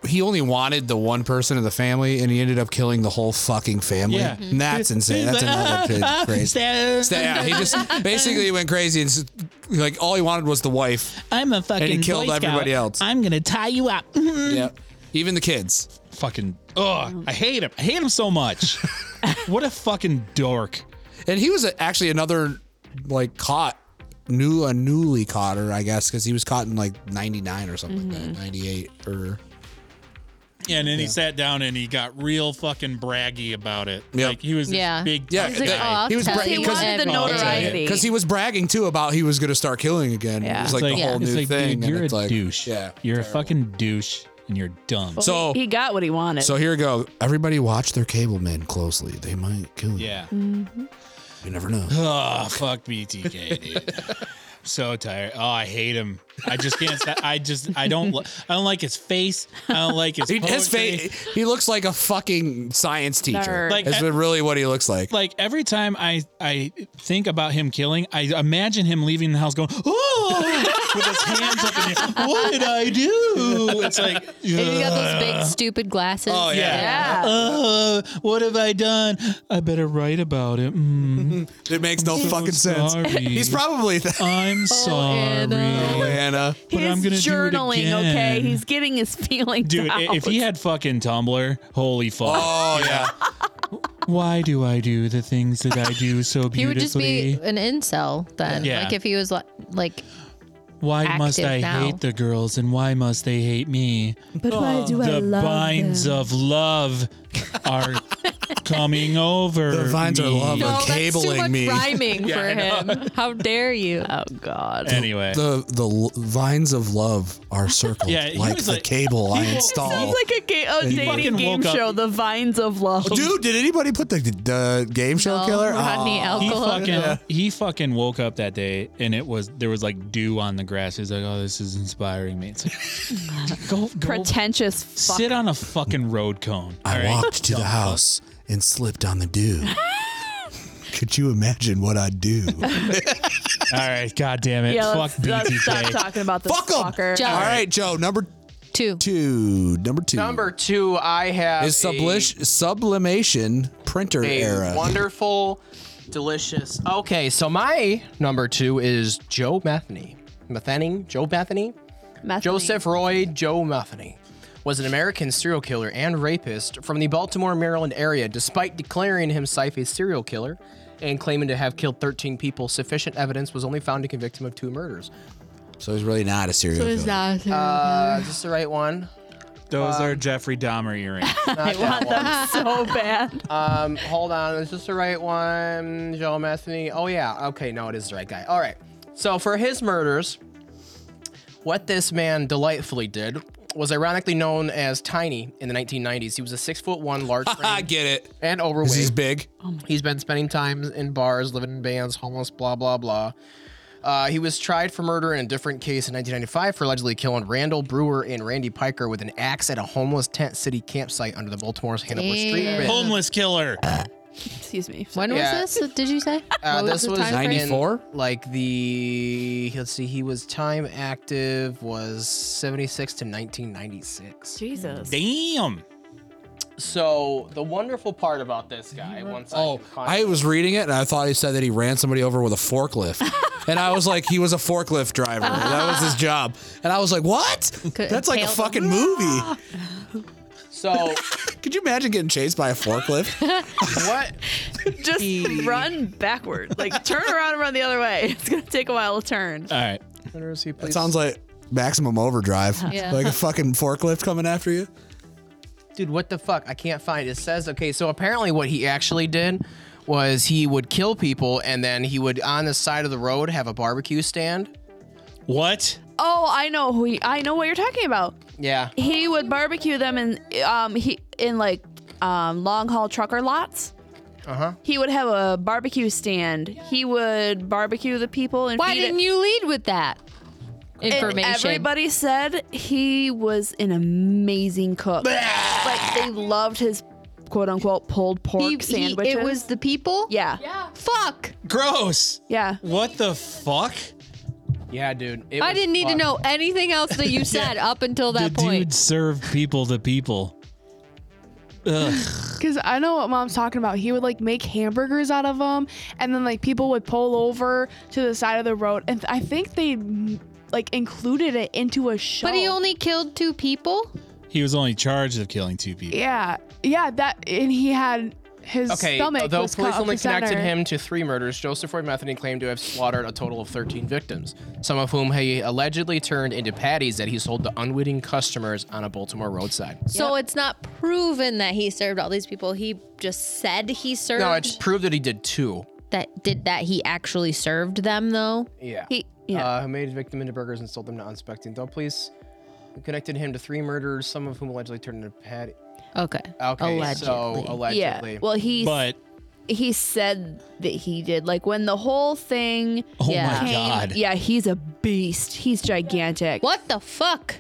S2: he only wanted the one person of the family, and he ended up killing the whole fucking family.
S1: Yeah.
S2: And that's insane. That's
S1: <laughs>
S2: another big crazy.
S1: crazy.
S2: Yeah, he just basically went crazy and s- like all he wanted was the wife.
S1: I'm a fucking.
S2: killed
S1: Boy Scout.
S2: everybody else.
S1: I'm gonna tie you up. <laughs>
S2: Yeah, even the kids.
S1: fucking. Ugh, I hate him. I hate him so
S2: <laughs>
S1: much. what a fucking dork.
S2: And he was actually another like caught new a newly caught or I guess because he was caught in like '99 or something like that, '98 or
S1: And then he sat down and he got real fucking braggy about it.
S2: Yep.
S1: Like he was this
S5: Yeah.
S1: big
S2: Yeah,
S1: tough
S2: He's like,
S1: guy.
S5: "Oh, I'll
S2: He was
S5: tell
S2: bra-
S5: you
S2: he was-
S5: everything."
S3: the notoriety.
S2: because he was bragging too about he was going to start killing again.
S6: Yeah.
S2: It was
S1: It's
S2: like, the whole
S1: it's
S2: new
S1: like,
S2: thing.
S1: Dude,
S2: and
S1: you're a
S2: it's like,
S1: douche.
S2: Yeah.
S1: you're a fucking douche, and you're dumb.
S2: So
S3: he got what he wanted.
S2: So here we go. Everybody watch their cable men closely. They might kill you.
S1: yeah.
S2: You never know.
S1: Oh fuck BTK, dude. <laughs> so tired. Oh, I hate him. I just can't. sta- I just. I don't. li- I don't like his face. I don't like his.
S2: He, his
S1: poetry.
S2: face, he looks like a fucking science teacher.
S3: Nerd.
S1: Like,
S2: That's
S1: I-
S2: really what he looks like.
S1: Like every time I I think about him killing, I imagine him leaving the house going, oh, with his hands up in the air. What did I do? It's like,
S5: And he's got those big stupid glasses.
S2: Oh, yeah.
S3: yeah.
S1: uh, what have I done? I better write about it. Mm,
S2: It makes no
S1: so
S2: fucking sense.
S1: sorry.
S2: He's probably
S1: <laughs>
S2: that.
S1: I'm
S5: Oh,
S1: sorry.
S5: Anna.
S2: Hannah.
S1: But
S3: He's
S1: I'm gonna do it
S3: journaling, okay?
S1: again.
S3: He's getting his feelings
S1: Dude, i-
S3: out.
S1: if he had fucking Tumblr, holy fuck.
S2: Oh, yeah.
S1: Why do I do the things that I do so beautifully?
S5: <laughs> He would just be an incel then.
S1: Yeah.
S5: Like if he was like, like
S1: why must
S5: active
S1: I
S5: now.
S1: hate the girls and why must they hate me?
S3: but why do I
S1: the
S3: love
S1: binds
S3: them?
S1: of love
S3: <laughs>
S1: are coming over.
S2: The vines are
S1: me.
S2: love. No, that's too cabling
S5: that's too
S2: much
S5: much
S2: me.
S5: <laughs> rhyming for him. How dare <laughs> you?
S3: Oh God.
S1: Anyway.
S2: The the l- vines of love are circled
S1: Yeah, he
S2: like
S1: was
S2: the
S1: like-
S2: cable I
S1: woke-
S2: installed.
S3: Sounds like a, ga- a dating
S1: fucking
S3: game
S1: woke up. Oh,
S3: show, The Vines of Love.
S2: Dude, did anybody put the, the game show
S5: No,
S2: killer? Oh.
S5: Rodney
S2: Aw.
S1: he
S5: alcohol.
S1: fucking he fucking woke up that day and it was there was like dew on the grass. He's like, "Oh, this is inspiring me." It's like,
S5: <laughs>
S1: go, go
S3: Pretentious fuck.
S1: sit on a fucking road cone.
S2: I
S1: all right?
S2: walked <laughs> to the house and slipped on the dew. Could you imagine what I'd do?
S1: All right, god damn it.
S3: yeah,
S1: Fuck
S3: let's, let's stop
S1: BTK.
S3: talking about this
S2: Fuck 'em.
S3: fucker.
S5: Joe.
S2: All right, Joe. Number
S5: Two.
S2: two. Number two.
S4: Number two, I have
S2: is
S4: a-
S2: sublish- sublimation printer
S4: a
S2: era.
S4: wonderful, delicious. Okay, so my number two is Joe Metheny. Metheny? Joe Metheny?
S3: Metheny.
S4: Joseph Roy Joe Metheny was an American serial killer and rapist from the Baltimore, Maryland area, despite declaring himself a serial killer and claiming to have killed 13 people. Sufficient evidence was only found to convict him of two murders.
S2: so he's really not a serial killer.
S3: Mm-hmm.
S4: Uh, is this the right one?
S1: Those are Jeffrey Dahmer earrings.
S3: <laughs> I want them so bad.
S4: Um, hold on. Is this the right one? Joe Metheny. Oh yeah. Okay. No, it is the right guy. All right. So for his murders, what this man delightfully did was ironically known as Tiny in the 1990s. He was a six foot one, large
S2: I
S4: frame,
S2: get it.
S4: and
S2: 'Cause He's
S4: overweight.
S2: big.
S4: He's been spending time in bars, living in bands, homeless, blah blah blah. Uh, he was tried for murder in a different case in 1995 for allegedly killing Randall Brewer and Randy Piker with an axe at a homeless tent city campsite under the Baltimore's Hanover Street
S5: Damn.
S4: Bridge.
S1: Homeless killer.
S3: Excuse me.
S5: When
S4: Yeah.
S5: was this? Did you say?
S4: Uh,
S5: What
S4: this
S5: the
S4: was
S5: time frame?
S2: 94?
S4: in, like the let's see, he was time active was seventy six to nineteen ninety six.
S3: Jesus.
S1: Damn.
S4: So the wonderful part about this guy, once
S2: Oh,
S4: I,
S2: I was reading it and I thought he said that he ran somebody over with a
S5: <laughs>
S2: forklift. and I was like, he was a forklift driver. that was his job. And I was like, what?
S5: Could-
S2: That's like a
S5: impale
S2: fucking movie.
S5: Ah.
S4: <laughs> so
S2: Could you imagine getting chased by a
S5: <laughs>
S2: forklift?
S4: what?
S3: Just <laughs> run backward.
S5: <laughs>
S3: Like turn around and run the other way. It's gonna take a while to turn.
S1: All right.
S4: Where is he,
S2: It
S4: please?
S2: sounds like maximum overdrive.
S5: Yeah.
S2: <laughs> Like a fucking forklift coming after you.
S4: Dude, what the fuck? I can't find it. It says okay. So apparently, what he actually did was he would kill people and then he would on the side of the road have a barbecue stand.
S1: What?
S3: Oh, I know who. He, I know what you're talking about.
S4: Yeah.
S3: He would barbecue them in um he in like um long haul trucker lots.
S4: Uh huh.
S3: He would have a barbecue stand. He would barbecue the people and
S5: Why
S3: feed
S5: didn't
S3: it.
S5: you lead with that
S3: And
S5: information?
S3: everybody said he was an amazing cook. like they loved his quote unquote pulled pork
S5: He- he-
S3: sandwiches.
S5: it was the people.
S3: yeah.
S8: Yeah.
S5: Fuck.
S1: Gross.
S3: Yeah.
S1: What the fuck?
S4: Yeah, dude. it
S5: I
S4: was
S5: didn't need to
S4: fun.
S5: know anything else that you said up until that
S1: the dude
S5: point.
S1: served people to people. Ugh.
S6: Because I know what mom's talking about. He would like make hamburgers out of them, and then like people would pull over to the side of the road, and I think they mm, like included it into a show.
S5: But he only killed two people.
S1: He was only charged of killing two people.
S6: yeah, yeah, that, and he had his
S4: Okay,
S6: stomach.
S4: though
S6: was
S4: police
S6: cut up
S4: only
S6: the
S4: connected
S6: center.
S4: him to three murders, Joseph Ford Metheny claimed to have slaughtered a total of 13 victims, some of whom he allegedly turned into patties that he sold to unwitting customers on a Baltimore roadside.
S5: So it's not proven that he served all these people. He just said he served.
S4: No, it's proved that he did two.
S5: that did that he actually served them though.
S4: Yeah.
S5: He
S3: Yeah.
S4: Uh, who made his victim into burgers and sold them to unsuspecting adult police. who Connected him to three murders, some of whom allegedly turned into patty.
S5: okay.
S4: Okay,
S5: Allegedly.
S4: so allegedly.
S3: Yeah. Well, he
S1: But
S3: he said that he did. Like when the whole thing.
S1: oh
S5: Yeah.
S1: my
S3: came-
S1: god.
S3: Yeah, he's a beast. He's gigantic.
S5: what the fuck?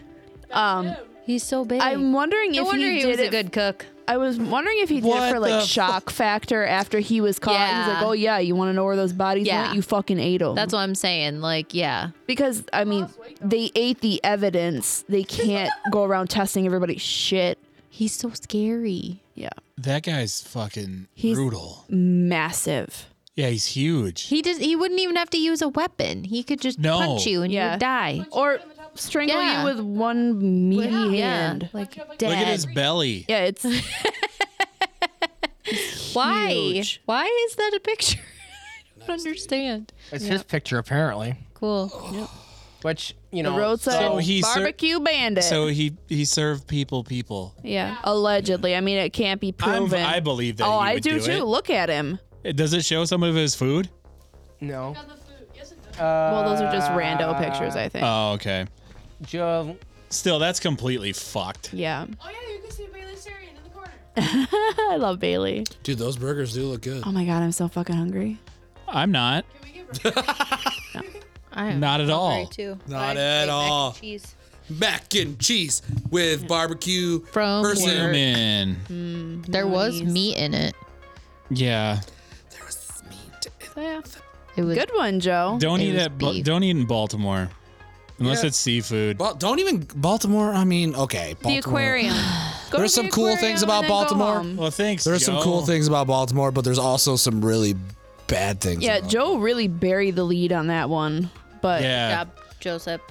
S3: Um,
S5: He's so big.
S3: I'm wondering
S5: no
S3: if
S5: wonder
S3: he,
S5: he,
S3: did
S5: was
S3: it
S5: a good cook.
S3: I was wondering if he did
S1: What
S3: it for like
S1: the
S3: shock factor after he was caught. He's
S5: Yeah.
S3: like, oh yeah, you want to know where those bodies
S5: Yeah.
S3: went? You fucking ate them.
S5: That's what I'm saying. Like, yeah.
S3: because I mean, they ate the evidence. They
S5: <laughs>
S3: can't go around testing everybody's shit.
S5: He's so scary.
S3: Yeah,
S1: That guy's fucking
S3: He's-
S1: brutal.
S3: massive.
S1: Yeah, he's huge.
S5: He just he wouldn't even have to use a weapon. He could just
S1: No.
S5: punch you and you
S3: Yeah.
S5: would die.
S3: Or strangle
S5: Yeah.
S3: you with one meaty
S5: Yeah.
S3: hand.
S5: Like dead.
S1: Look at his belly.
S3: Yeah, it's
S5: Why?
S3: huge.
S5: Why is that a
S3: <laughs>
S5: picture? I don't understand.
S4: it's his picture, apparently.
S5: Cool.
S4: Which, you
S3: the
S4: know.
S3: roadside
S1: So he ser-
S3: barbecue bandit.
S1: So he he served people people.
S3: yeah, allegedly. I mean, it can't be
S1: I'm,
S3: proven.
S1: I believe that.
S3: oh,
S1: he
S3: I
S1: would
S3: do, too.
S1: it.
S3: Look at him.
S1: Does it show some of his food?
S4: No.
S8: The food. Yes, it does.
S3: Well, those are just rando pictures, I think.
S1: Oh, okay.
S4: Joe.
S1: Still, that's completely fucked.
S3: yeah,
S8: oh yeah, you can see Bailey Sarian in the corner.
S3: <laughs> I love Bailey.
S2: Dude, those burgers do look good.
S3: Oh my god, I'm so fucking hungry.
S1: I'm not.
S8: Can we give her?
S1: <laughs>
S5: I am
S1: Not at all.
S5: hungry, too.
S2: Not at
S5: I'd say mac and
S2: all.
S5: cheese.
S2: Mac and cheese with barbecue
S5: From
S2: person.
S5: where-
S1: Human.
S5: There was meat in it.
S1: Yeah.
S2: There was meat.
S5: It was
S3: Good one, Joe.
S1: Don't
S5: It
S1: eat
S5: was
S1: at Ba-
S5: beef.
S1: don't eat in Baltimore, unless
S2: Yeah.
S1: it's seafood.
S2: Well, don't even Baltimore. I mean, okay,
S3: The
S2: Baltimore.
S3: <sighs> aquarium. Go
S2: There's
S3: to the
S2: some cool
S3: aquarium
S2: things
S3: and
S2: about
S3: then go
S2: Baltimore.
S3: home.
S1: Well, thanks.
S2: There's some
S1: Joe.
S2: cool things about Baltimore, but there's also some really bad things.
S3: Yeah,
S2: about
S3: Joe really buried the lead on that one. But
S1: Yeah.
S5: job, Joseph.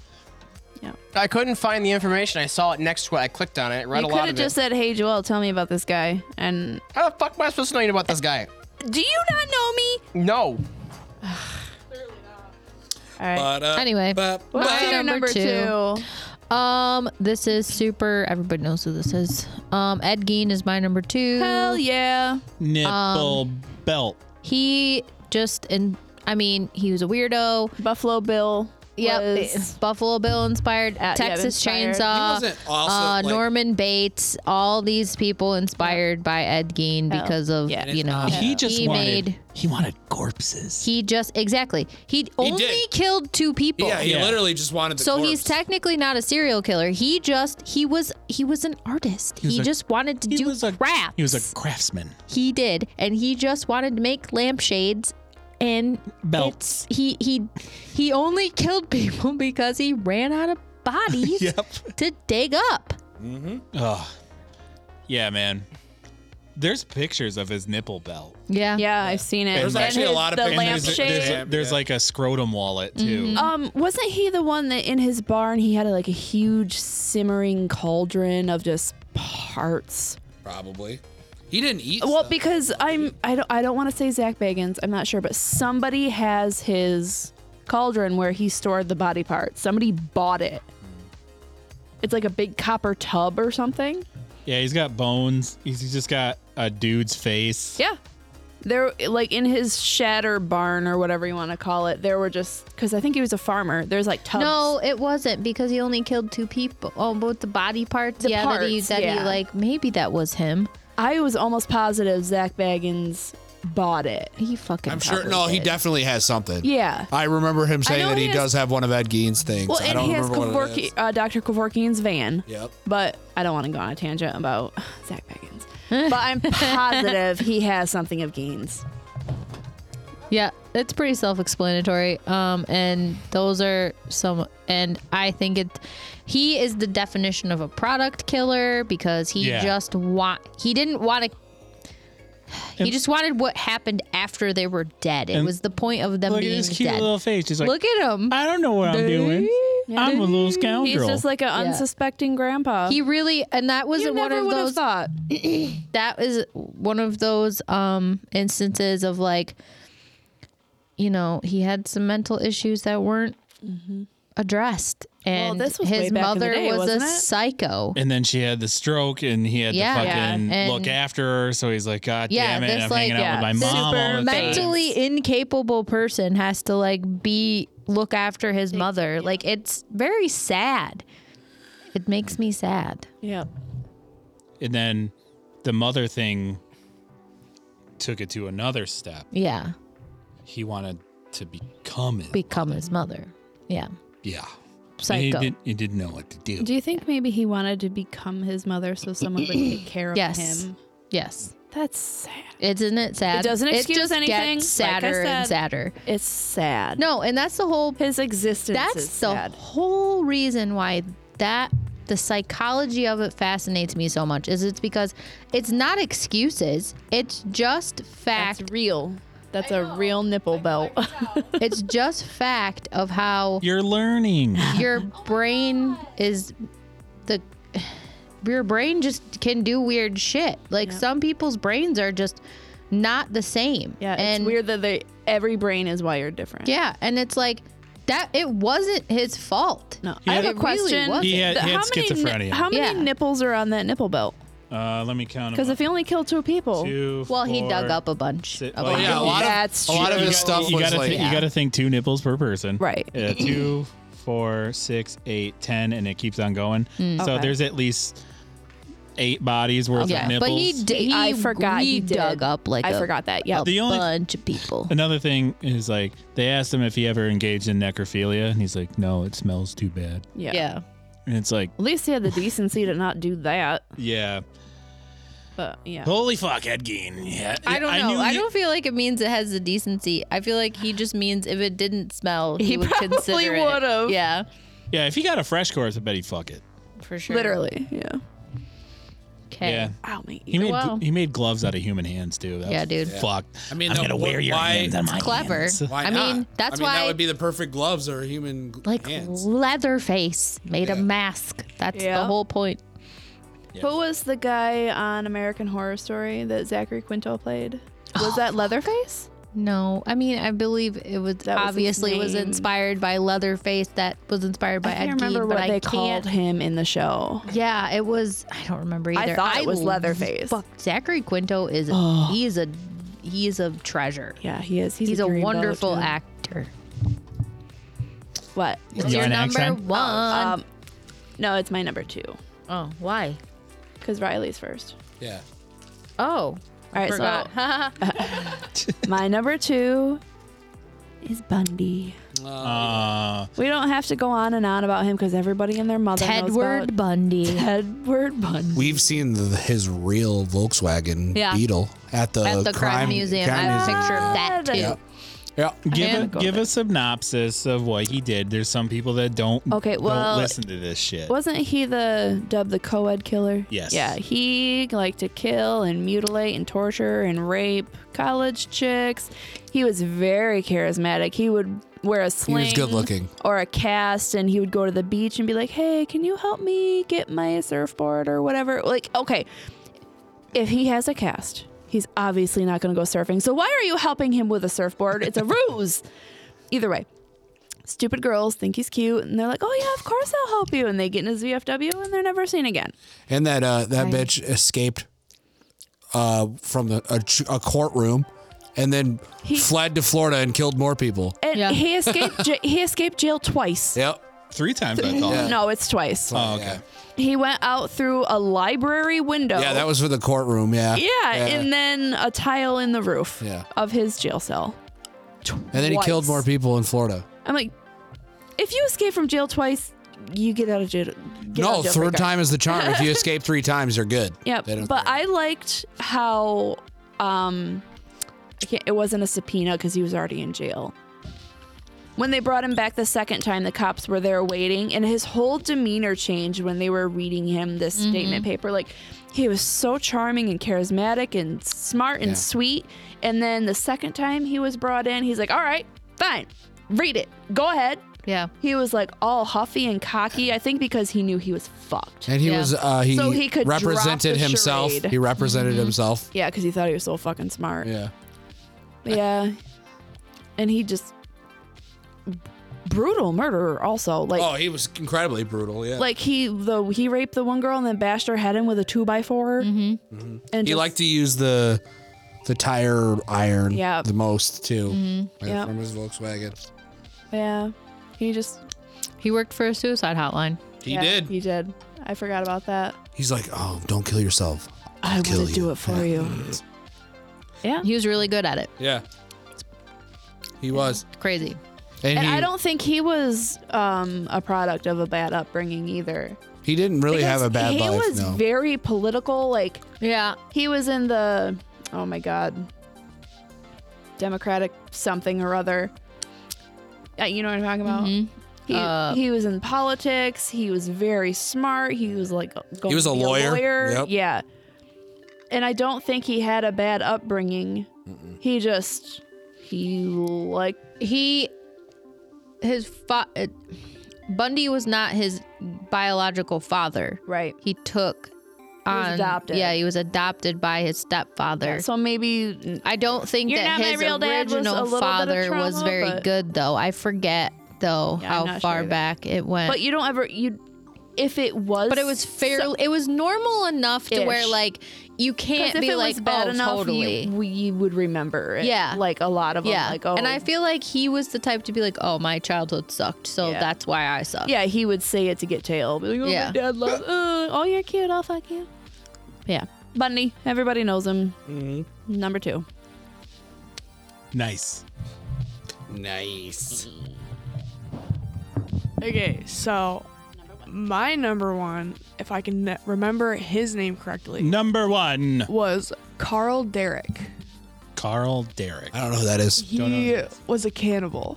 S4: I couldn't find the information. I saw it next to it. I clicked on it, read
S3: you
S4: a
S3: could
S4: lot
S3: have
S4: of
S3: just
S4: it.
S3: said, "Hey, Joel, tell me about this guy." And
S4: How the fuck am I supposed to know about this guy?
S3: do you not know me?
S4: No.
S3: All right.
S2: But, uh,
S5: Anyway.
S2: but-
S3: What's
S5: Bye.
S3: your number
S5: Number
S3: two?
S5: two. Um, this is super. Everybody knows who this is. Um, Ed Gein is my number two.
S3: Hell yeah!
S1: Nipple
S5: Um,
S1: belt.
S5: He just and I mean he was a weirdo.
S3: Buffalo Bill.
S5: Yep,
S3: was-
S5: Buffalo Bill inspired,
S3: yeah,
S5: Texas
S3: inspired.
S5: Chainsaw,
S2: He wasn't also,
S5: uh,
S2: like-
S5: Norman Bates. All these people inspired by Ed Gein because of
S3: yeah.
S5: you know
S1: He just
S5: uh, he
S1: wanted.
S5: made
S1: he wanted corpses.
S5: he just exactly he only
S2: did.
S5: killed two people.
S2: yeah, he
S1: Yeah.
S2: literally just wanted the
S5: So
S2: corpse.
S5: he's technically not a serial killer. He just he was he was an artist. He,
S1: was a-
S5: just wanted to do
S1: a
S5: crafts.
S1: He was a craftsman.
S5: he did, and he just wanted to make lampshades. And
S1: Belts.
S5: it's he he he only killed <laughs> people because he ran out of
S1: <laughs>
S5: bodies
S1: Yep.
S5: to dig up.
S1: Ugh. Yeah, man. There's pictures of his nipple belt.
S5: Yeah.
S3: Yeah, I've seen it.
S2: There's
S3: And
S2: actually a
S3: his-
S2: lot of
S3: the
S2: pictures.
S1: there's, there's,
S2: Lampshade.
S3: lampshade.
S2: Yeah.
S1: there's like a scrotum wallet too.
S5: Mm-hmm. Oh.
S3: Um, wasn't he the one that in his barn he had like a huge simmering cauldron of just parts?
S2: probably. He didn't eat.
S3: Well,
S2: stuff.
S3: because I'm I don't I don't want to say Zach Bagans, I'm not sure, but somebody has his cauldron where he stored the body parts. Somebody bought it. It's like a big copper tub or something.
S1: Yeah, he's got bones. He's he's just got a dude's face.
S3: Yeah. There like in his shed or barn or whatever you want to call it, there were just cuz I think he was a farmer. There's like tubs.
S5: No, it wasn't because he only killed two people. Oh, both the body parts.
S3: The
S5: yeah, that he
S3: parts,
S5: that
S3: yeah.
S5: he like maybe that was him.
S3: I was almost positive Zach Bagans bought it.
S5: He fucking.
S2: I'm sure.
S5: probably
S2: No, he
S5: did.
S2: definitely has something.
S3: Yeah.
S2: I remember him saying
S3: know
S2: that
S3: he
S2: he,
S3: has-
S2: does have one of Ed Gein's things.
S3: Well,
S2: I
S3: and
S2: don't
S3: he has
S2: remember what it
S3: Kevorkian,
S2: is.
S3: uh, Dr. Kevorkian's van.
S2: Yep.
S3: But I don't want to go on a tangent about <sighs> Zach <laughs> Baggins. But I'm positive he has something of Gaines.
S5: Yeah, it's pretty self-explanatory. Um, and those are some. And I think it. He is the definition of a product killer because he
S1: Yeah.
S5: just want. He didn't want to. He just wanted what happened after they were dead. It
S1: And-
S5: was the point of them
S1: Look at
S5: being
S1: his cute
S5: dead.
S1: little face. She's like,
S5: Look at him.
S1: I don't know what I'm doing. I'm a little scoundrel.
S3: He's just like an unsuspecting grandpa.
S5: He really, and that was
S3: you
S5: one
S3: never
S5: of
S3: would
S5: those.
S3: have thought.
S5: that is one of those um instances of like you know he had some mental issues that weren't Mm-hmm. addressed and
S3: this was way
S5: his
S3: back in the
S5: mother
S3: day,
S5: was a
S3: wasn't it?
S5: psycho
S1: and then she had the stroke, and he had
S5: Yeah.
S1: to
S5: Yeah,
S1: fucking
S5: and-
S1: look after her. So he's like, God
S5: Yeah,
S1: damn it,
S5: this,
S1: I'm
S5: like,
S1: hanging out
S3: yeah,
S1: with my mom.
S3: super
S1: all the time.
S5: mentally incapable person has to like be look after his mother like it's very sad it makes me sad
S3: Yeah.
S1: And then the mother thing took it to another step.
S5: yeah
S1: He wanted to become it.
S5: become his mother yeah
S2: Yeah.
S1: And He,
S5: psycho
S1: didn't, he didn't know what to do.
S3: Do you think maybe he wanted to become his mother so someone would take care of
S5: Yes.
S3: him?
S5: yes
S3: That's sad.
S5: isn't it sad
S3: It doesn't excuse
S5: it just
S3: anything,
S5: gets
S3: like I
S5: sadder
S3: said.
S5: and sadder
S3: It's sad.
S5: No, and that's the whole.
S3: His existence
S5: That's
S3: is
S5: the
S3: sad.
S5: whole reason why that the psychology of it fascinates me so much. Is it's because it's not excuses. It's just fact.
S3: That's real. That's a real nipple belt.
S5: <laughs> it's just fact of how
S3: <laughs>
S1: You're learning.
S5: your brain is the your brain just can do weird shit. Like some people's brains are just not the same.
S3: yeah, it's
S5: and
S3: weird that they every brain is wired different.
S5: Yeah, and it's like that. It wasn't his fault.
S3: No, I have
S5: It
S3: a
S5: really
S3: question.
S5: wasn't.
S1: He had, he had
S3: how many
S1: schizophrenia.
S3: ni- how many
S5: Yeah.
S3: nipples are on that nipple belt?
S1: uh, let me
S5: <laughs>
S1: count
S3: Because
S1: them.
S3: if he only killed two people,
S1: Two,
S5: Well, he dug
S1: four,
S5: up a bunch.
S1: si-
S5: of
S1: oh,
S5: them.
S2: Yeah, a lot
S3: That's
S2: of a lot of
S1: You
S2: his
S1: got-
S2: stuff
S1: you
S2: was
S1: gotta
S2: like
S1: thi- you got to think two nipples per person,
S3: Right.
S1: Yeah, two, four, six, eight, ten, and it keeps on going.
S5: Hmm.
S1: So
S3: Okay.
S1: there's at least eight bodies worth
S5: Yeah,
S1: of nipples.
S5: but he d- he,
S3: I forgot
S5: he,
S3: he did.
S5: dug up like
S3: I
S5: a
S3: forgot that. Yeah,
S5: a
S1: The only-
S5: bunch of
S1: <laughs>
S5: people.
S1: Another thing is like they asked him if he ever engaged in necrophilia, and he's like, "No, it smells too bad."
S3: yeah.
S5: Yeah,
S1: And it's like,
S3: At least he had the decency to not do that.
S1: yeah,
S3: But yeah.
S1: holy fuck, Ed Gein. Yeah,
S5: I don't know.
S1: knew
S5: I,
S1: he-
S5: don't feel like it means it has the decency. I feel like he just means if it didn't smell, he,
S3: He
S5: would
S3: probably
S5: consider it.
S3: would've.
S5: Yeah,
S1: Yeah, if he got a fresh corpse, I bet he'd fuck it.
S5: for sure.
S3: Literally. Yeah.
S5: Okay.
S1: Yeah,
S3: Ow, my
S1: he made gl-
S5: Wow.
S1: he made gloves out of human hands too. That
S5: Yeah,
S1: was
S5: dude.
S1: Fucked.
S2: I mean,
S1: I'm
S2: no,
S1: gonna
S2: wh-
S1: wear your
S2: why-
S1: hands on my
S5: Clever.
S1: hands.
S2: Why
S5: I
S2: not?
S5: mean,
S2: I
S5: that's
S2: mean,
S5: why-
S2: that would be the perfect gloves or human gl-
S5: Like
S2: hands.
S5: Leatherface made a
S2: Yeah.
S5: mask. That's the
S3: Yeah.
S5: whole point.
S3: Who was the guy on American Horror Story that Zachary Quinto played?
S5: <gasps>
S3: Was that Leatherface?
S5: No, I mean, I believe it was
S3: That was his
S5: obviously was,
S3: name.
S5: inspired by Leatherface. That was inspired by
S3: I can't
S5: Ed Gein,
S3: remember
S5: but
S3: what
S5: I
S3: they
S5: can't
S3: called him in the show.
S5: Yeah, it was. I don't remember
S3: I
S5: either.
S3: thought it was
S5: l-
S3: Leatherface.
S5: Fuck, Zachary Quinto is he's a he's a treasure.
S3: Yeah, he is. He's,
S5: He's, a,
S3: dreamboat,
S5: wonderful
S3: too.
S5: actor.
S3: What?
S5: What's your
S1: Yarn
S5: number
S1: accent?
S5: one?
S3: Um, no, it's my number two
S5: oh, why?
S3: because Riley's first.
S2: Yeah.
S5: Oh,
S3: All right,
S5: forgot.
S3: <laughs> so my number two is Bundy.
S1: Uh,
S3: We don't have to go on and on about him because everybody and their mother knows about <laughs>
S5: Tedward Bundy.
S3: Tedward Bundy.
S2: We've seen the, his real Volkswagen
S5: Yeah.
S2: Beetle at the
S5: At the crime, museum, I
S2: crime
S5: have a
S2: museum.
S5: picture of that too.
S2: Yeah. Yeah.
S3: gotta
S1: give a,
S3: go
S1: give
S3: there.
S1: a synopsis of what he did. There's some people that don't
S3: Okay, well,
S1: don't listen to this shit.
S3: Wasn't he the dub the co-ed killer?
S1: Yes.
S3: Yeah, he liked to kill and mutilate and torture and rape college chicks. He was very charismatic. He would wear a
S2: He
S3: sling.
S2: was good looking.
S3: Or a cast, and he would go to the beach and be like, "Hey, can you help me get my surfboard or whatever?" Like, okay, if he has a cast, he's obviously not going to go surfing. So why are you helping him with a
S2: <laughs>
S3: surfboard? It's a ruse. Either way, stupid girls think he's cute and they're like, oh yeah, of course I'll help you. And they get in his VFW and they're never seen again.
S2: And that uh, that bitch escaped uh, from the, a, tr- a courtroom and then fled to Florida and killed more people.
S3: And
S2: <laughs>
S5: Yeah.
S3: he escaped. j- he escaped jail twice.
S2: Yep.
S1: Three times I thought.
S2: Yeah.
S3: No, it's twice.
S1: Oh, okay.
S3: He went out through a library window.
S2: Yeah, that was for the courtroom. Yeah.
S3: Yeah, and then a tile in the roof
S2: Yeah.
S3: of his jail cell.
S2: and then he killed
S3: twice.
S2: more people in Florida.
S3: I'm like, if you escape from jail twice, you get out of jail. get out
S2: no,
S3: of jail for
S2: third
S3: good.
S2: time is the charm.
S5: <laughs>
S2: If you escape three times, you're good.
S3: Yeah,
S2: They don't
S3: but
S2: care.
S3: I liked how um I can't, it wasn't a subpoena because he was already in jail. When they brought him back the second time, the cops were there waiting, and his whole demeanor changed when they were reading him this statement paper. Like, he was so charming and charismatic and smart and sweet. And then the second time he was brought in, he's like, All right, fine, read it, go ahead.
S5: Yeah.
S3: He was like all huffy and cocky, I think because he knew he was fucked.
S2: And he
S5: Yeah.
S2: was uh, he,
S3: So he could drop
S2: represented
S3: the
S2: himself.
S3: charade.
S2: He represented
S5: Mm-hmm.
S2: himself.
S3: Yeah, because he thought he was so fucking smart.
S2: Yeah.
S3: Yeah. And he just brutal murderer also. Like
S2: oh, he was incredibly brutal. Yeah.
S3: like he the he raped the one girl and then bashed her head in with a two by 4 Mm-hmm. And
S2: he
S3: just-
S2: liked to use the the tire iron
S3: Yep.
S2: the most too Like,
S3: Yep.
S2: from his Volkswagen.
S3: Yeah. He just
S5: He worked for a suicide hotline.
S2: He
S3: yeah,
S2: did.
S3: He did. I forgot about that.
S2: He's like, oh, don't kill yourself.
S3: I
S2: kill
S3: want to do
S2: you.
S3: it for you. Yeah.
S5: He was really good at it.
S2: Yeah. He was.
S5: Crazy.
S3: And
S2: he,
S3: I don't think he was um, a product of a bad upbringing either.
S2: he didn't really have a
S3: Because
S2: bad
S3: he
S2: life.
S3: was
S2: no.
S3: very political. Like
S5: Yeah.
S3: He was in the oh my god, Democratic something or other. Uh, you know what I'm talking about. He,
S5: Uh,
S3: he was in politics. He was very smart. He was like uh, going
S2: He was
S3: to
S2: a
S3: be
S2: lawyer. Yep.
S3: Yeah, and I don't think he had a bad upbringing. He just he like
S5: He, his fa- uh, Bundy was not his biological father.
S3: right.
S5: He took
S3: was
S5: on.
S3: adopted.
S5: Yeah, he was adopted by his stepfather.
S3: So maybe
S5: I don't think
S3: You're
S5: that
S3: Not My
S5: his
S3: Real Dad was a
S5: original
S3: little bit of
S5: father was
S3: trauma,
S5: very
S3: but-
S5: good, though. I forget though
S3: Yeah, I'm
S5: how
S3: not
S5: far
S3: sure either.
S5: back it went.
S3: but you don't ever you if it was
S5: But it was fair. it was normal enough to where
S3: Ish.
S5: like you can't
S3: if
S5: be
S3: it
S5: like
S3: was bad
S5: oh
S3: enough,
S5: totally.
S3: you, we, you would remember it.
S5: Yeah.
S3: like a lot of them.
S5: yeah,
S3: like oh,
S5: and I feel like he was the type to be like, "Oh, my childhood sucked, so
S3: Yeah.
S5: that's why I suck."
S3: yeah, he would say it to get tail. Be like, oh,
S5: Yeah.
S3: my dad loves. Uh, oh, you're cute. I'll fuck you. Yeah, Bundy. Everybody knows him.
S1: Mm-hmm.
S3: Number two.
S1: Nice.
S2: nice.
S6: Okay, so my number one, if I can ne- remember his name correctly,
S1: Number one,
S6: was Carl Derrick.
S1: Carl
S2: <laughs>
S1: Derrick.
S2: I don't know who that is.
S1: Don't know who
S6: He was a cannibal.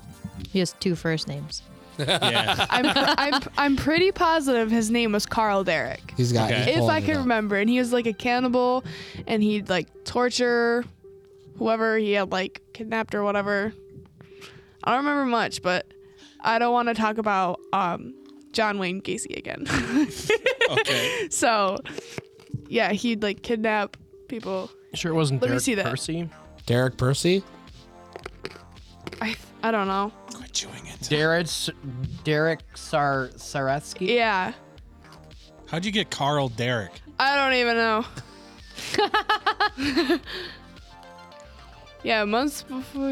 S5: he has two first <laughs> names.
S1: Yeah.
S6: I'm, <laughs> I'm, I'm pretty positive his name was Carl Derrick.
S2: He's got.
S1: Okay.
S2: he's
S6: If
S2: pulling
S6: I
S2: it
S6: can
S2: up.
S6: remember. And he was like a cannibal and he'd like torture whoever he had like kidnapped or whatever. I don't remember much, but I don't want to talk about um, John Wayne Gacy again. <laughs>
S1: okay.
S6: so, yeah, he'd like kidnap people.
S4: Sure, it wasn't
S6: Let me
S4: Derek
S6: see that.
S4: Percy.
S2: Derek Percy.
S6: I, I don't know.
S1: Quit chewing it.
S4: Derek, S- Derek Sar Saretsky.
S6: Yeah,
S1: How'd you get Carl Derrick?
S6: I don't even know. <laughs> yeah, months before.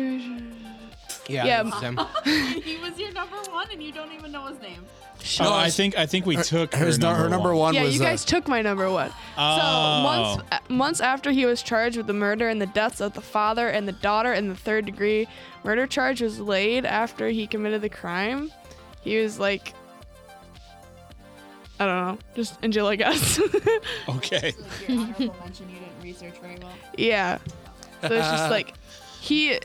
S4: Yeah,
S6: Yeah.
S4: it's him.
S8: He was your number one, and you don't even know his name.
S1: No, Oh, I think I think we took her
S2: Hers-
S1: number,
S2: her number
S1: one.
S2: one
S6: Yeah,
S2: was
S6: you
S2: uh,
S6: guys took my number one.
S1: Oh.
S6: So months uh, months after he was charged with the murder and the deaths of the father and the daughter in the third degree murder charge was laid after he committed the crime. He was like, I don't know, just in jail, I guess. <laughs>
S1: Okay.
S8: Your honorable mention you didn't research very well.
S6: yeah. So it's just like he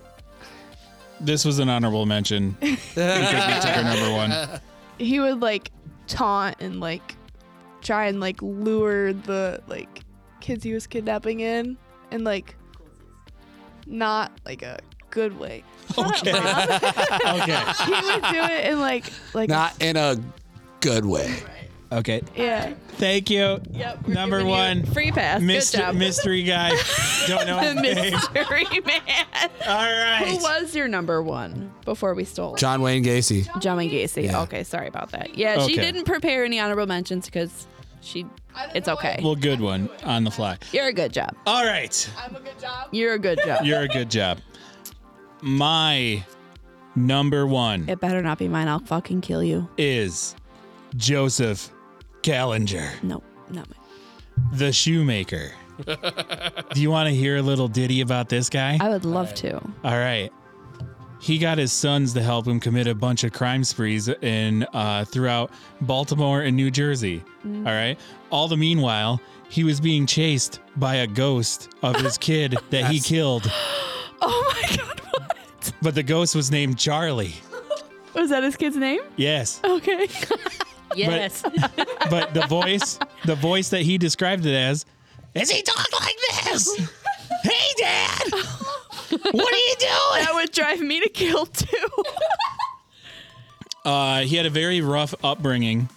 S1: This was an honorable
S2: <laughs>
S1: mention because we took her number one.
S6: he would like taunt and like try and like lure the like kids he was kidnapping in and like not like a good way.
S1: Okay. <laughs> okay.
S6: He would do it in like like
S2: not in a good way.
S1: Okay.
S6: yeah.
S1: Thank you. Yep. Number one.
S3: Free pass. Good
S1: Mystery,
S3: job.
S1: mystery
S3: <laughs>
S1: guy. Don't know his name.
S3: Mystery <laughs>
S1: <laughs>
S3: man.
S1: All right.
S3: Who was your number one before we stole it?
S2: John Wayne Gacy.
S3: John Wayne Gacy.
S2: Yeah.
S3: Okay, sorry about that. Yeah, she
S1: Okay.
S3: didn't prepare any honorable mentions because she. It's okay.
S1: Well, good one on the fly.
S3: You're a good job.
S1: All right.
S8: I'm a good job.
S3: You're a good job.
S1: You're a good job. My number one
S3: it better not be mine. I'll fucking kill you.
S1: is Joseph Callinger,
S3: No, not mine.
S1: the shoemaker. Do you want to hear a little ditty about this guy?
S3: I would love to.
S1: All right. He got his sons to help him commit a bunch of crime sprees in uh, throughout Baltimore and New Jersey.
S6: Mm.
S1: All right. All the
S6: <laughs>
S1: meanwhile, he was being chased by a ghost of his kid that he killed.
S6: <gasps> Oh my god, what?
S1: But the ghost was named Charlie.
S6: Was that his
S3: <laughs>
S6: kid's name?
S1: Yes.
S6: Okay.
S1: Yes. But the voice, the voice that he described it as, is he talk like this? Hey, Dad! What are you doing?
S6: that would drive me to kill too.
S1: Uh, he had a very rough upbringing.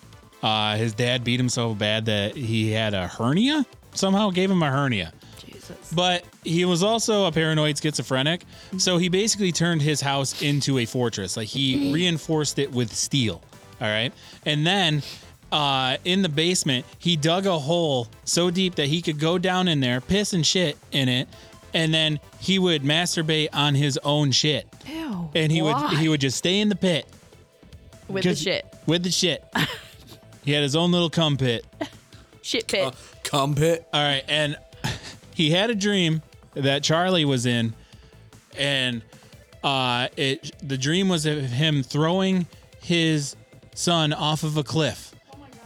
S1: Uh, his dad beat him so bad that he had a hernia. Somehow gave him a hernia. Jesus. But he was also a paranoid schizophrenic. So he basically turned his house into a fortress. Like he reinforced it with steel. All right. And then uh, in the basement, he dug a hole so deep that he could go down in there, piss and shit in it. And then he would masturbate on his own shit.
S6: Ew.
S1: And he would he would just stay in the pit
S3: <laughs> with the
S1: because-
S3: shit.
S1: With the shit. he had his own little cum pit.
S3: Shit pit.
S2: Cum pit.
S1: All right, and <laughs> he had a dream that Charlie was in, and uh, it the dream was of him throwing his son off of a cliff,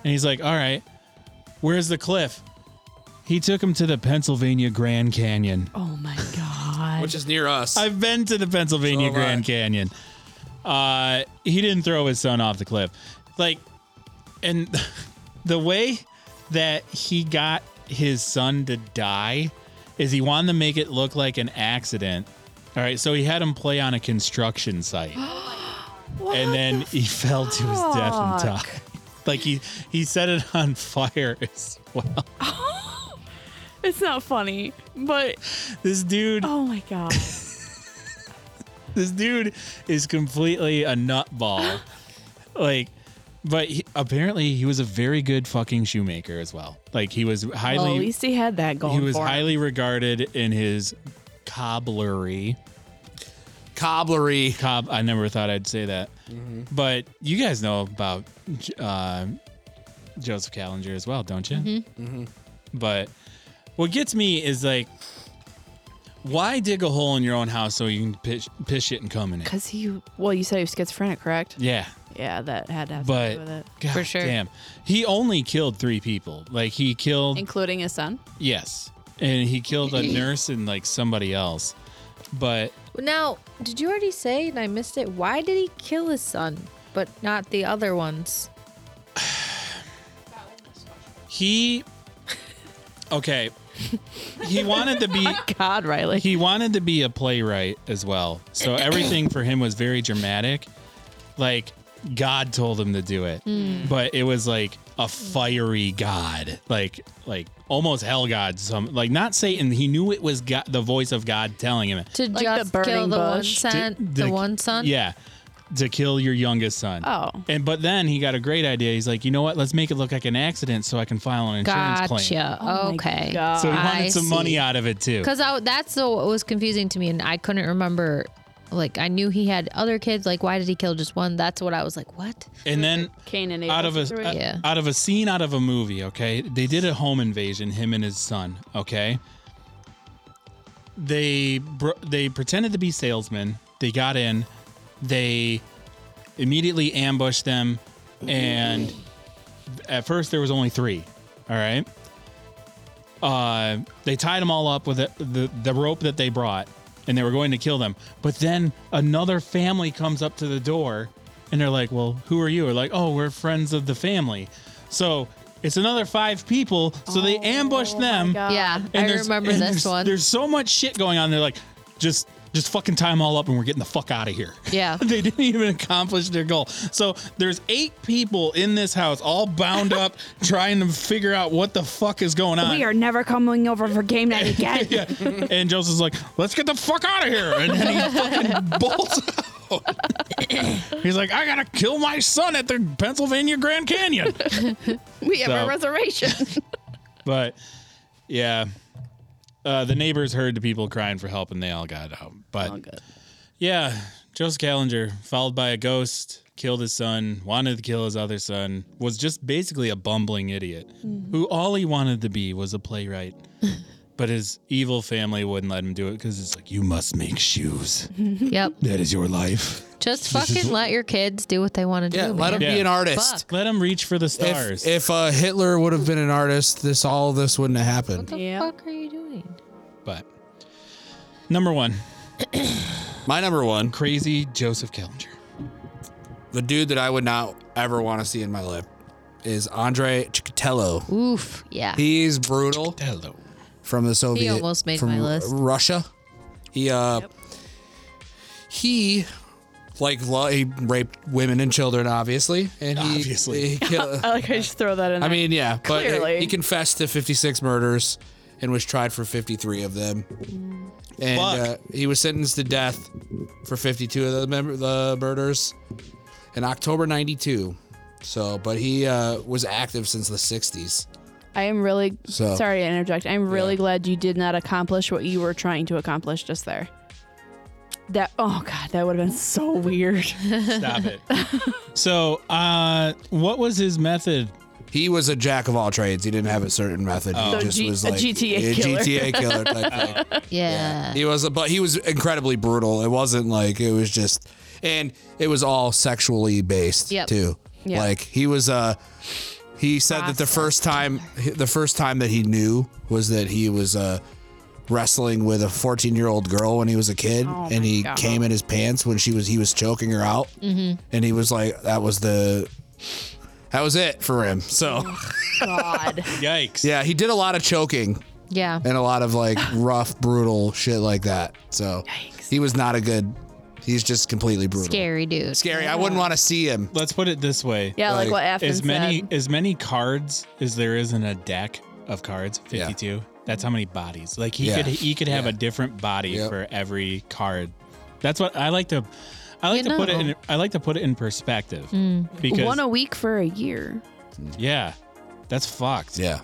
S1: and he's like, "All right, where's the cliff?" He took him to the Pennsylvania Grand Canyon.
S3: oh my god.
S2: Which is near us.
S1: I've been to the Pennsylvania
S2: So have
S1: Grand
S2: I.
S1: Canyon. Uh, he didn't throw his son off the cliff. Like, and <laughs> the way that he got his son to die is he wanted to make it look like an accident. All right, so he had him play on a construction
S2: <gasps>
S1: site. and then he fell to his death and died. <laughs> Like he he set it on fire as well. <laughs>
S6: It's not funny, but
S1: This dude
S6: oh my god.
S1: this dude is completely a
S3: <laughs>
S1: nutball. like, but he, apparently he was a very good fucking shoemaker as well. Like he was
S3: Well, at
S1: highly
S3: least he had that going
S1: he was
S3: for him.
S1: highly regarded in his cobblery.
S2: Cobblery.
S1: Cob, I never thought I'd say that. But you guys know about uh, Joseph Callinger as well, don't you? But what gets me is like, why dig a hole in your own house so you can piss, piss shit and come in it?
S3: Cause he, well, you said he was schizophrenic, correct?
S1: Yeah.
S3: Yeah, that had to have
S1: but
S3: something to do with it,
S1: God
S5: For sure.
S1: damn he only killed three people like he killed
S3: including his son.
S1: yes and he killed a nurse and like somebody else but
S5: <laughs> Now, did you already say, and I missed it, why did he kill his son, but not the other ones?
S1: he okay he wanted to be
S3: God, Riley.
S1: he wanted to be a playwright as well so everything for him was very dramatic like god told him to do it but it was like a fiery god like like almost hell god some like not satan he knew it was god, the voice of god telling him it
S5: To
S3: Like the
S5: just kill
S3: burning
S5: the one
S3: bush.
S5: son,
S1: to-
S5: the
S1: to-
S5: one son?
S1: Yeah, to kill your youngest son.
S3: Oh.
S1: And but then he got a great idea. He's like, you know what? Let's make it look like an accident so I can file an insurance claim.
S5: Gotcha. okay.
S1: So he wanted
S5: I
S1: some
S5: see.
S1: money out of it too.
S5: Because that's the- what was confusing to me, and I couldn't remember. Like, I knew he had other kids. Like, why did he kill just one? That's what I was like, what?
S1: And then
S3: Cain and Abel
S1: out of a
S3: situation.
S1: uh,
S5: Yeah.
S1: out of a scene out of a movie, okay? They did a home invasion him and his son, okay? They br- they pretended to be salesmen. They got in. They immediately ambushed them and at first there was only 3, all right? Uh, they tied them all up with the, the, the rope that they brought and they were going to kill them. But then another family comes up to the door and they're like, Well, who are you? Or like, Oh, we're friends of the family. So it's another five people. So they ambush them.
S5: yeah,
S1: And
S5: I
S1: there's-
S5: remember
S1: and
S5: this
S1: there's-
S5: one.
S1: There's so much shit going on. They're like, Just. Just fucking tie them all up and we're getting the fuck out of here.
S5: Yeah.
S1: <laughs> they didn't even accomplish their goal. So there's eight people in this house all bound
S5: <laughs>
S1: up trying to figure out what the fuck is going on.
S6: We are never coming over for game night again.
S1: Yeah. <laughs> And Joseph's like, let's get the fuck out of here. And then he
S5: <laughs>
S1: fucking bolts out. He's like, I gotta kill my son at the Pennsylvania Grand
S5: <laughs>
S1: Canyon.
S3: We have
S1: So-
S3: a reservation. <laughs>
S1: But yeah. Uh, the neighbors heard the people crying for help and they all got out. But yeah, Joseph Callinger, followed by a ghost, killed his son, wanted to kill his other son, was just basically a bumbling idiot
S2: Mm-hmm.
S1: who all he wanted to be was a playwright. <laughs> but his evil family wouldn't let him do it because it's like, you must make shoes.
S5: yep.
S1: That is your life.
S5: Just fucking let your kids do what they want to
S2: Yeah,
S5: do.
S2: let him
S5: man.
S1: Yeah.
S2: be an artist.
S5: Fuck.
S1: Let him reach for the stars.
S2: If, if uh, Hitler would have been an artist, this all of this wouldn't have happened.
S5: What the
S3: Yeah.
S5: fuck are you doing?
S1: but number one,
S2: My number one,
S1: Crazy Joseph Callender.
S2: the dude that I would not ever want to see in my life, is Andre Chikatilo.
S5: Oof. Yeah.
S2: He's brutal
S1: Hello.
S2: from the Soviet.
S5: almost made
S2: from
S5: my list.
S2: Russia. He uh, he like lo- he raped women and children, obviously, and he,
S1: Obviously.
S2: he killed.
S6: I like. I just throw that in.
S2: I
S6: there.
S2: mean, yeah, but
S6: Clearly.
S2: he confessed to 56 murders and was tried for 53 of them. And uh,
S1: Fuck.
S2: he was sentenced to death for 52 of the, mem- the murders in October 92. So, but he uh, was active since the 60s.
S3: I am really
S2: So-
S3: sorry to interject. I'm really glad you did not accomplish what you were trying to accomplish just there. That oh god, that would have been so <laughs> weird.
S1: Stop it. so, uh, what was his method?
S2: He was a jack of all trades. He didn't have a certain method. He
S1: So
S2: just
S3: Oh. G-
S2: was
S3: a
S2: like
S3: GTA
S2: a
S3: killer.
S2: GTA
S3: <laughs>
S2: killer uh, type thing.
S5: Yeah.
S2: He was, but he was incredibly brutal. It wasn't like it was just, and it was all sexually based
S5: Yep.
S2: too.
S3: Yeah.
S2: Like he was, uh, he said that the first time, the first time that he knew was that he was uh, wrestling with a 14 year old girl when he was a kid,
S6: Oh
S2: and
S6: my
S2: he
S6: God.
S2: came in his pants when she was he was choking her out, mm-hmm. and he was like, that was the. That was it for him. So,
S3: God.
S1: Yikes.
S2: yeah, he did a lot of choking
S5: Yeah.
S2: and a lot of
S3: <laughs>
S2: like rough, brutal shit like that. So he was not a good. He's just completely brutal.
S5: Scary dude.
S2: Scary. I wouldn't want to see him.
S1: Let's put it this way.
S3: <laughs> Yeah, like,
S2: Like,
S3: what Afton
S1: As many
S3: said.
S1: as many cards as there is in a deck of cards,
S2: Yeah.
S1: 52. That's how many bodies. Like he
S2: Yeah.
S1: could he could have a different body
S2: Yep.
S1: for every card. That's what I like to I like
S5: You
S1: to put it
S5: know.
S1: in I like to put it in perspective. Because
S3: Mm. One a week for a year.
S1: yeah. That's fucked.
S2: Yeah.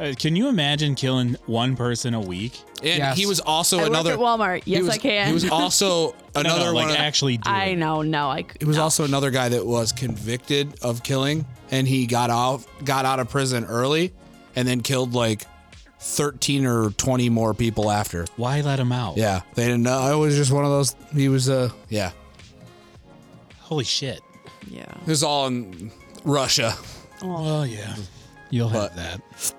S1: Uh, can you imagine killing one person a week?
S2: And
S4: Yes.
S2: he was also
S3: I
S2: Oh, another.
S3: work at Walmart.
S2: he
S3: Yes,
S2: was-
S3: I can. <laughs>
S2: He was also
S1: No,
S2: another
S1: no,
S2: one.
S1: like
S2: of-
S1: actually do
S3: I
S1: it.
S3: know, no, I c-
S2: he was also another guy that was convicted of killing, and he got off, got out of prison early, and then killed like thirteen or twenty more people after.
S1: Why let him out?
S2: Yeah, they didn't know. It was just one of those. He was uh, yeah.
S1: Holy shit.
S3: yeah.
S2: It was all in Russia.
S1: Oh well, yeah. You'll
S2: But-
S1: have that.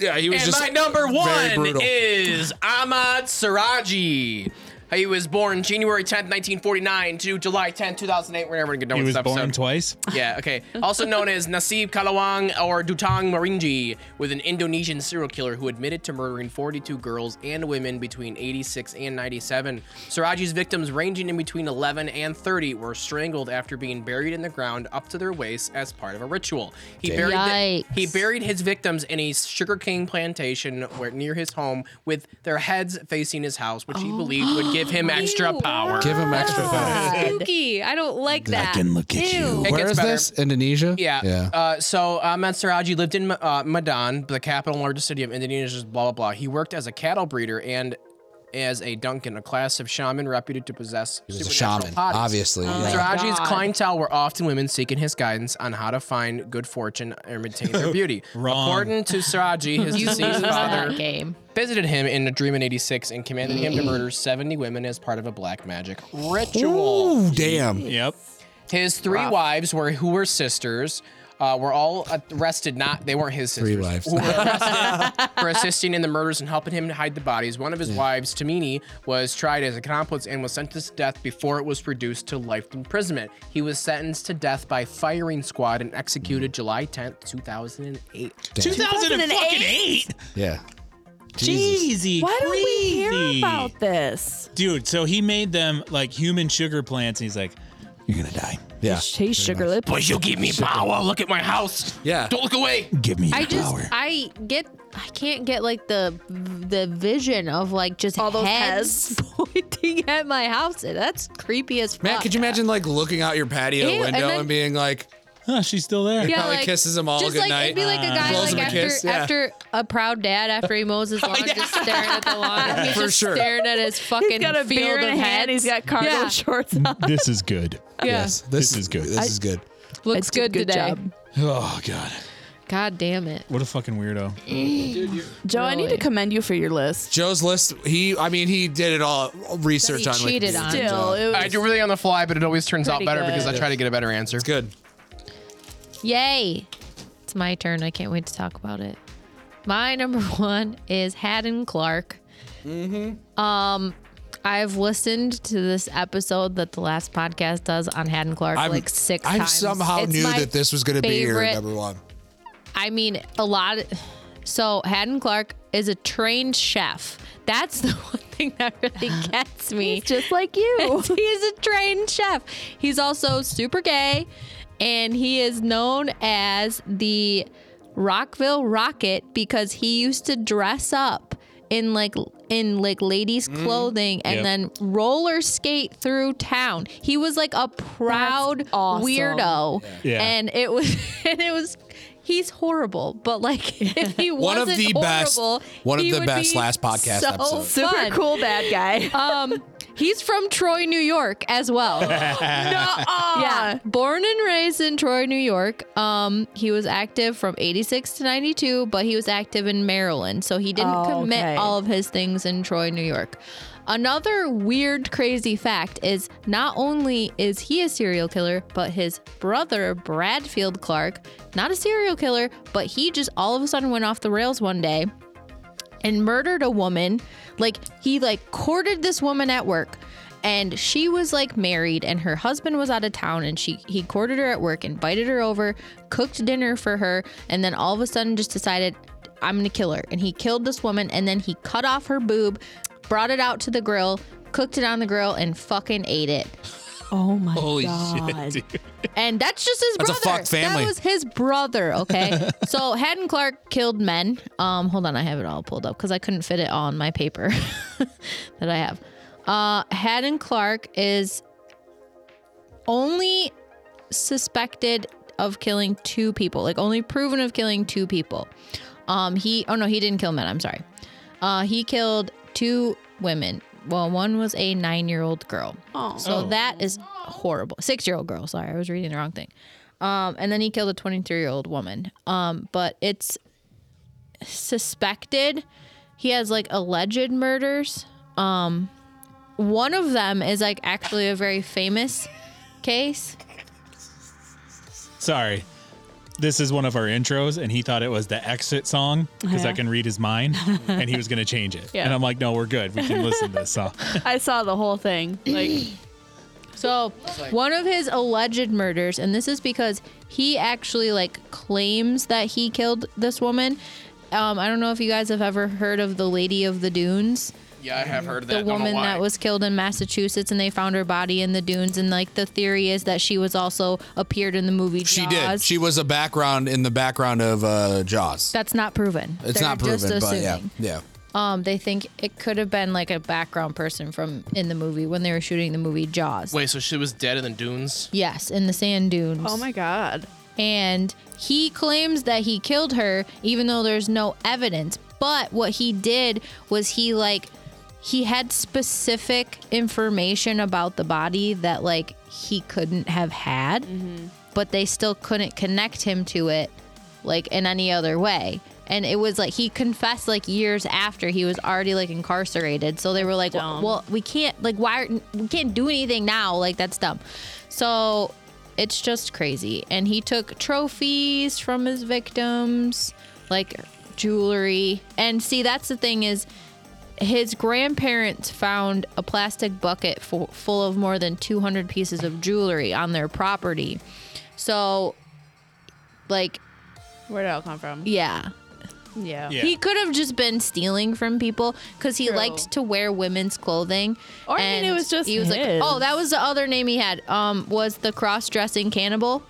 S2: Yeah, he was
S4: And
S2: just
S4: my number
S2: very
S4: one
S2: brutal.
S4: is Ahmad Siraji. He was born January 10th, 1949 to July 10th, 2008. We're never going to know
S1: He
S4: what
S1: was
S4: this episode.
S1: born twice.
S4: <laughs> Yeah, okay. Also known as Nasib Kalawang or Dutang Marinji, with an Indonesian serial killer who admitted to murdering 42 girls and women between 86 and 97. Siraji's victims, ranging in between 11 and 30, were strangled after being buried in the ground up to their waists as part of a ritual. He buried the-
S5: Yikes.
S4: he buried his victims in a sugarcane plantation where near his home with their heads facing his house, which he believed would give him extra power.
S2: give him extra power.
S5: Spooky. I don't like that.
S1: look at you.
S4: It
S2: Where
S4: gets
S2: is
S4: better.
S2: this? Indonesia?
S4: Yeah.
S2: Yeah.
S4: Uh, so Ahmed Siraji lived in uh, Medan, the capital and largest city of Indonesia's blah, blah, blah. He worked as a cattle breeder and as a Duncan, a class of shaman reputed to possess
S2: He was a
S4: supernatural
S2: shaman,
S4: bodies.
S2: obviously.
S5: Um, Oh
S2: yeah.
S4: Siraji's
S3: God.
S4: clientele were often women seeking his guidance on how to find good fortune or maintain their
S2: <laughs>
S4: beauty.
S1: Wrong.
S4: According to Siraji, his deceased
S5: <laughs>
S4: father
S5: That game.
S4: visited him in a dream in 86 and commanded him to murder 70 women as part of a black magic ritual.
S2: Ooh, damn.
S1: Yep.
S4: His three wives were who were sisters. Uh, were all arrested. Not they weren't his sisters.
S2: Three wives.
S4: Who were <laughs> arrested for assisting in the murders and helping him hide the bodies. One of his wives, Tamini, was tried as an accomplice and was sentenced to death before it was reduced to life imprisonment. He was sentenced to death by firing squad and executed July 10th, 2008.
S1: 2008.
S2: Yeah.
S1: Jeezy,
S3: Why don't we hear
S1: crazy.
S3: about this?
S1: Dude, so he made them like human sugar plants, and he's like, "You're gonna die.
S2: Yeah.
S3: Hey, Sugar Lip.
S4: But you give me power. Look at my house.
S2: Yeah.
S4: Don't look away.
S1: Give me your
S5: I just
S1: power."
S5: I get I can't get like the the vision of like just all
S3: those
S5: heads,
S3: <laughs>
S5: pointing <laughs> at my house. That's creepy as fuck.
S2: Man, could you imagine like looking out your patio
S5: Ew, and
S2: window and,
S5: then-
S2: being like,
S1: Huh, she's still there.
S5: Yeah,
S2: probably kisses them all
S5: just
S2: good
S5: like,
S2: night.
S5: It'd be like a guy
S2: Blows
S5: like
S2: him a
S5: after
S2: kiss, yeah. Oh,
S5: after a proud dad after he
S2: <laughs>
S5: mows his lawn, just staring at the lawn. He's
S2: For
S5: just
S2: sure.
S5: staring at his fucking
S3: He's got a
S5: field
S3: beer in
S5: of
S3: a hand. He's
S5: heads.
S3: got cargo
S5: Yeah.
S3: shorts
S2: <laughs>
S3: on.
S1: <laughs> This is good.
S5: Yeah.
S2: Yes, this, is good. This is good.
S5: Looks
S3: did a
S5: good,
S3: good
S5: today.
S3: job.
S1: Oh god,
S5: God damn it.
S1: what a fucking weirdo.
S3: Joe, I need to
S5: Really?
S3: commend you for your list.
S2: Joe's list. He, I mean, he did it all research
S5: He
S2: on.
S5: cheated
S2: Wikipedia.
S5: on.
S3: Still, it was
S4: I do really on the fly, but it always turns out
S3: Pretty
S4: better because I
S3: good.
S4: try to get a better answer.
S2: It's good.
S5: Yay. It's my turn. I can't wait to talk about it. <laughs> My number one is Haddon Clark. Mm-hmm. Um, I've listened to this episode that the last podcast does on Haddon Clark
S2: I'm-
S5: like six
S2: I
S5: times.
S2: somehow
S5: It's
S2: knew
S5: my
S2: that this was going to be your
S5: favorite-
S2: number one.
S5: I mean, a lot. Of, so Haddon Clark is a trained chef. That's <laughs> the one thing that
S2: <gasps>
S5: really gets me.
S3: He's just like <laughs>
S5: <laughs>
S3: you.
S5: He's a trained chef. He's also super gay, and he is known as the Rockville Rocket because he used to dress up in like in like ladies'
S2: Mm,
S5: clothing and
S1: Yep.
S5: then roller skate through town. He was like a proud
S3: awesome.
S5: weirdo,
S1: Yeah.
S5: and it was <laughs> and it was. He's horrible, but like <laughs> if he
S2: One of
S5: wasn't
S2: the best-
S5: horrible,
S2: one of
S5: he
S2: the
S5: would
S2: best
S5: be
S2: last podcast
S5: so
S2: episodes.
S5: Fun.
S3: Super cool bad guy. <laughs>
S5: Um, he's from Troy, New York, as well.
S3: Ah.
S5: yeah, born and raised in Troy, New York. Um, he was active from '86 to '92, but he was active in Maryland, so he didn't
S3: Oh,
S5: commit
S3: okay.
S5: all of his things in Troy, New York. Another weird, crazy fact is not only is he a serial killer, but his brother Bradfield Clark, not a serial killer, but he just all of a sudden went off the rails one day and murdered a woman. Like he like courted this woman at work and she was like married and her husband was out of town and she he courted her at work, invited her over, cooked dinner for her and then all of a sudden just decided I'm going to kill her. And he killed this woman and then he cut off her boob, brought it out to the grill, cooked it on the grill and fucking ate it.
S3: Oh my
S1: Holy
S3: god.
S1: shit, dude.
S5: And that's just his
S2: That's a
S5: brother.
S2: fucked family.
S5: That was his brother,
S2: <laughs>
S5: okay? so Haddon Clark killed men. Um, hold on, I have it all pulled up because I couldn't fit it all in my paper <laughs> that I have. Uh Haddon Clark is only suspected of killing two people, like only proven of killing two people. Um, he oh no, he didn't kill men. I'm sorry. Uh, he killed two women. Well, one was a nine-year-old girl. Oh. So that is horrible. Six-year-old girl. Sorry, I was reading the wrong thing. Um, and then he killed a 23-year-old woman. Um, but it's suspected. He has like alleged murders. Um, one of them is like actually a very famous case.
S1: Sorry. This is one of our intros, and he thought it was the exit song because I
S3: Yeah.
S1: can read his mind, and he was going to change it.
S3: <laughs> Yeah.
S1: And I'm like, no, we're good. We can listen to this song. <laughs>
S3: I saw the whole thing. Like
S5: So one of his alleged murders, and this is because he actually like claims that he killed this woman. Um, I don't know if you guys have ever heard of the Lady of the Dunes,
S4: Yeah, I have heard of
S5: the
S4: that. Don't know
S5: woman
S4: why.
S5: that was killed in Massachusetts, and they found her body in the dunes. And like the theory is that she was also appeared in the movie.
S2: She did.
S5: Jaws.
S2: She was a background in the background of uh, Jaws.
S5: That's not proven.
S2: It's
S5: They're
S2: not proven,
S5: just
S2: but yeah,
S5: assuming.
S2: yeah.
S5: Um, they think it could have been like a background person from in the movie when they were shooting the movie Jaws.
S4: Wait, so she was dead in the dunes?
S5: Yes, in the sand dunes.
S6: Oh my god.
S5: and he claims that he killed her even though there's no evidence but what he did was he like he had specific information about the body that like he couldn't have had but they still couldn't connect him to it like in any other way and it was like he confessed like years after he was already like incarcerated so they were like well, well we can't like why are- we can't do anything now like that's dumb so it's just crazy and he took trophies from his victims like jewelry and see that's the thing is his grandparents found a plastic bucket full, full of more than 200 pieces of jewelry on their property. So, like,
S3: <clears throat> where did it all come from?
S5: yeah.
S3: Yeah.
S1: Yeah.
S5: He could have just been stealing from people because he
S3: True.
S5: liked to wear women's clothing.
S3: Or, I mean, it
S5: and
S3: was just
S5: he was like,
S3: his.
S5: oh, that was the other name he had. Um, was the
S3: <gasps>
S5: cross-dressing cannibal.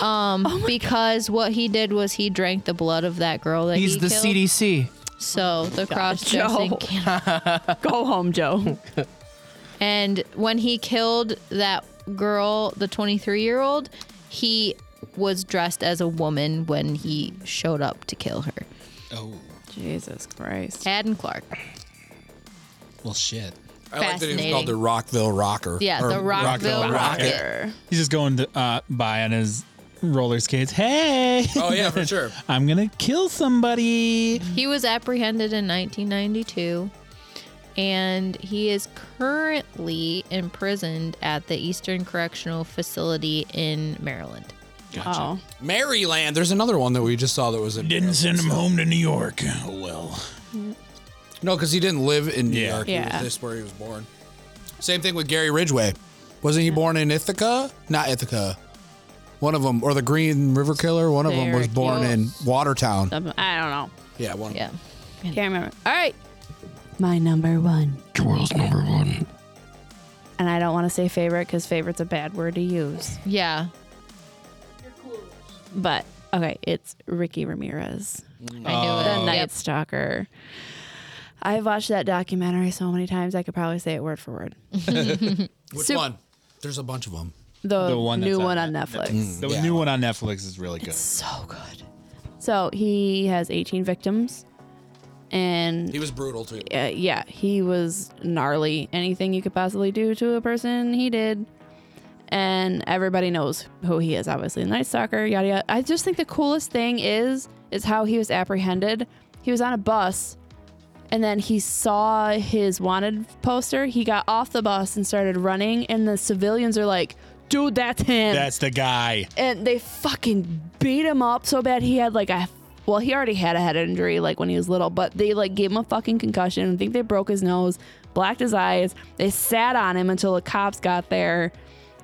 S3: Oh
S5: Um, because what he did was he drank the blood of that girl that he killed.
S4: CDC.
S5: So the cross-dressing
S3: Joe.
S5: cannibal.
S3: <laughs> Go home, Joe.
S5: And when he killed that girl, the 23 year old, he was dressed as a woman when he showed up to kill her.
S3: <laughs> Jesus Christ.
S5: Haddon Clark.
S1: Well, shit.
S2: I like that it was
S5: Fascinating.
S2: called the Rockville Rocker.
S5: Yeah,
S2: Or
S5: the Rockville, Rocket.
S1: He's just going to, uh, by on his roller skates. <laughs> Hey,
S2: <laughs> Oh yeah, for sure.
S1: I'm going to kill somebody.
S5: He was apprehended in 1992 and he is currently imprisoned at the Eastern Correctional Facility in Maryland.
S3: Oh.
S2: Maryland. There's another one that we just saw that was in.
S1: Didn't send him home to New York. Oh, well.
S2: No, because he didn't live in New
S1: Yeah.
S2: York. He
S3: Yeah.
S2: was this where he was born. Same thing with Gary Ridgway. Wasn't
S5: Mm-hmm.
S2: he born in Ithaca? Not Ithaca. One of them, or the Green River Killer. One of them was born in Watertown.
S3: Something- Um, I don't know.
S2: Yeah, one.
S5: Yeah.
S3: Can't remember. All right. My number one.
S7: Twirl's number one.
S3: And I don't want to say favorite because favorite's a bad word to use.
S5: Yeah.
S3: But okay, it's Ricky Ramirez.
S5: I
S2: Oh.
S5: knew it.
S3: The Night
S5: Yep.
S3: Stalker. I've watched that documentary so many times I could probably say it word for word.
S2: Which
S3: Sup-
S2: one? There's a bunch of them.
S3: The,
S1: The one
S3: new
S1: that's
S3: one on
S1: on
S3: Netflix.
S1: The
S2: Yeah.
S1: new one on Netflix is really good.
S3: So good. So he has 18 victims, and
S2: He was brutal too.
S3: uh, yeah, he was gnarly. Anything you could possibly do to a person, he did. And everybody knows who he is, obviously. the Night Stalker, yada yada. I just think the coolest thing is is how he was apprehended. He was on a bus, and then he saw his wanted poster. He got off the bus and started running, and the civilians are like, "Dude, that's him."
S1: That's the guy.
S3: and they fucking beat him up so bad he had like a well he already had a head injury like when he was little but they like gave him a fucking concussion i think they broke his nose blacked his eyes they sat on him until the cops got there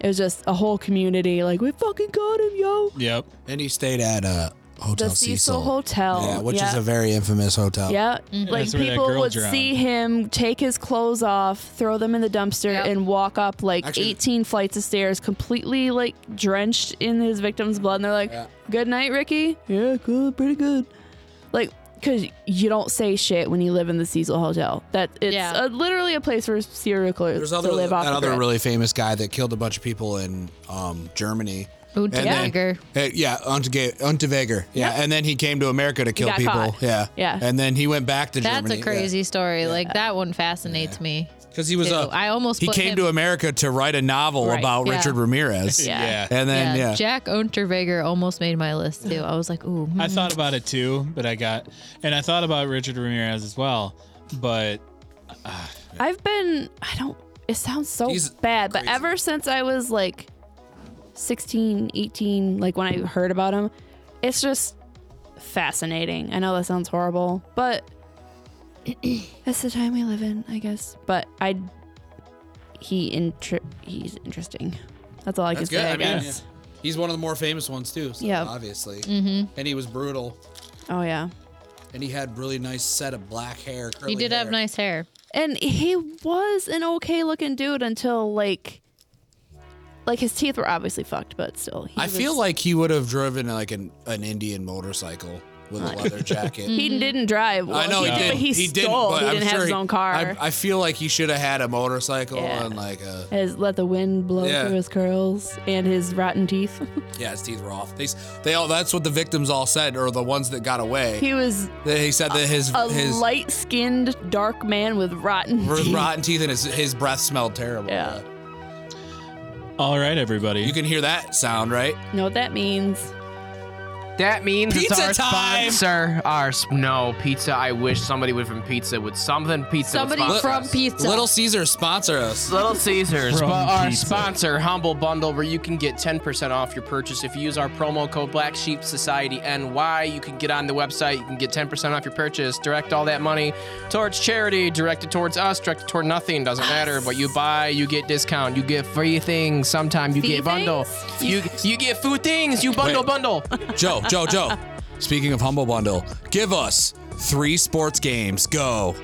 S3: it was just a whole community like we fucking got him yo
S1: Yep.
S2: And he stayed at uh,
S3: the
S2: Hotel
S3: cecil, hotel
S2: Yeah, which
S3: yeah.
S2: is a very infamous hotel.
S3: yeah, like
S5: Mm-hmm.
S1: That's where that
S3: people
S1: girl
S3: would
S1: drowned.
S3: see him take his clothes off, throw them in the dumpster,
S5: Yep.
S3: and walk up like
S2: Actually-
S3: 18 flights of stairs, completely like drenched in his victim's blood. And they're like,
S2: Yeah.
S3: "Good night, Ricky." Yeah, good, pretty good. Like, cause you don't say shit when you live in the Cecil Hotel. That it's
S5: Yeah.
S3: a, literally a place for serial killers
S2: There's
S3: to
S2: other
S3: live
S2: that
S3: off. the
S2: other
S3: grid.
S2: really famous guy that killed a bunch of people in um, Germany.
S5: Uta
S2: And then-
S5: Jaeger.
S2: Hey, yeah, Unterge- Unterweger. Yeah, and then he came to America to kill
S3: got
S2: people.
S3: caught.
S2: Yeah,
S3: Yeah.
S2: and then he went back to
S5: That's
S2: Germany.
S5: a crazy story. Like that one fascinates me.
S2: because he was
S5: Ew,
S2: a.
S5: I almost
S2: he
S5: put
S2: came
S5: him-
S2: to America to write a novel
S3: Right,
S2: about
S5: yeah.
S2: Richard Ramirez.
S1: Yeah.
S2: and then yeah,
S5: Jack Unterweger almost made my list too. I was like, ooh, hmm.
S1: I thought about it too, but I got, and I thought about Richard Ramirez as well, but
S3: I've been I don't it sounds so
S2: He's
S3: bad, but
S2: crazy.
S3: ever since I was like 16, 18, like when I heard about him, it's just fascinating. I know that sounds horrible, but <clears throat> that's the time we live in, I guess. But I he intri- he's interesting. That's all I
S2: That's
S3: can say,
S2: good.
S3: I,
S2: I mean,
S3: guess.
S2: he's one of the more famous ones too. So
S3: Yeah.
S2: obviously,
S3: Mm-hmm.
S2: and he was brutal,
S3: Oh yeah.
S2: and he had really nice set of black hair.
S5: he did have nice hair.
S3: And he was an okay looking dude until like like his teeth were obviously fucked, but still. He
S2: I
S3: was-
S2: feel like he would have driven like an, an Indian motorcycle with a leather jacket.
S3: <laughs> He didn't drive. Well,
S2: I know he,
S3: did,
S2: did.
S3: but he, stole.
S2: Didn't, but
S3: he
S2: I'm
S3: didn't
S2: sure
S3: have his
S2: he-
S3: own car.
S2: I, I feel like he should have had a motorcycle
S3: Yeah.
S2: and like a
S3: His- let the wind blow
S2: Yeah.
S3: through his curls and his rotten teeth.
S2: yeah. His teeth were off. They s- they all that's what the victims all said, or the ones that got away.
S3: <laughs> he was
S2: They he said that his
S3: a
S2: his
S3: light-skinned, dark man with rotten
S2: r-
S3: teeth.
S2: rotten teeth and his his breath smelled terrible.
S3: Yeah.
S1: all right, everybody.
S2: you can hear that sound, right?
S3: Know what that means?
S4: That means it's
S2: Pizza
S4: our
S2: time!
S4: sponsor. Our s- no pizza. I wish somebody would from pizza with something pizza. would
S5: Somebody
S4: sponsor
S5: from
S4: us.
S5: Pizza.
S2: Little Caesar sponsor us.
S4: Little Caesars,
S1: From
S4: but our
S1: pizza.
S4: sponsor, Humble Bundle, where you can get 10% off your purchase. If you use our promo code Black Sheep Society NY, you can get on the website, you can get 10% off your purchase, direct all that money towards charity, directed towards us, directed toward nothing, doesn't matter. But you buy, you get discount, you get free things, sometime you
S3: Fee
S4: get bundle. You you get food things, you bundle
S2: Wait.
S4: <laughs> bundle.
S2: Joe, Joe, Joe. Speaking of humble bundle, give us three sports games. Go.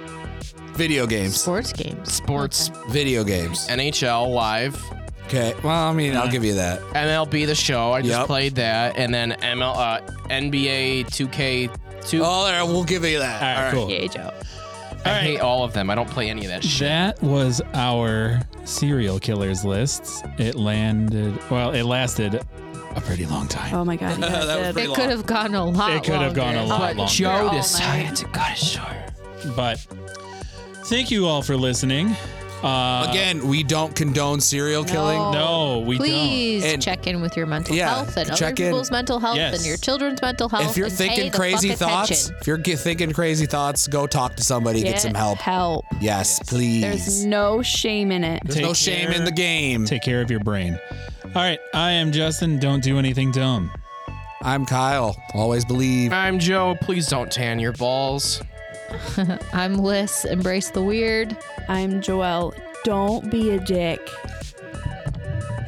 S2: Video games.
S5: Sports games.
S4: Sports
S2: Video games.
S4: NHL live.
S2: Okay. Well, I mean, I'll give you that.
S4: MLB the show. I just
S2: Yep.
S4: played that, and then ML uh, NBA 2K2.
S2: Oh, there, we'll give you that.
S1: all right, cool.
S3: Yeah, Joe.
S4: I hate all of them. I don't play any of that shit.
S1: That was our serial killers lists. It landed, well, it lasted a pretty long time.
S3: Oh my god. Yeah,
S2: <laughs> That was
S3: it
S2: pretty
S3: did.
S5: It could <laughs> have gone a lot.
S1: It could have gone a
S5: longer.
S1: lot longer.
S4: Joe
S3: all
S4: decided
S3: mine.
S4: to cut it short.
S1: But thank you all for listening. Uh,
S2: Again, we don't condone serial killing.
S1: no, we
S5: Please
S2: And-
S5: check in with your mental
S2: Yeah,
S5: health and other
S2: check in.
S5: people's mental health
S1: Yes.
S5: and your children's mental health.
S2: If you're
S5: and pay
S2: thinking
S5: the
S2: crazy
S5: fuck
S2: thoughts,
S5: attention.
S2: if you're ge- thinking crazy thoughts, go talk to somebody, get, some help.
S3: Help.
S2: Yes,
S3: There's
S2: please.
S3: no shame in it.
S1: Take
S2: There's no shame
S1: care.
S2: in the game.
S1: don't. Take care of your brain. All right, I am Justin. Don't do anything dumb.
S2: I'm Kyle. Always believe.
S4: I'm Joe. Please don't tan your balls.
S5: I'm Liz. Embrace the weird.
S3: I'm Joelle.
S6: Don't be a dick.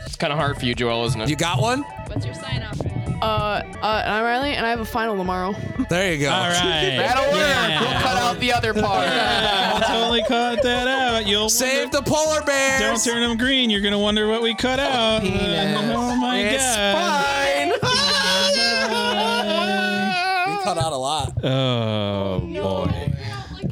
S4: It's kind of hard for you, Joel, isn't it?
S2: You got one?
S5: What's your sign off?
S6: Uh, uh, I'm Riley, and I have a final tomorrow.
S2: There you go.
S1: All right.
S4: That'll work.
S1: Yeah.
S4: We'll cut out the other <laughs> part.
S1: Yeah, we totally cut that out. You'll
S2: Save
S1: wonder-
S2: the polar bears.
S1: Don't turn them green. You're gonna wonder what we cut out.
S4: Penis.
S1: Oh my
S4: it's
S1: god.
S4: fine.
S2: We cut out a lot.
S1: <laughs> Oh boy.